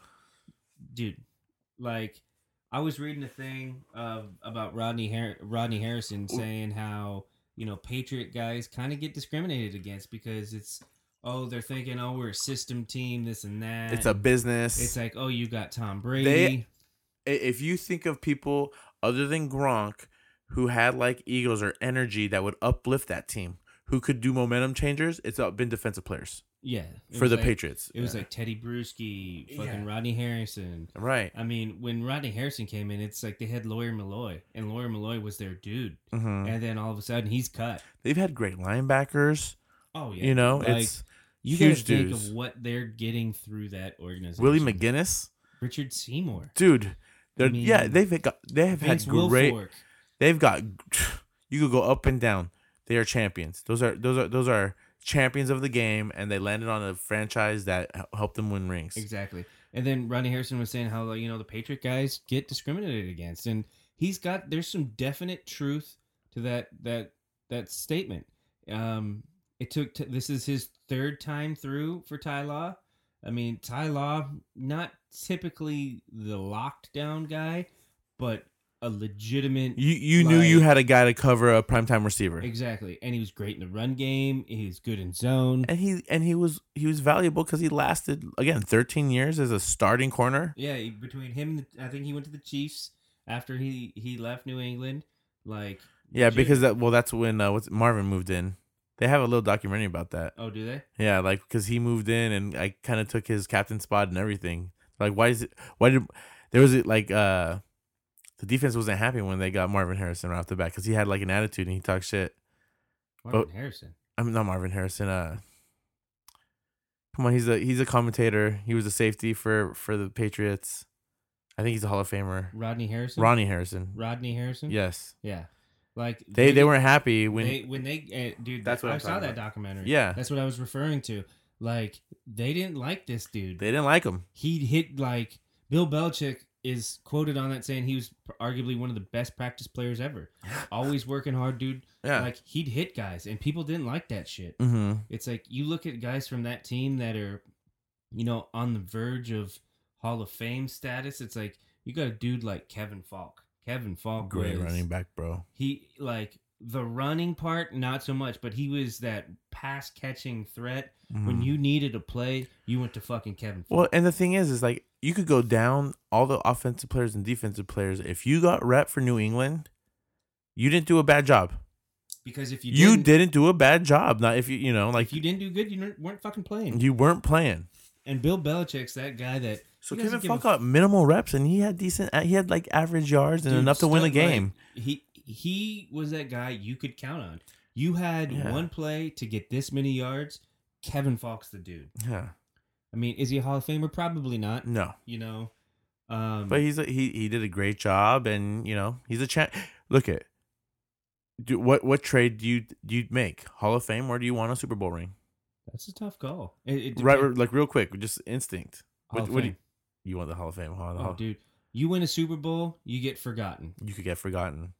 [SPEAKER 1] dude. Like I was reading a thing uh, about Rodney Har- Rodney Harrison saying how you know Patriot guys kind of get discriminated against because it's oh they're thinking oh we're a system team this and that.
[SPEAKER 2] It's a business.
[SPEAKER 1] it's like oh you got Tom Brady.
[SPEAKER 2] I- if you think of people other than Gronk who had like egos or energy that would uplift that team, who could do momentum changers, it's uh, been defensive players
[SPEAKER 1] yeah, it
[SPEAKER 2] for
[SPEAKER 1] was
[SPEAKER 2] the
[SPEAKER 1] like-
[SPEAKER 2] Patriots.
[SPEAKER 1] It was
[SPEAKER 2] Yeah.
[SPEAKER 1] like Teddy Bruschi, fucking
[SPEAKER 2] Yeah.
[SPEAKER 1] Rodney Harrison.
[SPEAKER 2] right.
[SPEAKER 1] I mean, when Rodney Harrison came in, it's like they had Lawyer Malloy, and Lawyer Malloy was their dude.
[SPEAKER 2] Mhm.
[SPEAKER 1] And then all of a sudden, he's cut.
[SPEAKER 2] They've had great linebackers.
[SPEAKER 1] Oh yeah,
[SPEAKER 2] You know,
[SPEAKER 1] Like,
[SPEAKER 2] it's
[SPEAKER 1] you gotta
[SPEAKER 2] huge
[SPEAKER 1] think
[SPEAKER 2] dudes.
[SPEAKER 1] of what they're getting through that organization.
[SPEAKER 2] Willie McGinnis,
[SPEAKER 1] Richard Seymour,
[SPEAKER 2] dude. They're,
[SPEAKER 1] I mean,
[SPEAKER 2] yeah, they've got they have
[SPEAKER 1] Vince
[SPEAKER 2] had great.
[SPEAKER 1] Wilfork.
[SPEAKER 2] They've got you could go up and down. They are champions. Those are those are those are champions of the game, and they landed on a franchise that h- helped them win rings.
[SPEAKER 1] exactly. And then Rodney Harrison was saying how like, you know the Patriot guys get discriminated against, and he's got there's some definite truth to that that that statement. Um, it took t- this is his third time through for Ty Law. I mean, Ty Law, not typically the locked down guy, but a legitimate
[SPEAKER 2] You you knew you
[SPEAKER 1] Like-
[SPEAKER 2] had a guy to cover a primetime receiver,
[SPEAKER 1] exactly. And he was great in the run game. He was good in zone.
[SPEAKER 2] and he and he was he was valuable because he lasted again 13 years as a starting corner.
[SPEAKER 1] Yeah, he- between him, and the, I think he went to the Chiefs after he he left New England. Like,
[SPEAKER 2] Yeah,
[SPEAKER 1] Dude.
[SPEAKER 2] because that well, that's when uh, what's Marvin moved in. They have a little documentary about that.
[SPEAKER 1] oh, do they?
[SPEAKER 2] Yeah, like because he moved in and I kind of took his captain spot and everything. Like, why is it? Why did there was it like uh the defense wasn't happy when they got Marvin Harrison right off the bat because he had like an attitude and he talked shit.
[SPEAKER 1] Marvin
[SPEAKER 2] Oh.
[SPEAKER 1] Harrison.
[SPEAKER 2] I'm mean, not Marvin Harrison. Uh, come on, he's a he's a commentator. He was a safety for for the Patriots. I think he's a Hall of Famer.
[SPEAKER 1] Rodney Harrison.
[SPEAKER 2] Ronnie Harrison.
[SPEAKER 1] Rodney Harrison.
[SPEAKER 2] Yes.
[SPEAKER 1] Yeah. Like
[SPEAKER 2] They they weren't happy when
[SPEAKER 1] they, when they uh, dude.
[SPEAKER 2] That's what
[SPEAKER 1] I
[SPEAKER 2] I'm
[SPEAKER 1] saw
[SPEAKER 2] talking
[SPEAKER 1] that
[SPEAKER 2] about.
[SPEAKER 1] documentary.
[SPEAKER 2] Yeah.
[SPEAKER 1] that's what I was referring to. Like they didn't like this dude.
[SPEAKER 2] they didn't like him.
[SPEAKER 1] he hit like Bill Belichick is quoted on that saying he was arguably one of the best practice players ever. Always working hard, dude.
[SPEAKER 2] Yeah.
[SPEAKER 1] Like he'd hit guys, and people didn't like that shit.
[SPEAKER 2] mm-hmm.
[SPEAKER 1] It's like you look at guys from that team that are, you know, on the verge of Hall of Fame status. It's like you got a dude like Kevin Falk. Kevin Falk,
[SPEAKER 2] Great
[SPEAKER 1] was-
[SPEAKER 2] running back, bro.
[SPEAKER 1] He like the running part, not so much, but he was that pass catching threat. When
[SPEAKER 2] Mhm.
[SPEAKER 1] you needed a play, you went to fucking Kevin. Falk.
[SPEAKER 2] Well, and the thing is, is like you could go down all the offensive players and defensive players. If you got rep for New England, you didn't do a bad job.
[SPEAKER 1] because if you
[SPEAKER 2] You,
[SPEAKER 1] didn't,
[SPEAKER 2] didn't do a bad job. Not if you, you know, like
[SPEAKER 1] if you didn't do good, you ner- weren't fucking playing.
[SPEAKER 2] you weren't playing.
[SPEAKER 1] And Bill Belichick's that guy that
[SPEAKER 2] So
[SPEAKER 1] he
[SPEAKER 2] Kevin
[SPEAKER 1] doesn't give a
[SPEAKER 2] Falk got minimal reps, and he had decent. He had like average yards and
[SPEAKER 1] Dude,
[SPEAKER 2] enough to win a
[SPEAKER 1] stunt, like,
[SPEAKER 2] game.
[SPEAKER 1] he he was that guy you could count on. You had
[SPEAKER 2] Yeah.
[SPEAKER 1] one play to get this many yards. Kevin Falk's the dude.
[SPEAKER 2] Yeah,
[SPEAKER 1] I mean, is he a Hall of Famer? Probably not.
[SPEAKER 2] no,
[SPEAKER 1] You know, um,
[SPEAKER 2] but he's a, he he did a great job, and you know he's a champ. Look at, do, what what trade do you do you make Hall of Fame or do you want a Super Bowl ring?
[SPEAKER 1] that's a tough call. It, it
[SPEAKER 2] Right,
[SPEAKER 1] depends-
[SPEAKER 2] like real quick, just instinct.
[SPEAKER 1] Hall
[SPEAKER 2] What,
[SPEAKER 1] of
[SPEAKER 2] what do you,
[SPEAKER 1] Fame.
[SPEAKER 2] you want the Hall of Fame? Hall,
[SPEAKER 1] Oh,
[SPEAKER 2] Hall-
[SPEAKER 1] dude, you win a Super Bowl, you get forgotten.
[SPEAKER 2] you could get forgotten.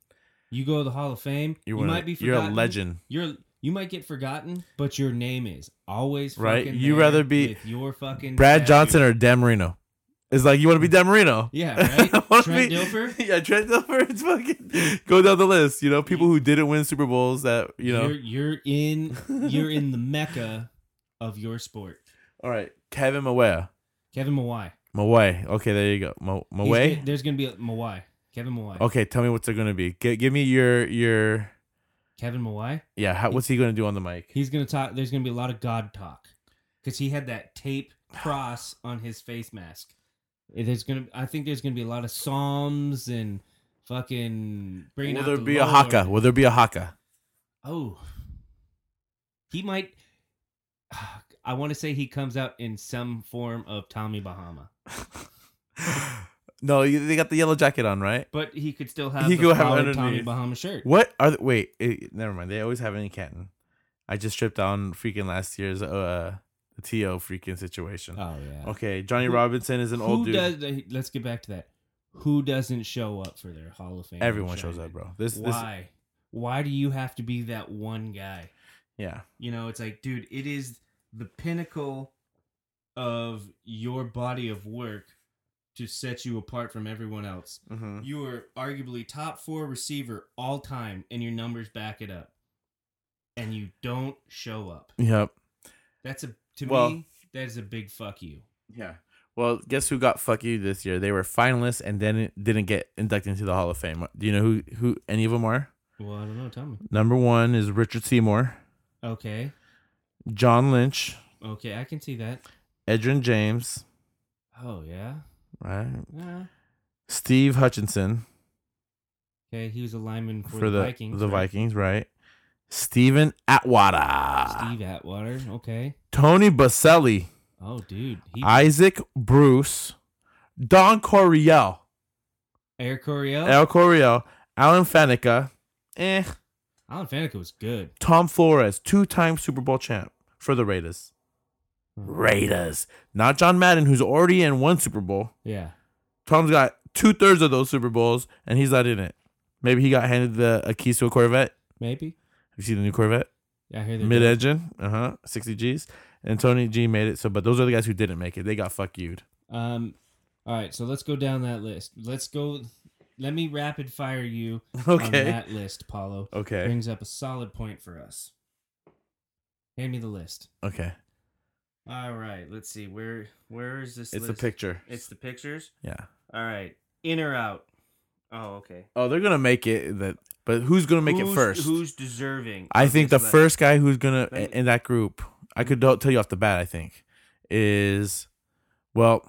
[SPEAKER 1] You go to the Hall of Fame, you
[SPEAKER 2] You're, you
[SPEAKER 1] might be
[SPEAKER 2] you're
[SPEAKER 1] forgotten.
[SPEAKER 2] a legend.
[SPEAKER 1] You're you might get forgotten, but your name is always
[SPEAKER 2] Right?
[SPEAKER 1] fucking
[SPEAKER 2] You
[SPEAKER 1] there
[SPEAKER 2] rather be
[SPEAKER 1] with your fucking
[SPEAKER 2] Brad
[SPEAKER 1] statue.
[SPEAKER 2] Johnson or Dan Marino. It's like you want to be Dan Marino.
[SPEAKER 1] Yeah,
[SPEAKER 2] I
[SPEAKER 1] right.
[SPEAKER 2] wanna
[SPEAKER 1] Trent
[SPEAKER 2] be-
[SPEAKER 1] Dilfer.
[SPEAKER 2] Yeah, Trent Dilfer. It's fucking go down the list. You know, people who didn't win Super Bowls that you know.
[SPEAKER 1] are you're in you're in the mecca of your sport.
[SPEAKER 2] All right, Kevin Mawea.
[SPEAKER 1] Kevin Mawai.
[SPEAKER 2] Mawai. Okay, there you go. Ma-
[SPEAKER 1] He's
[SPEAKER 2] Mawai.
[SPEAKER 1] gonna- There's gonna be a Mawai. Kevin Mawai.
[SPEAKER 2] Okay, tell me what's it gonna be. G- give me your your
[SPEAKER 1] Kevin Mawai.
[SPEAKER 2] yeah. How, what's he gonna do on the mic?
[SPEAKER 1] He's gonna talk. There's gonna be a lot of God talk because he had that tape cross on his face mask. There's gonna. I think there's gonna be a lot of psalms and fucking bringing
[SPEAKER 2] Will
[SPEAKER 1] out
[SPEAKER 2] there
[SPEAKER 1] the
[SPEAKER 2] be a
[SPEAKER 1] Lord.
[SPEAKER 2] haka? Will there be a haka?
[SPEAKER 1] Oh, he might. I want to say he comes out in some form of Tommy Bahama,
[SPEAKER 2] no, you- they got the yellow jacket on, right?
[SPEAKER 1] but he could still have
[SPEAKER 2] He
[SPEAKER 1] the
[SPEAKER 2] could have
[SPEAKER 1] collared
[SPEAKER 2] underneath.
[SPEAKER 1] Tommy Bahama shirt.
[SPEAKER 2] What are the, wait? It, never mind. They always have it in Canton. I just tripped on freaking last year's uh the to freaking situation.
[SPEAKER 1] Oh yeah.
[SPEAKER 2] okay, Johnny
[SPEAKER 1] Who-
[SPEAKER 2] Robinson is an old
[SPEAKER 1] Who
[SPEAKER 2] dude.
[SPEAKER 1] does? Let's get back to that. Who doesn't show up for their Hall of Fame?
[SPEAKER 2] Everyone
[SPEAKER 1] induction?
[SPEAKER 2] shows up, bro. This this
[SPEAKER 1] Why? Why do you have to be that one guy?
[SPEAKER 2] yeah.
[SPEAKER 1] You know, it's like, dude, it is the pinnacle of your body of work to set you apart from everyone else.
[SPEAKER 2] Mm-hmm.
[SPEAKER 1] You are arguably top four receiver all time, and your numbers back it up. And you don't show up.
[SPEAKER 2] Yep.
[SPEAKER 1] That's a to
[SPEAKER 2] Well-
[SPEAKER 1] me that is a big fuck you.
[SPEAKER 2] Yeah. Well, guess who got fuck you this year? They were finalists and then didn't get inducted into the Hall of Fame. Do you know who who any of them are?
[SPEAKER 1] Well, I don't know. Tell me.
[SPEAKER 2] Number one is Richard Seymour,
[SPEAKER 1] Okay,
[SPEAKER 2] John Lynch,
[SPEAKER 1] okay, I can see that.
[SPEAKER 2] Edrin James,
[SPEAKER 1] Oh yeah.
[SPEAKER 2] right?
[SPEAKER 1] Yeah.
[SPEAKER 2] Steve Hutchinson.
[SPEAKER 1] Okay, he was a lineman for,
[SPEAKER 2] for,
[SPEAKER 1] the,
[SPEAKER 2] the
[SPEAKER 1] Vikings.
[SPEAKER 2] The
[SPEAKER 1] right?
[SPEAKER 2] Vikings, right? Steven Atwater,
[SPEAKER 1] Steve Atwater. Okay.
[SPEAKER 2] Tony Baselli,
[SPEAKER 1] Oh, dude. He,
[SPEAKER 2] Isaac Bruce, Don Coryell,
[SPEAKER 1] Air Coryell.
[SPEAKER 2] Al Coryell, Alan Faneca, eh,
[SPEAKER 1] Alan Faneca was good.
[SPEAKER 2] Tom Flores, two-time Super Bowl champ for the Raiders. Raiders, not John Madden, who's already in one Super Bowl.
[SPEAKER 1] Yeah.
[SPEAKER 2] Tom's got two thirds of those Super Bowls, and he's not in it. Maybe he got handed the a keys to a Corvette.
[SPEAKER 1] Maybe.
[SPEAKER 2] You see the new Corvette.
[SPEAKER 1] I hear they're
[SPEAKER 2] mid
[SPEAKER 1] doing-
[SPEAKER 2] engine, uh huh, sixty G's, and Tony G made it. So, but those are the guys who didn't make it. They got fuck you'd.
[SPEAKER 1] Um. All right. So let's go down that list. Let's go. Let me rapid fire you on
[SPEAKER 2] Okay,
[SPEAKER 1] that list, Paulo.
[SPEAKER 2] okay,
[SPEAKER 1] Brings up a solid point for us. Hand me the list.
[SPEAKER 2] okay.
[SPEAKER 1] All right. Let's see. Where Where is this?
[SPEAKER 2] It's a
[SPEAKER 1] list?
[SPEAKER 2] picture.
[SPEAKER 1] It's the pictures.
[SPEAKER 2] yeah.
[SPEAKER 1] All right. In or out? Oh, okay.
[SPEAKER 2] Oh, they're gonna make it. That, but who's gonna make it
[SPEAKER 1] Who's-
[SPEAKER 2] first?
[SPEAKER 1] Who's deserving?
[SPEAKER 2] I
[SPEAKER 1] of
[SPEAKER 2] think the
[SPEAKER 1] this list?
[SPEAKER 2] first guy who's gonna
[SPEAKER 1] Let me-
[SPEAKER 2] in that group, I could don't tell you off the bat. I think is, well,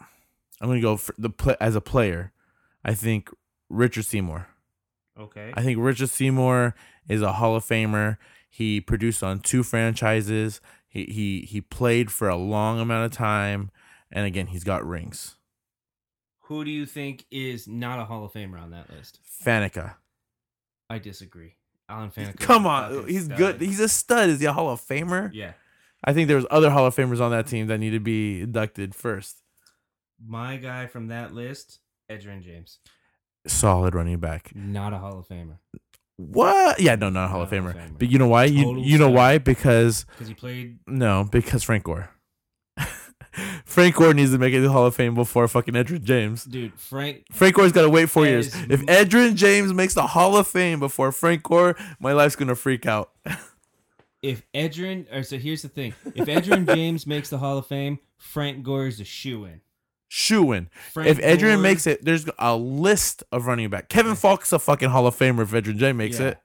[SPEAKER 2] I'm gonna go for the pla as a player. I think Richard Seymour.
[SPEAKER 1] Okay.
[SPEAKER 2] I think Richard Seymour is a Hall of Famer. He produced on two franchises. He he he played for a long amount of time, and again, he's got rings.
[SPEAKER 1] Who do you think is not a Hall of Famer on that list?
[SPEAKER 2] Faneca.
[SPEAKER 1] I disagree. Alan Faneca. is
[SPEAKER 2] Come
[SPEAKER 1] a
[SPEAKER 2] on,
[SPEAKER 1] fucking
[SPEAKER 2] he's
[SPEAKER 1] stud.
[SPEAKER 2] good. He's a stud. Is he a Hall of Famer?
[SPEAKER 1] yeah.
[SPEAKER 2] I think there was other Hall of Famers on that team that need to be inducted first.
[SPEAKER 1] My guy from that list, Edrin James.
[SPEAKER 2] Solid running back.
[SPEAKER 1] Not a Hall of Famer
[SPEAKER 2] What? Yeah, no, not a Hall of
[SPEAKER 1] Not a Hall
[SPEAKER 2] Famer.
[SPEAKER 1] of Famer.
[SPEAKER 2] But you know why? You
[SPEAKER 1] Total
[SPEAKER 2] you know
[SPEAKER 1] stud.
[SPEAKER 2] why? Because
[SPEAKER 1] because he played.
[SPEAKER 2] no, because Frank Gore. Frank Gore needs to make it to the Hall of Fame before fucking Edrin James.
[SPEAKER 1] Dude, Frank.
[SPEAKER 2] Frank Gore's got to wait four
[SPEAKER 1] That
[SPEAKER 2] years.
[SPEAKER 1] is
[SPEAKER 2] If
[SPEAKER 1] m-
[SPEAKER 2] Edrin James makes the Hall of Fame before Frank Gore, my life's gonna freak out.
[SPEAKER 1] If Edrin, or so here's the thing: if Edrin James makes the Hall of Fame, Frank Gore is a shoe in.
[SPEAKER 2] Shooing. If Edrin makes it, there's a list of running back. Kevin Falk's a fucking Hall of Famer. If Edrin James makes
[SPEAKER 1] Yeah.
[SPEAKER 2] it,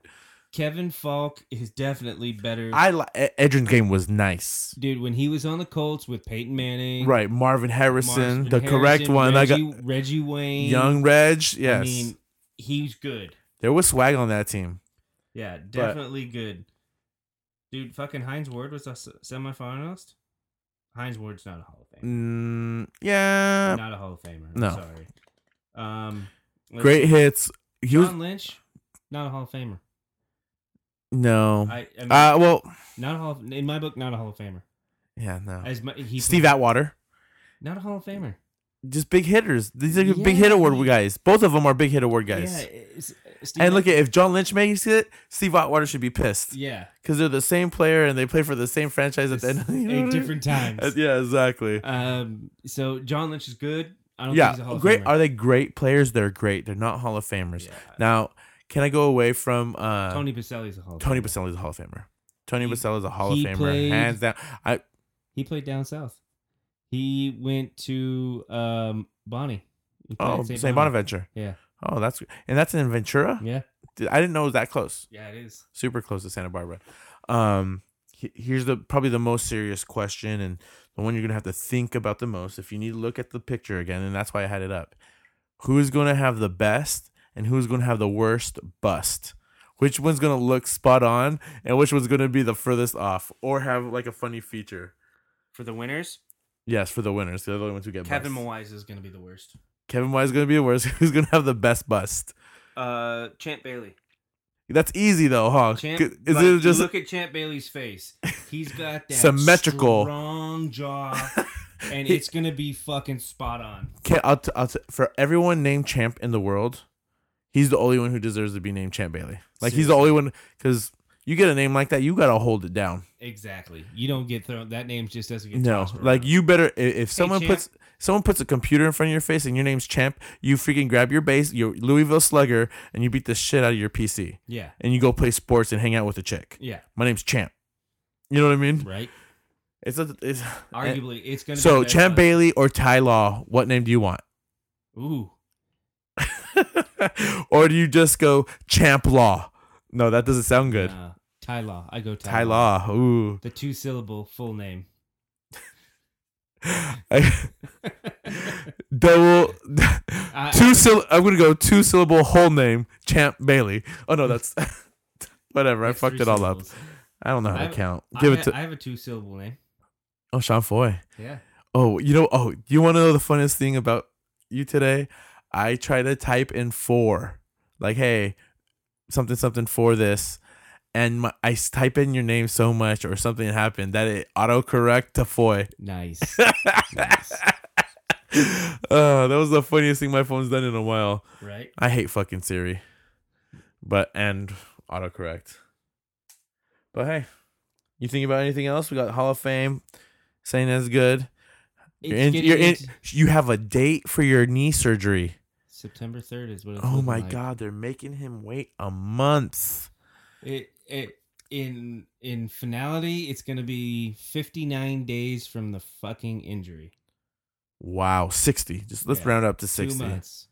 [SPEAKER 1] Kevin Falk is definitely better.
[SPEAKER 2] I li- E- Edrin's game was nice.
[SPEAKER 1] Dude, when he was on the Colts with Peyton Manning,
[SPEAKER 2] Right, Marvin Harrison,
[SPEAKER 1] Marston
[SPEAKER 2] the correct
[SPEAKER 1] Harrison,
[SPEAKER 2] one. I
[SPEAKER 1] Reggie,
[SPEAKER 2] got
[SPEAKER 1] Reggie Wayne,
[SPEAKER 2] young Reg. Yes,
[SPEAKER 1] I mean, he's good.
[SPEAKER 2] there was swag on that team.
[SPEAKER 1] Yeah, definitely good. Dude, fucking Heinz Ward was a s- semifinalist. Heinz Ward's not a Hall of Famer.
[SPEAKER 2] Mm, yeah,
[SPEAKER 1] not a Hall of Famer. I'm
[SPEAKER 2] no.
[SPEAKER 1] sorry. Um, let's
[SPEAKER 2] great
[SPEAKER 1] see.
[SPEAKER 2] hits. He was
[SPEAKER 1] John Lynch, not a Hall of Famer.
[SPEAKER 2] no.
[SPEAKER 1] I, I mean,
[SPEAKER 2] Uh, well,
[SPEAKER 1] not a Hall of, in my book, not a Hall of Famer.
[SPEAKER 2] yeah, no.
[SPEAKER 1] As my, he
[SPEAKER 2] Steve Atwater,
[SPEAKER 1] not a Hall of Famer.
[SPEAKER 2] just big hitters. These are big
[SPEAKER 1] Yeah,
[SPEAKER 2] hit award
[SPEAKER 1] he-
[SPEAKER 2] guys. Both of them are big hit award guys.
[SPEAKER 1] Yeah, it's- Steve
[SPEAKER 2] and look at if John Lynch makes it, Steve Atwater should be pissed.
[SPEAKER 1] yeah,
[SPEAKER 2] because they're the same player and they play for the same franchise at the end.
[SPEAKER 1] It's
[SPEAKER 2] Of the, you know
[SPEAKER 1] eight
[SPEAKER 2] what I mean?
[SPEAKER 1] different times.
[SPEAKER 2] Uh, Yeah, exactly.
[SPEAKER 1] Um, so John Lynch is good. I don't think he's a Hall
[SPEAKER 2] Yeah,
[SPEAKER 1] of
[SPEAKER 2] great.
[SPEAKER 1] Famer.
[SPEAKER 2] Are they great players? They're great. They're not Hall of Famers.
[SPEAKER 1] Yeah.
[SPEAKER 2] Now, can I go away from uh,
[SPEAKER 1] Tony
[SPEAKER 2] Tony?
[SPEAKER 1] Baselli's a Hall. of
[SPEAKER 2] Tony
[SPEAKER 1] Famer.
[SPEAKER 2] Baselli is a Hall of Famer. Tony
[SPEAKER 1] He-
[SPEAKER 2] Baselli is a Hall
[SPEAKER 1] he
[SPEAKER 2] of Famer,
[SPEAKER 1] played-
[SPEAKER 2] hands down. I
[SPEAKER 1] He played down south. He went to um Bonnie. He played
[SPEAKER 2] oh
[SPEAKER 1] at
[SPEAKER 2] St.
[SPEAKER 1] Bonnie.
[SPEAKER 2] Bonaventure.
[SPEAKER 1] Yeah.
[SPEAKER 2] Oh, that's and that's in Ventura.
[SPEAKER 1] Yeah,
[SPEAKER 2] Dude, I didn't know it was that close.
[SPEAKER 1] yeah, it is.
[SPEAKER 2] Super close to Santa Barbara. Um, he- here's the probably the most serious question and the one you're gonna have to think about the most if you need to look at the picture again, and that's why I had it up. who's going to have the best and who's going to have the worst bust. Which one's going to look spot on and which one's going to be the furthest off or have like a funny feature.
[SPEAKER 1] For the winners,
[SPEAKER 2] Yes, for the winners. The other ones who get
[SPEAKER 1] Kevin
[SPEAKER 2] bust.
[SPEAKER 1] Mawise is going to be the worst.
[SPEAKER 2] Kevin Wise is going to be the worst. Who's going to have the best bust?
[SPEAKER 1] Uh, Champ Bailey.
[SPEAKER 2] That's easy though, huh?
[SPEAKER 1] Champ,
[SPEAKER 2] Uh, Is
[SPEAKER 1] like,
[SPEAKER 2] it just
[SPEAKER 1] look at Champ Bailey's face? He's got that
[SPEAKER 2] Symmetrical.
[SPEAKER 1] strong jaw, and
[SPEAKER 2] He-
[SPEAKER 1] it's gonna be fucking spot on.
[SPEAKER 2] Can, I'll t- I'll t- for everyone named Champ in the world, he's the only one who deserves to be named Champ Bailey. Like he's the
[SPEAKER 1] Seriously.
[SPEAKER 2] only one because you get a name like that, you got to hold it down.
[SPEAKER 1] Exactly. You don't get thrown. That name just doesn't get.
[SPEAKER 2] No,
[SPEAKER 1] tossed
[SPEAKER 2] like
[SPEAKER 1] around.
[SPEAKER 2] you better i- if someone
[SPEAKER 1] Champ.
[SPEAKER 2] puts someone puts a computer in front of your face and your name's Champ, you freaking grab your base, your Louisville Slugger, and you beat the shit out of your PC,
[SPEAKER 1] Yeah.
[SPEAKER 2] and you go play sports and hang out with a chick.
[SPEAKER 1] Yeah.
[SPEAKER 2] My name's Champ. You know what I mean?
[SPEAKER 1] Right.
[SPEAKER 2] It's a, it's
[SPEAKER 1] Arguably, it's gonna.
[SPEAKER 2] so
[SPEAKER 1] be the best
[SPEAKER 2] Champ
[SPEAKER 1] one.
[SPEAKER 2] Bailey or Ty Law. What name do you want?
[SPEAKER 1] Ooh.
[SPEAKER 2] or do you just go Champ Law? No, that doesn't sound good.
[SPEAKER 1] Nah, Ty Law. I go Ty,
[SPEAKER 2] Ty Law. Ooh.
[SPEAKER 1] The two syllable full name.
[SPEAKER 2] I, double
[SPEAKER 1] I-
[SPEAKER 2] two syllable. I'm gonna go two syllable whole name Champ Bailey. Oh no, that's whatever. I
[SPEAKER 1] It's
[SPEAKER 2] fucked
[SPEAKER 1] three
[SPEAKER 2] it all up.
[SPEAKER 1] syllables.
[SPEAKER 2] I don't know how to
[SPEAKER 1] I-
[SPEAKER 2] count.
[SPEAKER 1] I
[SPEAKER 2] Give
[SPEAKER 1] ha-
[SPEAKER 2] it to
[SPEAKER 1] I have a two syllable name.
[SPEAKER 2] oh Sean Foy.
[SPEAKER 1] Yeah.
[SPEAKER 2] Oh, you know. Oh, you want to know the funniest thing about you today? I try to type in four, like hey, something something for this. And my, I s- type in your name so much, or something happened that it autocorrect to Foy.
[SPEAKER 1] Nice. nice.
[SPEAKER 2] uh, that was the funniest thing my phone's done in a while.
[SPEAKER 1] Right.
[SPEAKER 2] I hate fucking Siri, but and autocorrect. But hey, you think about anything else? We got Hall of Fame saying that's good. You're
[SPEAKER 1] It's
[SPEAKER 2] in,
[SPEAKER 1] getting
[SPEAKER 2] you're in,
[SPEAKER 1] into-
[SPEAKER 2] you have a date for your knee surgery.
[SPEAKER 1] September third is what. It's
[SPEAKER 2] Oh
[SPEAKER 1] looking
[SPEAKER 2] my
[SPEAKER 1] like.
[SPEAKER 2] god, they're making him wait a month.
[SPEAKER 1] It it in in finality, it's gonna be fifty nine days from the fucking injury.
[SPEAKER 2] Wow, sixty. Just let's
[SPEAKER 1] Yeah,
[SPEAKER 2] round up to
[SPEAKER 1] Two
[SPEAKER 2] sixty.
[SPEAKER 1] months.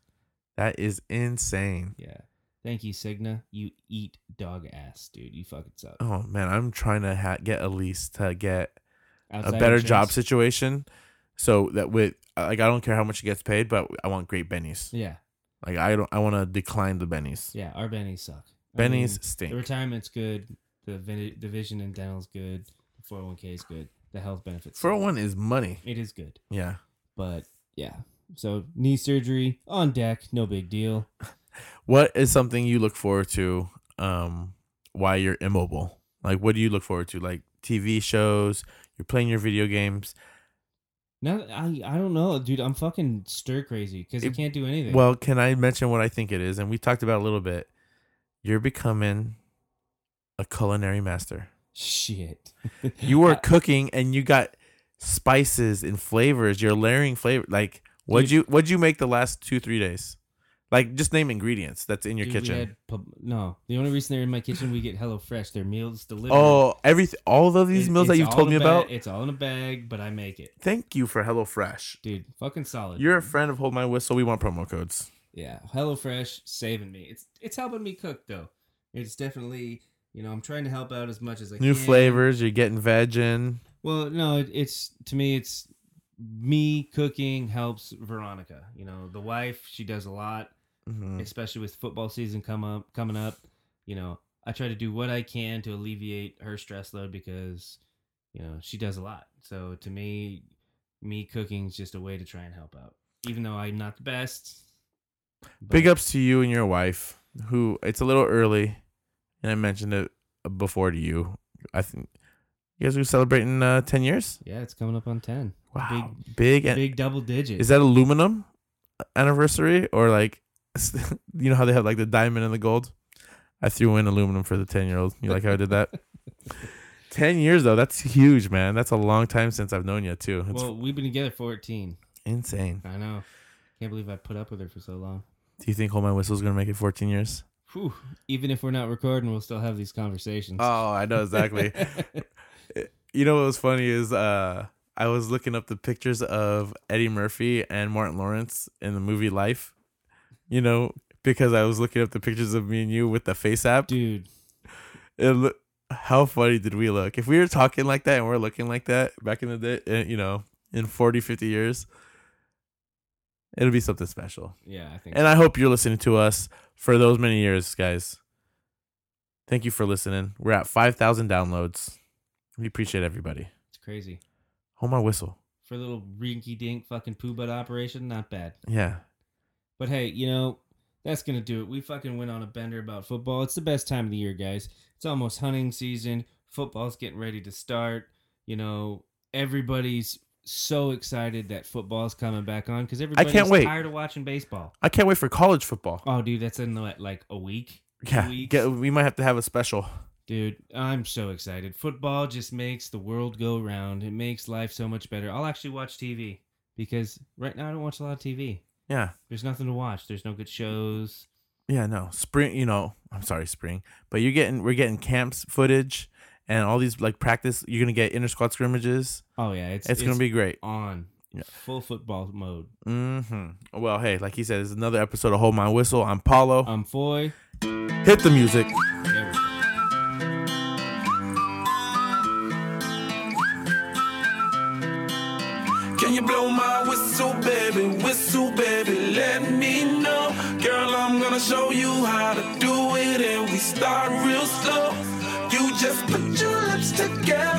[SPEAKER 2] That is insane.
[SPEAKER 1] Yeah. Thank you, Cigna. You eat dog ass, dude. You fucking suck.
[SPEAKER 2] Oh man, I'm trying to ha- get Elise to get a
[SPEAKER 1] Outside
[SPEAKER 2] better job
[SPEAKER 1] insurance?
[SPEAKER 2] situation, so that with like I don't care how much she gets paid, but I want great bennies.
[SPEAKER 1] Yeah,
[SPEAKER 2] Like I don't I want to decline the bennies.
[SPEAKER 1] yeah. Our bennies suck. I
[SPEAKER 2] Bennies
[SPEAKER 1] mean,
[SPEAKER 2] stink.
[SPEAKER 1] the retirement's good. The vin- the vision and dental's good. The oh four hundred one k is good. The health benefits. suck.
[SPEAKER 2] 401 is money.
[SPEAKER 1] It is good,
[SPEAKER 2] Yeah.
[SPEAKER 1] but yeah, So knee surgery on deck, no big deal.
[SPEAKER 2] What is something you look forward to um while you're immobile? Like what do you look forward to? Like TV shows, you're playing your video games.
[SPEAKER 1] Now I I don't know, dude. I'm fucking stir crazy because I
[SPEAKER 2] It-
[SPEAKER 1] can't do anything.
[SPEAKER 2] Well, can I mention what I think it is? And we talked about it a little bit. You're becoming a culinary master.
[SPEAKER 1] shit.
[SPEAKER 2] You were cooking and you got spices and flavors. You're layering flavor. Like what'd you what'd you make the last two, three days? Like just name ingredients that's in your
[SPEAKER 1] Dude, we
[SPEAKER 2] kitchen.
[SPEAKER 1] had pub- no, the only reason they're in my kitchen, we get Hello Fresh. Their meals delivered.
[SPEAKER 2] Oh, everything all of these
[SPEAKER 1] It-
[SPEAKER 2] meals that
[SPEAKER 1] it's
[SPEAKER 2] you've
[SPEAKER 1] all
[SPEAKER 2] told
[SPEAKER 1] in
[SPEAKER 2] me
[SPEAKER 1] a bag-
[SPEAKER 2] about.
[SPEAKER 1] It's all in a bag, but I make it,
[SPEAKER 2] Thank you for HelloFresh.
[SPEAKER 1] dude. Fucking solid.
[SPEAKER 2] You're a friend of Hold My Whistle. We want promo codes.
[SPEAKER 1] yeah. Hello Fresh saving me. It's it's helping me cook though. It's definitely you know I'm trying to help out as much as I
[SPEAKER 2] New
[SPEAKER 1] can.
[SPEAKER 2] flavors. You're getting veg in.
[SPEAKER 1] Well, no, it, it's to me, it's me cooking helps Veronica. You know, the wife, she does a lot,
[SPEAKER 2] Mhm.
[SPEAKER 1] especially with football season come up coming up. You know, I try to do what I can to alleviate her stress load because, you know, she does a lot. So to me, me cooking is just a way to try and help out, even though I'm not the best.
[SPEAKER 2] Big ups to you and your wife. Who it's a little early, and I mentioned it before to you. I think you guys are celebrating uh, ten years.
[SPEAKER 1] Yeah, it's coming up on ten.
[SPEAKER 2] Wow, big. an-
[SPEAKER 1] Big double digit.
[SPEAKER 2] Is that aluminum anniversary or like you know how they have like the diamond and the gold? I threw in aluminum for the ten year old. You like how I did that? ten years though, that's huge, man. That's a long time since I've known you too. It's
[SPEAKER 1] well, we've been together 14.
[SPEAKER 2] insane.
[SPEAKER 1] I know. Can't believe I put up with her for so long.
[SPEAKER 2] Do you think Hold My Whistle's gonna make it 14 years?
[SPEAKER 1] Whew. Even if we're not recording, we'll still have these conversations.
[SPEAKER 2] Oh, I know exactly. you know what was funny is uh I was looking up the pictures of Eddie Murphy and Martin Lawrence in the movie Life. You know, because I was looking up the pictures of me and you with the face app.
[SPEAKER 1] Dude,
[SPEAKER 2] It loo- how funny did we look? If we were talking like that and we're looking like that back in the day, eh, you know, in 40, 50 years, it'll be something special.
[SPEAKER 1] yeah, I think.
[SPEAKER 2] And I hope you're listening to us for those many years, guys. Thank you for listening. We're at 5,000 downloads. We appreciate everybody.
[SPEAKER 1] it's crazy.
[SPEAKER 2] Hold my whistle.
[SPEAKER 1] For a little rinky dink fucking poo butt operation, not bad.
[SPEAKER 2] Yeah.
[SPEAKER 1] But hey, you know, that's going to do it. We fucking went on a bender about football. It's the best time of the year, guys. It's almost hunting season. Football's getting ready to start. You know, everybody's so excited that football's coming back on because everybody's
[SPEAKER 2] wait.
[SPEAKER 1] tired of watching baseball.
[SPEAKER 2] I can't wait for college football.
[SPEAKER 1] Oh, dude, that's in what, like a week?
[SPEAKER 2] Yeah.
[SPEAKER 1] weeks.
[SPEAKER 2] Get, we might have to have a special.
[SPEAKER 1] Dude, I'm so excited. Football just makes the world go round. It makes life so much better. I'll actually watch TV because right now I don't watch a lot of TV.
[SPEAKER 2] Yeah.
[SPEAKER 1] There's nothing to watch. There's no good shows.
[SPEAKER 2] Yeah, no. Spring, you know, I'm sorry, spring. But you're getting we're getting camps footage and all these like practice you're going to get inter squad scrimmages.
[SPEAKER 1] Oh yeah, it's
[SPEAKER 2] It's, going to be great.
[SPEAKER 1] on
[SPEAKER 2] Yeah.
[SPEAKER 1] full football mode.
[SPEAKER 2] Mhm. Well, hey, like he said, it's another episode of Hold My Whistle. I'm Paulo.
[SPEAKER 1] I'm Um, Foy.
[SPEAKER 2] Hit the music.
[SPEAKER 1] There we go.
[SPEAKER 3] Can you blow my whistle, baby? Whistle, baby, let me know. Girl, I'm gonna show you how to do it, and we start real slow. You just put your lips together